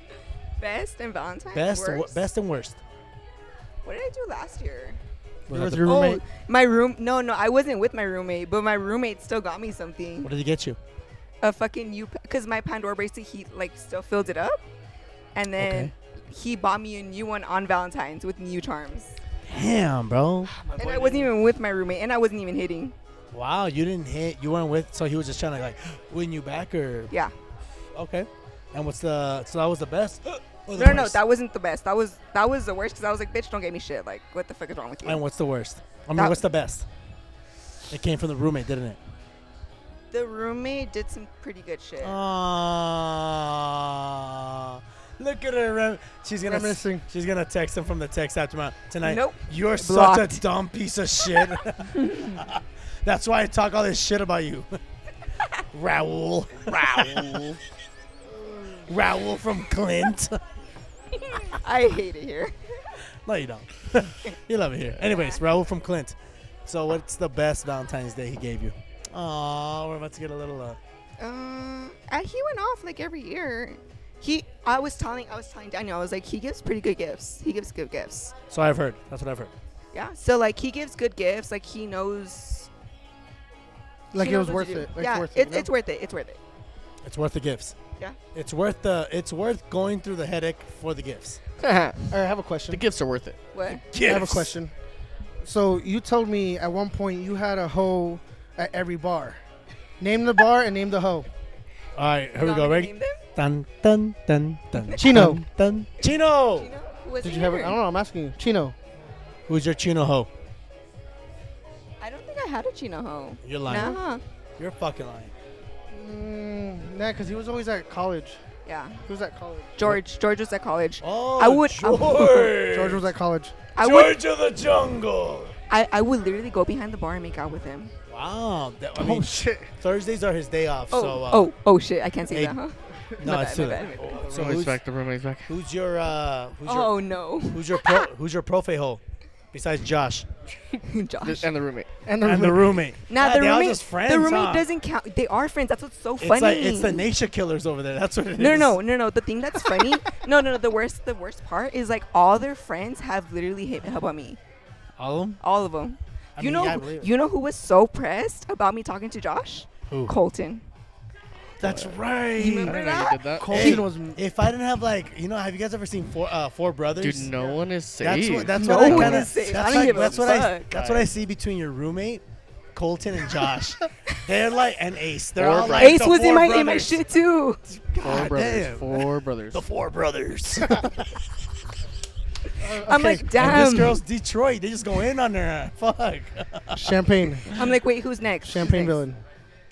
[SPEAKER 4] Best and Valentine's.
[SPEAKER 2] best, and wo-
[SPEAKER 4] Worst?
[SPEAKER 2] best and worst.
[SPEAKER 4] What did I do last year?
[SPEAKER 2] Was
[SPEAKER 3] You're
[SPEAKER 2] that
[SPEAKER 3] with
[SPEAKER 2] the-
[SPEAKER 3] your roommate.
[SPEAKER 4] Oh, my room. No, no, I wasn't with my roommate, but my roommate still got me something.
[SPEAKER 2] What did he get you?
[SPEAKER 4] A fucking new, because my Pandora bracelet, he like still filled it up, and then he bought me a new one on Valentine's with new charms.
[SPEAKER 2] Damn, bro.
[SPEAKER 4] And I wasn't even with my roommate, and I wasn't even hitting.
[SPEAKER 2] Wow, you didn't hit. You weren't with. So he was just trying to like win you back, or
[SPEAKER 4] Yeah.
[SPEAKER 2] okay. And what's the? So that was the best. or the
[SPEAKER 4] No, no, no,
[SPEAKER 2] worst?
[SPEAKER 4] that wasn't the best. That was that was the worst because I was like, bitch, don't get me shit. Like, what the fuck is wrong with you?
[SPEAKER 2] and what's the worst? I mean,
[SPEAKER 4] That-
[SPEAKER 2] what's the best? It came from the roommate, didn't it?
[SPEAKER 4] the roommate did some pretty good shit.
[SPEAKER 2] Oh. Aww. Look at her. Rem- she's gonna
[SPEAKER 3] Reminiscing.
[SPEAKER 2] She's gonna text him from the text aftermath tonight.
[SPEAKER 4] Nope.
[SPEAKER 2] You're such a
[SPEAKER 4] Blocked.
[SPEAKER 2] dumb piece of shit. That's why I talk all this shit about you, Raoul. Raoul. Raoul from Clint.
[SPEAKER 4] I hate it here.
[SPEAKER 2] no, you don't. you love it here. Anyways, Raoul from Clint. So, what's the best Valentine's Day he gave you? Aww, we're about to get a little. Uh,
[SPEAKER 4] Uh, and he went off like every year. He, I was telling, I was telling Daniel, I was like, he gives pretty good gifts. He gives good gifts.
[SPEAKER 2] So I've heard. That's what I've heard.
[SPEAKER 4] Yeah. So like, he gives good gifts. Like he knows. he
[SPEAKER 3] Like it was
[SPEAKER 4] knows what
[SPEAKER 3] worth
[SPEAKER 4] to do.
[SPEAKER 3] it. It's
[SPEAKER 4] yeah,
[SPEAKER 3] worth
[SPEAKER 4] it,
[SPEAKER 3] it. you know?
[SPEAKER 4] it's worth it. It's worth it.
[SPEAKER 2] It's worth the gifts.
[SPEAKER 4] Yeah.
[SPEAKER 2] It's worth the. It's worth going through the headache for the gifts.
[SPEAKER 5] the
[SPEAKER 3] All right, I have a question.
[SPEAKER 5] gifts are worth it.
[SPEAKER 4] What?
[SPEAKER 3] I have a question. So you told me at one point you had a hoe at every bar. Name the bar and name the hoe.
[SPEAKER 2] All right, here we
[SPEAKER 4] Dominic
[SPEAKER 2] go. Ready?
[SPEAKER 4] named them?
[SPEAKER 2] Dun dun dun dun.
[SPEAKER 3] Chino.
[SPEAKER 2] Dun, dun. Chino.
[SPEAKER 4] You know? Who was
[SPEAKER 3] Did
[SPEAKER 4] it
[SPEAKER 3] you have it?
[SPEAKER 4] here?
[SPEAKER 3] I don't know. I'm asking you. Chino.
[SPEAKER 2] Who's your Chino hoe?
[SPEAKER 4] I don't think I had a Chino home.
[SPEAKER 2] You're lying.
[SPEAKER 4] Nah.
[SPEAKER 2] You're fucking lying.
[SPEAKER 3] Mm, nah, because he was always at college.
[SPEAKER 4] Yeah.
[SPEAKER 3] He was at college.
[SPEAKER 4] George. George was at college.
[SPEAKER 2] Oh,
[SPEAKER 4] I would- I
[SPEAKER 2] George.
[SPEAKER 4] would-
[SPEAKER 3] George was at college.
[SPEAKER 4] I would.
[SPEAKER 2] George of the Jungle.
[SPEAKER 4] I, I would literally go behind the bar and make out with him.
[SPEAKER 2] Wow. That, I mean,
[SPEAKER 3] shit.
[SPEAKER 2] Thursdays are his day off.
[SPEAKER 4] Oh,
[SPEAKER 2] so, uh,
[SPEAKER 4] oh, oh shit! I can't say
[SPEAKER 2] hey,
[SPEAKER 4] that, huh?
[SPEAKER 2] no,
[SPEAKER 4] my
[SPEAKER 2] it's
[SPEAKER 4] bad,
[SPEAKER 2] too
[SPEAKER 4] my
[SPEAKER 2] late.
[SPEAKER 4] bad,
[SPEAKER 2] So
[SPEAKER 5] roommate's
[SPEAKER 2] who's,
[SPEAKER 5] back. The roommate's back.
[SPEAKER 2] who's your uh, who's your
[SPEAKER 4] Oh no,
[SPEAKER 2] who's your pro, who's your profe hoe? Besides Josh
[SPEAKER 4] Josh.
[SPEAKER 5] Th- And the roommate.
[SPEAKER 3] And the,
[SPEAKER 2] and the roommate.
[SPEAKER 4] Now
[SPEAKER 2] God,
[SPEAKER 4] the
[SPEAKER 2] they all
[SPEAKER 4] roommate,
[SPEAKER 2] just friends,
[SPEAKER 4] the roommate
[SPEAKER 2] huh?
[SPEAKER 4] doesn't count. They are friends. That's what's so
[SPEAKER 2] It's
[SPEAKER 4] funny.
[SPEAKER 2] like it's the nature killers over there. That's what it is.
[SPEAKER 4] no, no, no, no, no. The thing that's funny. no, no, no. The worst, the worst part is like all their friends have literally hit me up on me.
[SPEAKER 2] All of them.
[SPEAKER 4] All of them.
[SPEAKER 2] I
[SPEAKER 4] you
[SPEAKER 2] mean,
[SPEAKER 4] know,
[SPEAKER 2] yeah, I
[SPEAKER 4] who-
[SPEAKER 2] believe it.
[SPEAKER 4] you know who was so pressed about me talking to Josh?
[SPEAKER 2] Who?
[SPEAKER 4] Colton.
[SPEAKER 2] That's right.
[SPEAKER 5] I
[SPEAKER 4] remember
[SPEAKER 5] didn't know you did that.
[SPEAKER 3] Colton
[SPEAKER 2] Hey,
[SPEAKER 3] was.
[SPEAKER 2] If I didn't have like, you know, have you guys ever seen Four uh, Four Brothers?
[SPEAKER 5] Dude, no one is safe.
[SPEAKER 2] That's what. That's
[SPEAKER 4] No
[SPEAKER 2] what I
[SPEAKER 4] one
[SPEAKER 2] kind
[SPEAKER 4] is
[SPEAKER 2] of.
[SPEAKER 4] safe.
[SPEAKER 2] That's,
[SPEAKER 4] I don't
[SPEAKER 2] like,
[SPEAKER 4] give a
[SPEAKER 2] that's what I.
[SPEAKER 4] fuck.
[SPEAKER 2] That's what I see between your roommate, Colton and Josh. They're like an ace. They're
[SPEAKER 5] Four
[SPEAKER 2] all like
[SPEAKER 5] brothers.
[SPEAKER 4] Ace
[SPEAKER 2] the
[SPEAKER 4] was in
[SPEAKER 2] four
[SPEAKER 4] my in my
[SPEAKER 2] brothers.
[SPEAKER 4] shit too.
[SPEAKER 5] four
[SPEAKER 2] God
[SPEAKER 5] brothers.
[SPEAKER 2] damn.
[SPEAKER 5] Four brothers.
[SPEAKER 2] The four brothers.
[SPEAKER 4] I'm like,
[SPEAKER 2] And
[SPEAKER 4] damn.
[SPEAKER 2] this girl's Detroit. They just go in on her. Fuck.
[SPEAKER 3] Champagne.
[SPEAKER 4] I'm like, wait, who's next? Who's
[SPEAKER 3] Champagne
[SPEAKER 4] next?
[SPEAKER 3] villain.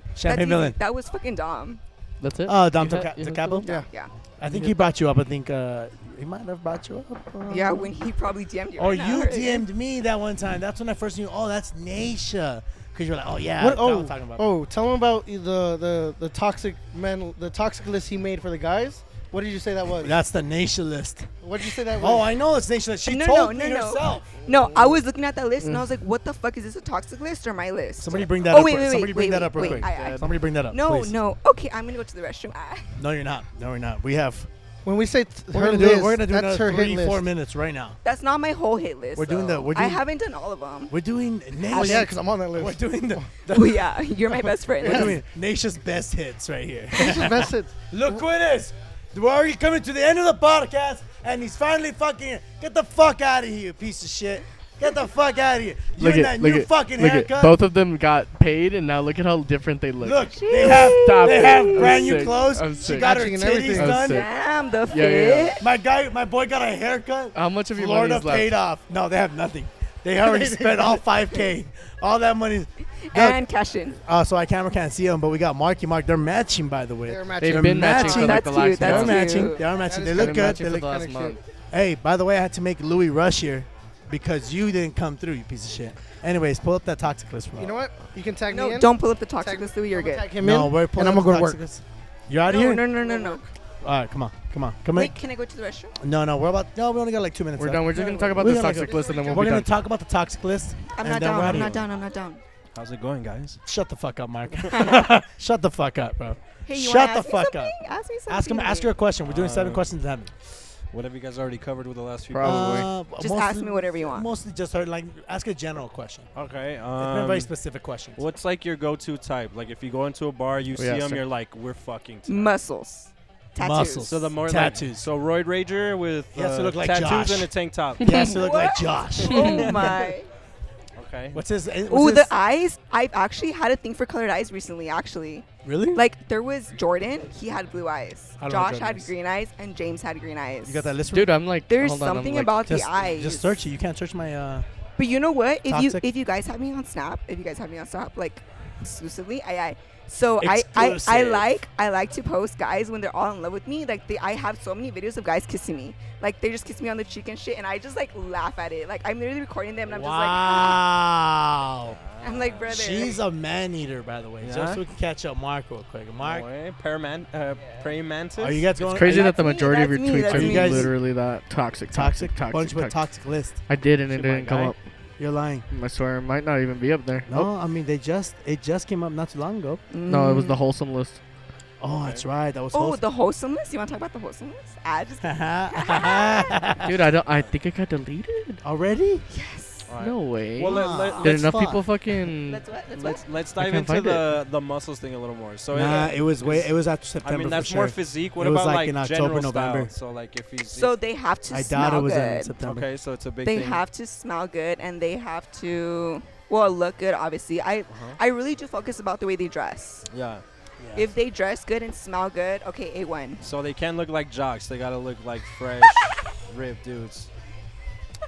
[SPEAKER 4] That's
[SPEAKER 2] Champagne
[SPEAKER 4] easy.
[SPEAKER 2] villain.
[SPEAKER 4] That was fucking Dom.
[SPEAKER 5] That's it.
[SPEAKER 2] Oh, Dom
[SPEAKER 5] You had-
[SPEAKER 2] Toca-
[SPEAKER 5] you had
[SPEAKER 2] Tacabo?
[SPEAKER 5] the-
[SPEAKER 3] Yeah.
[SPEAKER 4] Yeah.
[SPEAKER 2] I think he brought you up. I think uh, he might have brought you up. uh,
[SPEAKER 4] Yeah, when he probably DM'd you.
[SPEAKER 2] Or
[SPEAKER 4] right now,
[SPEAKER 2] Oh, you
[SPEAKER 4] right?
[SPEAKER 2] DM'd me that one time. That's when I first knew. Oh, that's Naisha. Cause you're like, oh yeah,
[SPEAKER 3] What?
[SPEAKER 2] that's what
[SPEAKER 3] Oh,
[SPEAKER 2] I'm talking about.
[SPEAKER 3] oh, tell him about the, the the toxic men, the toxic list he made for the guys. What did you say that was?
[SPEAKER 2] That's the Naisha list.
[SPEAKER 3] What did you say that was?
[SPEAKER 2] Oh, I know it's Naisha list. She
[SPEAKER 4] No,
[SPEAKER 2] told
[SPEAKER 4] no,
[SPEAKER 2] me
[SPEAKER 4] no, no.
[SPEAKER 2] herself.
[SPEAKER 4] No, I was looking at that list and I was like, what the fuck is this a toxic list or my list?
[SPEAKER 2] Mm. Somebody bring that
[SPEAKER 4] oh,
[SPEAKER 2] up.
[SPEAKER 4] Wait,
[SPEAKER 2] real-
[SPEAKER 4] wait, wait,
[SPEAKER 2] Somebody bring
[SPEAKER 4] wait,
[SPEAKER 2] that up real
[SPEAKER 4] wait,
[SPEAKER 2] quick.
[SPEAKER 4] I- I-
[SPEAKER 2] Somebody bring that up.
[SPEAKER 4] No,
[SPEAKER 2] please.
[SPEAKER 4] no. Okay, I'm gonna go to the restroom. Ah.
[SPEAKER 2] No, you're not. No, you're not. We have.
[SPEAKER 3] When we say t-
[SPEAKER 2] We're
[SPEAKER 3] her
[SPEAKER 2] gonna
[SPEAKER 3] list,
[SPEAKER 2] do. We're gonna do
[SPEAKER 3] that's her
[SPEAKER 2] another three,
[SPEAKER 3] hit
[SPEAKER 2] four
[SPEAKER 3] list.
[SPEAKER 2] minutes right now.
[SPEAKER 4] That's not my whole hit list.
[SPEAKER 2] We're doing
[SPEAKER 4] though.
[SPEAKER 2] the- we're
[SPEAKER 4] I
[SPEAKER 2] doing-
[SPEAKER 4] haven't done all of them.
[SPEAKER 2] We're doing Naisha.
[SPEAKER 3] Oh yeah, because I'm on that list.
[SPEAKER 2] we're doing the. the
[SPEAKER 4] Well, yeah, you're my best friend.
[SPEAKER 2] we're doing Naisha's best hits right here.
[SPEAKER 3] That's it.
[SPEAKER 2] Look who it is. We're already coming to the end of the podcast, and he's finally fucking here. Get the fuck out of here, you piece of shit. Get the fuck out of here. You
[SPEAKER 5] Look
[SPEAKER 2] and
[SPEAKER 5] at
[SPEAKER 2] that
[SPEAKER 5] look
[SPEAKER 2] new
[SPEAKER 5] at
[SPEAKER 2] fucking
[SPEAKER 5] look at
[SPEAKER 2] haircut.
[SPEAKER 5] both of them got paid, and now look at how different they look.
[SPEAKER 2] Look, they have
[SPEAKER 5] Stop
[SPEAKER 2] they
[SPEAKER 5] it.
[SPEAKER 2] have
[SPEAKER 5] I'm
[SPEAKER 2] brand new
[SPEAKER 5] sick.
[SPEAKER 2] clothes.
[SPEAKER 5] I'm
[SPEAKER 2] she
[SPEAKER 5] sick.
[SPEAKER 2] got her
[SPEAKER 3] Matching and
[SPEAKER 2] titties
[SPEAKER 3] everything.
[SPEAKER 5] I'm
[SPEAKER 2] done.
[SPEAKER 5] sick.
[SPEAKER 4] Damn, the fit.
[SPEAKER 5] Yeah, yeah, yeah.
[SPEAKER 2] My guy, my boy got a haircut.
[SPEAKER 5] How much of your money
[SPEAKER 2] Florida
[SPEAKER 5] is left?
[SPEAKER 2] paid off. No, they have nothing. They already spent all 5K. All that money.
[SPEAKER 4] And cash in.
[SPEAKER 2] Uh, so I camera can't see them, but we got Marky Mark. They're matching, by the way.
[SPEAKER 3] They're
[SPEAKER 5] They've
[SPEAKER 3] matching.
[SPEAKER 5] been matching
[SPEAKER 2] matching.
[SPEAKER 5] for like the
[SPEAKER 4] That's cute,
[SPEAKER 5] last
[SPEAKER 2] They are
[SPEAKER 4] that's
[SPEAKER 5] month.
[SPEAKER 4] cute.
[SPEAKER 2] matching. They are matching. They
[SPEAKER 3] is
[SPEAKER 2] look
[SPEAKER 5] They've been
[SPEAKER 2] good.
[SPEAKER 5] matching
[SPEAKER 2] They
[SPEAKER 5] for
[SPEAKER 2] look
[SPEAKER 5] the last
[SPEAKER 3] kinda
[SPEAKER 5] month.
[SPEAKER 2] Hey, by the way, I had to make Louis rush here because you didn't come through, you piece of shit. Anyways, pull up that toxic list for me.
[SPEAKER 3] You know what? You can tag me
[SPEAKER 4] No,
[SPEAKER 3] in.
[SPEAKER 4] don't pull up the toxic
[SPEAKER 3] Tag-
[SPEAKER 4] list. Louis, You're
[SPEAKER 3] I'ma
[SPEAKER 4] good.
[SPEAKER 3] Tag him
[SPEAKER 2] No,
[SPEAKER 3] in,
[SPEAKER 2] we're pulling
[SPEAKER 3] and I'm
[SPEAKER 2] up
[SPEAKER 3] gonna go
[SPEAKER 2] the
[SPEAKER 3] to
[SPEAKER 2] toxic
[SPEAKER 3] work.
[SPEAKER 2] list. You're out of
[SPEAKER 4] No,
[SPEAKER 2] here.
[SPEAKER 4] no, no, no, no.
[SPEAKER 2] All right, come on, come on, come
[SPEAKER 4] Wait,
[SPEAKER 2] in.
[SPEAKER 4] can I go to the restroom?
[SPEAKER 2] No, no, we're about. No, we only got like two minutes.
[SPEAKER 5] We're
[SPEAKER 2] left.
[SPEAKER 5] done. We're just gonna talk about
[SPEAKER 2] We're
[SPEAKER 5] this
[SPEAKER 2] gonna
[SPEAKER 5] toxic
[SPEAKER 2] go-
[SPEAKER 5] list, and then
[SPEAKER 2] We're,
[SPEAKER 5] we'll be
[SPEAKER 2] gonna
[SPEAKER 5] done.
[SPEAKER 2] talk about the toxic list.
[SPEAKER 4] I'm
[SPEAKER 2] and then
[SPEAKER 4] not down.
[SPEAKER 2] we're outta
[SPEAKER 4] I'm not
[SPEAKER 2] here.
[SPEAKER 4] down. I'm not down.
[SPEAKER 6] How's it going, guys?
[SPEAKER 2] Shut the fuck up, Mark. Shut the fuck up, bro.
[SPEAKER 4] Hey, you
[SPEAKER 2] Shut
[SPEAKER 4] wanna
[SPEAKER 2] the
[SPEAKER 4] ask me
[SPEAKER 2] fuck
[SPEAKER 4] something?
[SPEAKER 2] up.
[SPEAKER 4] Ask me something.
[SPEAKER 2] Ask him. Ask her a question. We're doing seven
[SPEAKER 6] Uh,
[SPEAKER 2] questions to heaven.
[SPEAKER 6] Whatever you guys already covered with the last few.
[SPEAKER 5] Probably.
[SPEAKER 4] Just ask me whatever you want.
[SPEAKER 2] Mostly just her. Like, ask a general question.
[SPEAKER 6] Okay.
[SPEAKER 2] It's been
[SPEAKER 6] Um,
[SPEAKER 2] very specific questions.
[SPEAKER 6] what's like your go-to type? Like if you go into a bar,
[SPEAKER 2] Oh,
[SPEAKER 6] you see
[SPEAKER 5] yeah,
[SPEAKER 6] them,
[SPEAKER 5] sir.
[SPEAKER 6] you're like, we're fucking. tonight."
[SPEAKER 4] Muscles. Tattoos.
[SPEAKER 2] Muscles.
[SPEAKER 6] So the more like-
[SPEAKER 2] Mm, Tattoos.
[SPEAKER 6] so Roid Rager with
[SPEAKER 2] He has to
[SPEAKER 6] uh,
[SPEAKER 2] look like
[SPEAKER 6] tattoos
[SPEAKER 2] Josh.
[SPEAKER 6] and a tank top.
[SPEAKER 2] He has to look like Josh.
[SPEAKER 4] Oh my.
[SPEAKER 6] okay.
[SPEAKER 2] What's his? what's
[SPEAKER 4] Ooh, the
[SPEAKER 2] his-
[SPEAKER 4] eyes. I've actually had a thing for colored eyes recently, actually.
[SPEAKER 2] really?
[SPEAKER 4] Like, there was Jordan, he had blue eyes.
[SPEAKER 2] I don't know
[SPEAKER 4] Josh
[SPEAKER 2] Jordan
[SPEAKER 4] had
[SPEAKER 2] is.
[SPEAKER 4] green eyes, and James had green eyes.
[SPEAKER 2] you got that list?
[SPEAKER 5] Dude, I'm like,
[SPEAKER 4] There's
[SPEAKER 5] hold on, I'm
[SPEAKER 4] something
[SPEAKER 5] like-
[SPEAKER 4] about
[SPEAKER 2] just,
[SPEAKER 4] the eyes.
[SPEAKER 2] Just search it. You can't search my. uh
[SPEAKER 4] But you know what? If
[SPEAKER 2] Toxic.
[SPEAKER 4] you if you guys have me on Snap, if you guys have me on Snap, like exclusively, I I. So I, I I
[SPEAKER 2] Exclusive.
[SPEAKER 4] like I like to post guys when they're all in love with me. Like they, I have so many videos of guys kissing me. Like they just kiss me on the cheek and shit, and I just like laugh at it. Like I'm literally recording them, and I'm
[SPEAKER 2] Wow.
[SPEAKER 4] just like, I'm like brother.
[SPEAKER 2] She's a man eater, by the way. Just
[SPEAKER 6] Yeah?
[SPEAKER 2] so we can catch up, Mark, real quick. Mark,
[SPEAKER 6] No way. Paraman- uh, praying mantis.
[SPEAKER 2] are you guys going?
[SPEAKER 5] It's crazy
[SPEAKER 2] are you
[SPEAKER 5] that the
[SPEAKER 4] That's me,
[SPEAKER 5] majority of your
[SPEAKER 4] that's me,
[SPEAKER 5] tweets
[SPEAKER 4] that's
[SPEAKER 5] are
[SPEAKER 2] me. You guys-
[SPEAKER 5] literally that toxic,
[SPEAKER 2] toxic,
[SPEAKER 5] toxic, toxic.
[SPEAKER 2] bunch with
[SPEAKER 5] toxic.
[SPEAKER 2] toxic list.
[SPEAKER 5] I did, and it
[SPEAKER 6] Shit, my
[SPEAKER 5] didn't come
[SPEAKER 6] guy.
[SPEAKER 5] up.
[SPEAKER 2] You're lying.
[SPEAKER 5] I swear, it might not even be up there.
[SPEAKER 2] No, I mean they just it just came up not too long ago.
[SPEAKER 5] No, it was the wholesome list.
[SPEAKER 2] Oh, that's right. That was.
[SPEAKER 4] Oh, the wholesomeness. You want to talk about the wholesomeness? Ah, I just
[SPEAKER 2] the
[SPEAKER 5] Dude, I don't. I think I got deleted.
[SPEAKER 2] already.
[SPEAKER 4] yes.
[SPEAKER 6] All right.
[SPEAKER 5] No way.
[SPEAKER 6] Well, let,
[SPEAKER 2] Wow.
[SPEAKER 6] let,
[SPEAKER 5] Did
[SPEAKER 6] let's,
[SPEAKER 5] enough
[SPEAKER 2] fuck.
[SPEAKER 5] people fucking?
[SPEAKER 4] That's what. That's
[SPEAKER 6] let's
[SPEAKER 4] what.
[SPEAKER 6] let's
[SPEAKER 5] I
[SPEAKER 6] dive
[SPEAKER 5] can't
[SPEAKER 6] into
[SPEAKER 5] find it.
[SPEAKER 6] the the muscles thing a little more. So
[SPEAKER 2] Nah,
[SPEAKER 6] uh,
[SPEAKER 2] it was way. It was after
[SPEAKER 6] I
[SPEAKER 2] September.
[SPEAKER 6] mean, that's
[SPEAKER 2] for
[SPEAKER 6] more
[SPEAKER 2] sure.
[SPEAKER 6] physique. What
[SPEAKER 2] It was
[SPEAKER 6] about
[SPEAKER 2] like
[SPEAKER 6] like,
[SPEAKER 2] in October,
[SPEAKER 6] general
[SPEAKER 2] November.
[SPEAKER 6] style? So like if he's
[SPEAKER 4] So they have to
[SPEAKER 2] I doubt it
[SPEAKER 4] smell
[SPEAKER 2] was in
[SPEAKER 4] good.
[SPEAKER 2] September.
[SPEAKER 6] okay, so it's a big
[SPEAKER 4] They
[SPEAKER 6] thing.
[SPEAKER 4] have to smell good and they have to well look good. Obviously, I
[SPEAKER 6] Uh-huh.
[SPEAKER 4] I really do focus about the way they dress.
[SPEAKER 6] Yeah.
[SPEAKER 4] If they dress good and smell good, okay, a one.
[SPEAKER 6] So they can't look like jocks. They gotta look like fresh, ripped dudes.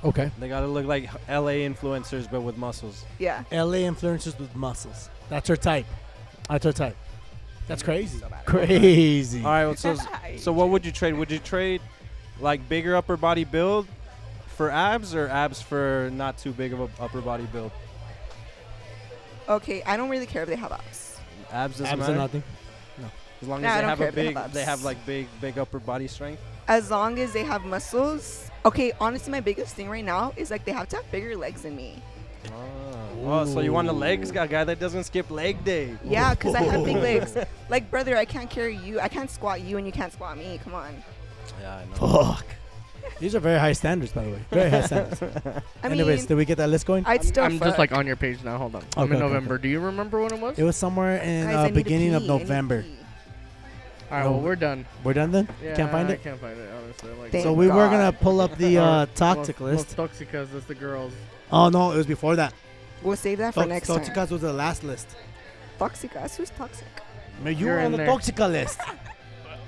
[SPEAKER 3] Okay.
[SPEAKER 6] They gotta look like LA influencers but with muscles.
[SPEAKER 4] Yeah.
[SPEAKER 2] LA influencers with muscles. That's her type. That's her type. That's crazy. Crazy.
[SPEAKER 6] All right. Well, so so what would you trade? Would you trade like bigger upper body build for abs or abs for not too big of a upper body build?
[SPEAKER 4] Okay, I don't really care if they have ups.
[SPEAKER 6] Abs doesn't
[SPEAKER 2] Abs are
[SPEAKER 6] matter.
[SPEAKER 2] nothing.
[SPEAKER 6] As long
[SPEAKER 4] Nah,
[SPEAKER 6] as
[SPEAKER 4] I
[SPEAKER 6] they
[SPEAKER 4] don't
[SPEAKER 6] have
[SPEAKER 4] care
[SPEAKER 6] a
[SPEAKER 4] if they have
[SPEAKER 6] big, they
[SPEAKER 4] abs.
[SPEAKER 6] have like big, big upper body strength.
[SPEAKER 4] As long as they have muscles. Okay, honestly, my biggest thing right now is like they have to have bigger legs than me.
[SPEAKER 6] Oh, so you want a legs guy, guy that doesn't skip leg day?
[SPEAKER 4] Yeah, because I have big legs. Like, brother, I can't carry you. I can't squat you, and you can't squat me. Come on.
[SPEAKER 6] Yeah, I know.
[SPEAKER 2] Fuck. These are very high standards, by the way. Very high standards.
[SPEAKER 4] I mean,
[SPEAKER 2] Anyways, did we get that list going?
[SPEAKER 4] I'd still.
[SPEAKER 5] I'm
[SPEAKER 4] fuck.
[SPEAKER 5] just like on your page now. Hold on. I'm
[SPEAKER 2] Okay,
[SPEAKER 5] in
[SPEAKER 2] okay,
[SPEAKER 5] November. Do you remember when it was?
[SPEAKER 2] it was somewhere in
[SPEAKER 4] Guys, I
[SPEAKER 2] uh,
[SPEAKER 4] need to
[SPEAKER 2] beginning of
[SPEAKER 4] pee, I need to
[SPEAKER 2] November.
[SPEAKER 4] pee.
[SPEAKER 5] All right.
[SPEAKER 2] No.
[SPEAKER 5] Well, we're done.
[SPEAKER 2] We're done then.
[SPEAKER 5] Yeah,
[SPEAKER 2] Can't find
[SPEAKER 5] I
[SPEAKER 2] it.
[SPEAKER 5] Can't find it. Honestly. Like,
[SPEAKER 4] Thank
[SPEAKER 2] so we were
[SPEAKER 4] God.
[SPEAKER 2] gonna pull up the uh, toxic
[SPEAKER 5] Los-
[SPEAKER 2] list.
[SPEAKER 5] Los Toxicas. That's the girls.
[SPEAKER 2] Oh no, it was before that.
[SPEAKER 4] We'll save that for
[SPEAKER 2] Tox-
[SPEAKER 4] next time.
[SPEAKER 2] Toxicas was the last list.
[SPEAKER 4] Toxicas. Who's toxic?
[SPEAKER 2] No, you
[SPEAKER 5] You're
[SPEAKER 2] were on
[SPEAKER 5] in
[SPEAKER 2] the
[SPEAKER 5] there.
[SPEAKER 2] Toxica list,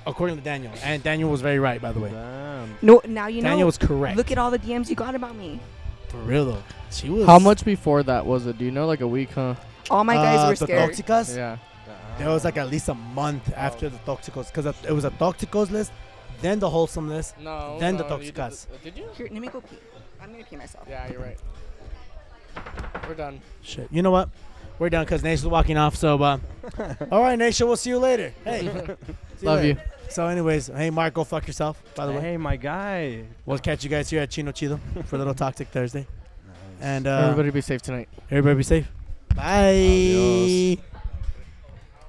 [SPEAKER 2] according to Daniel. And Daniel was very right, by the way.
[SPEAKER 6] Damn.
[SPEAKER 4] No, now you
[SPEAKER 2] Daniel
[SPEAKER 4] know.
[SPEAKER 2] was correct.
[SPEAKER 4] Look at all the DMs you got about me.
[SPEAKER 2] For real though, she was.
[SPEAKER 5] How much before that was it? Do you know? Like a week, huh?
[SPEAKER 4] All my guys
[SPEAKER 2] uh,
[SPEAKER 4] were
[SPEAKER 2] the
[SPEAKER 4] scared.
[SPEAKER 2] Toxicas.
[SPEAKER 5] Yeah.
[SPEAKER 2] There was like at least a month after the Toxicos, because it was a Toxicos list, then the Wholesome list.
[SPEAKER 5] No.
[SPEAKER 2] Then the no, you did Toxicas.
[SPEAKER 5] Did you?
[SPEAKER 4] Here, let me go pee. I'm gonna pee myself.
[SPEAKER 5] Yeah, you're right. We're done.
[SPEAKER 2] Shit. You know what? We're done because Nation's walking off. So, uh, all right, Nation, we'll see you later. Hey, see
[SPEAKER 5] Love
[SPEAKER 2] later. So, anyways, hey, Mark, go fuck yourself. By the way,
[SPEAKER 6] Hey, my guy.
[SPEAKER 2] we'll catch you guys here at Chino Chido for Little Toxic Thursday. And uh,
[SPEAKER 5] Everybody be safe tonight.
[SPEAKER 2] everybody be safe. Bye.
[SPEAKER 6] Adios.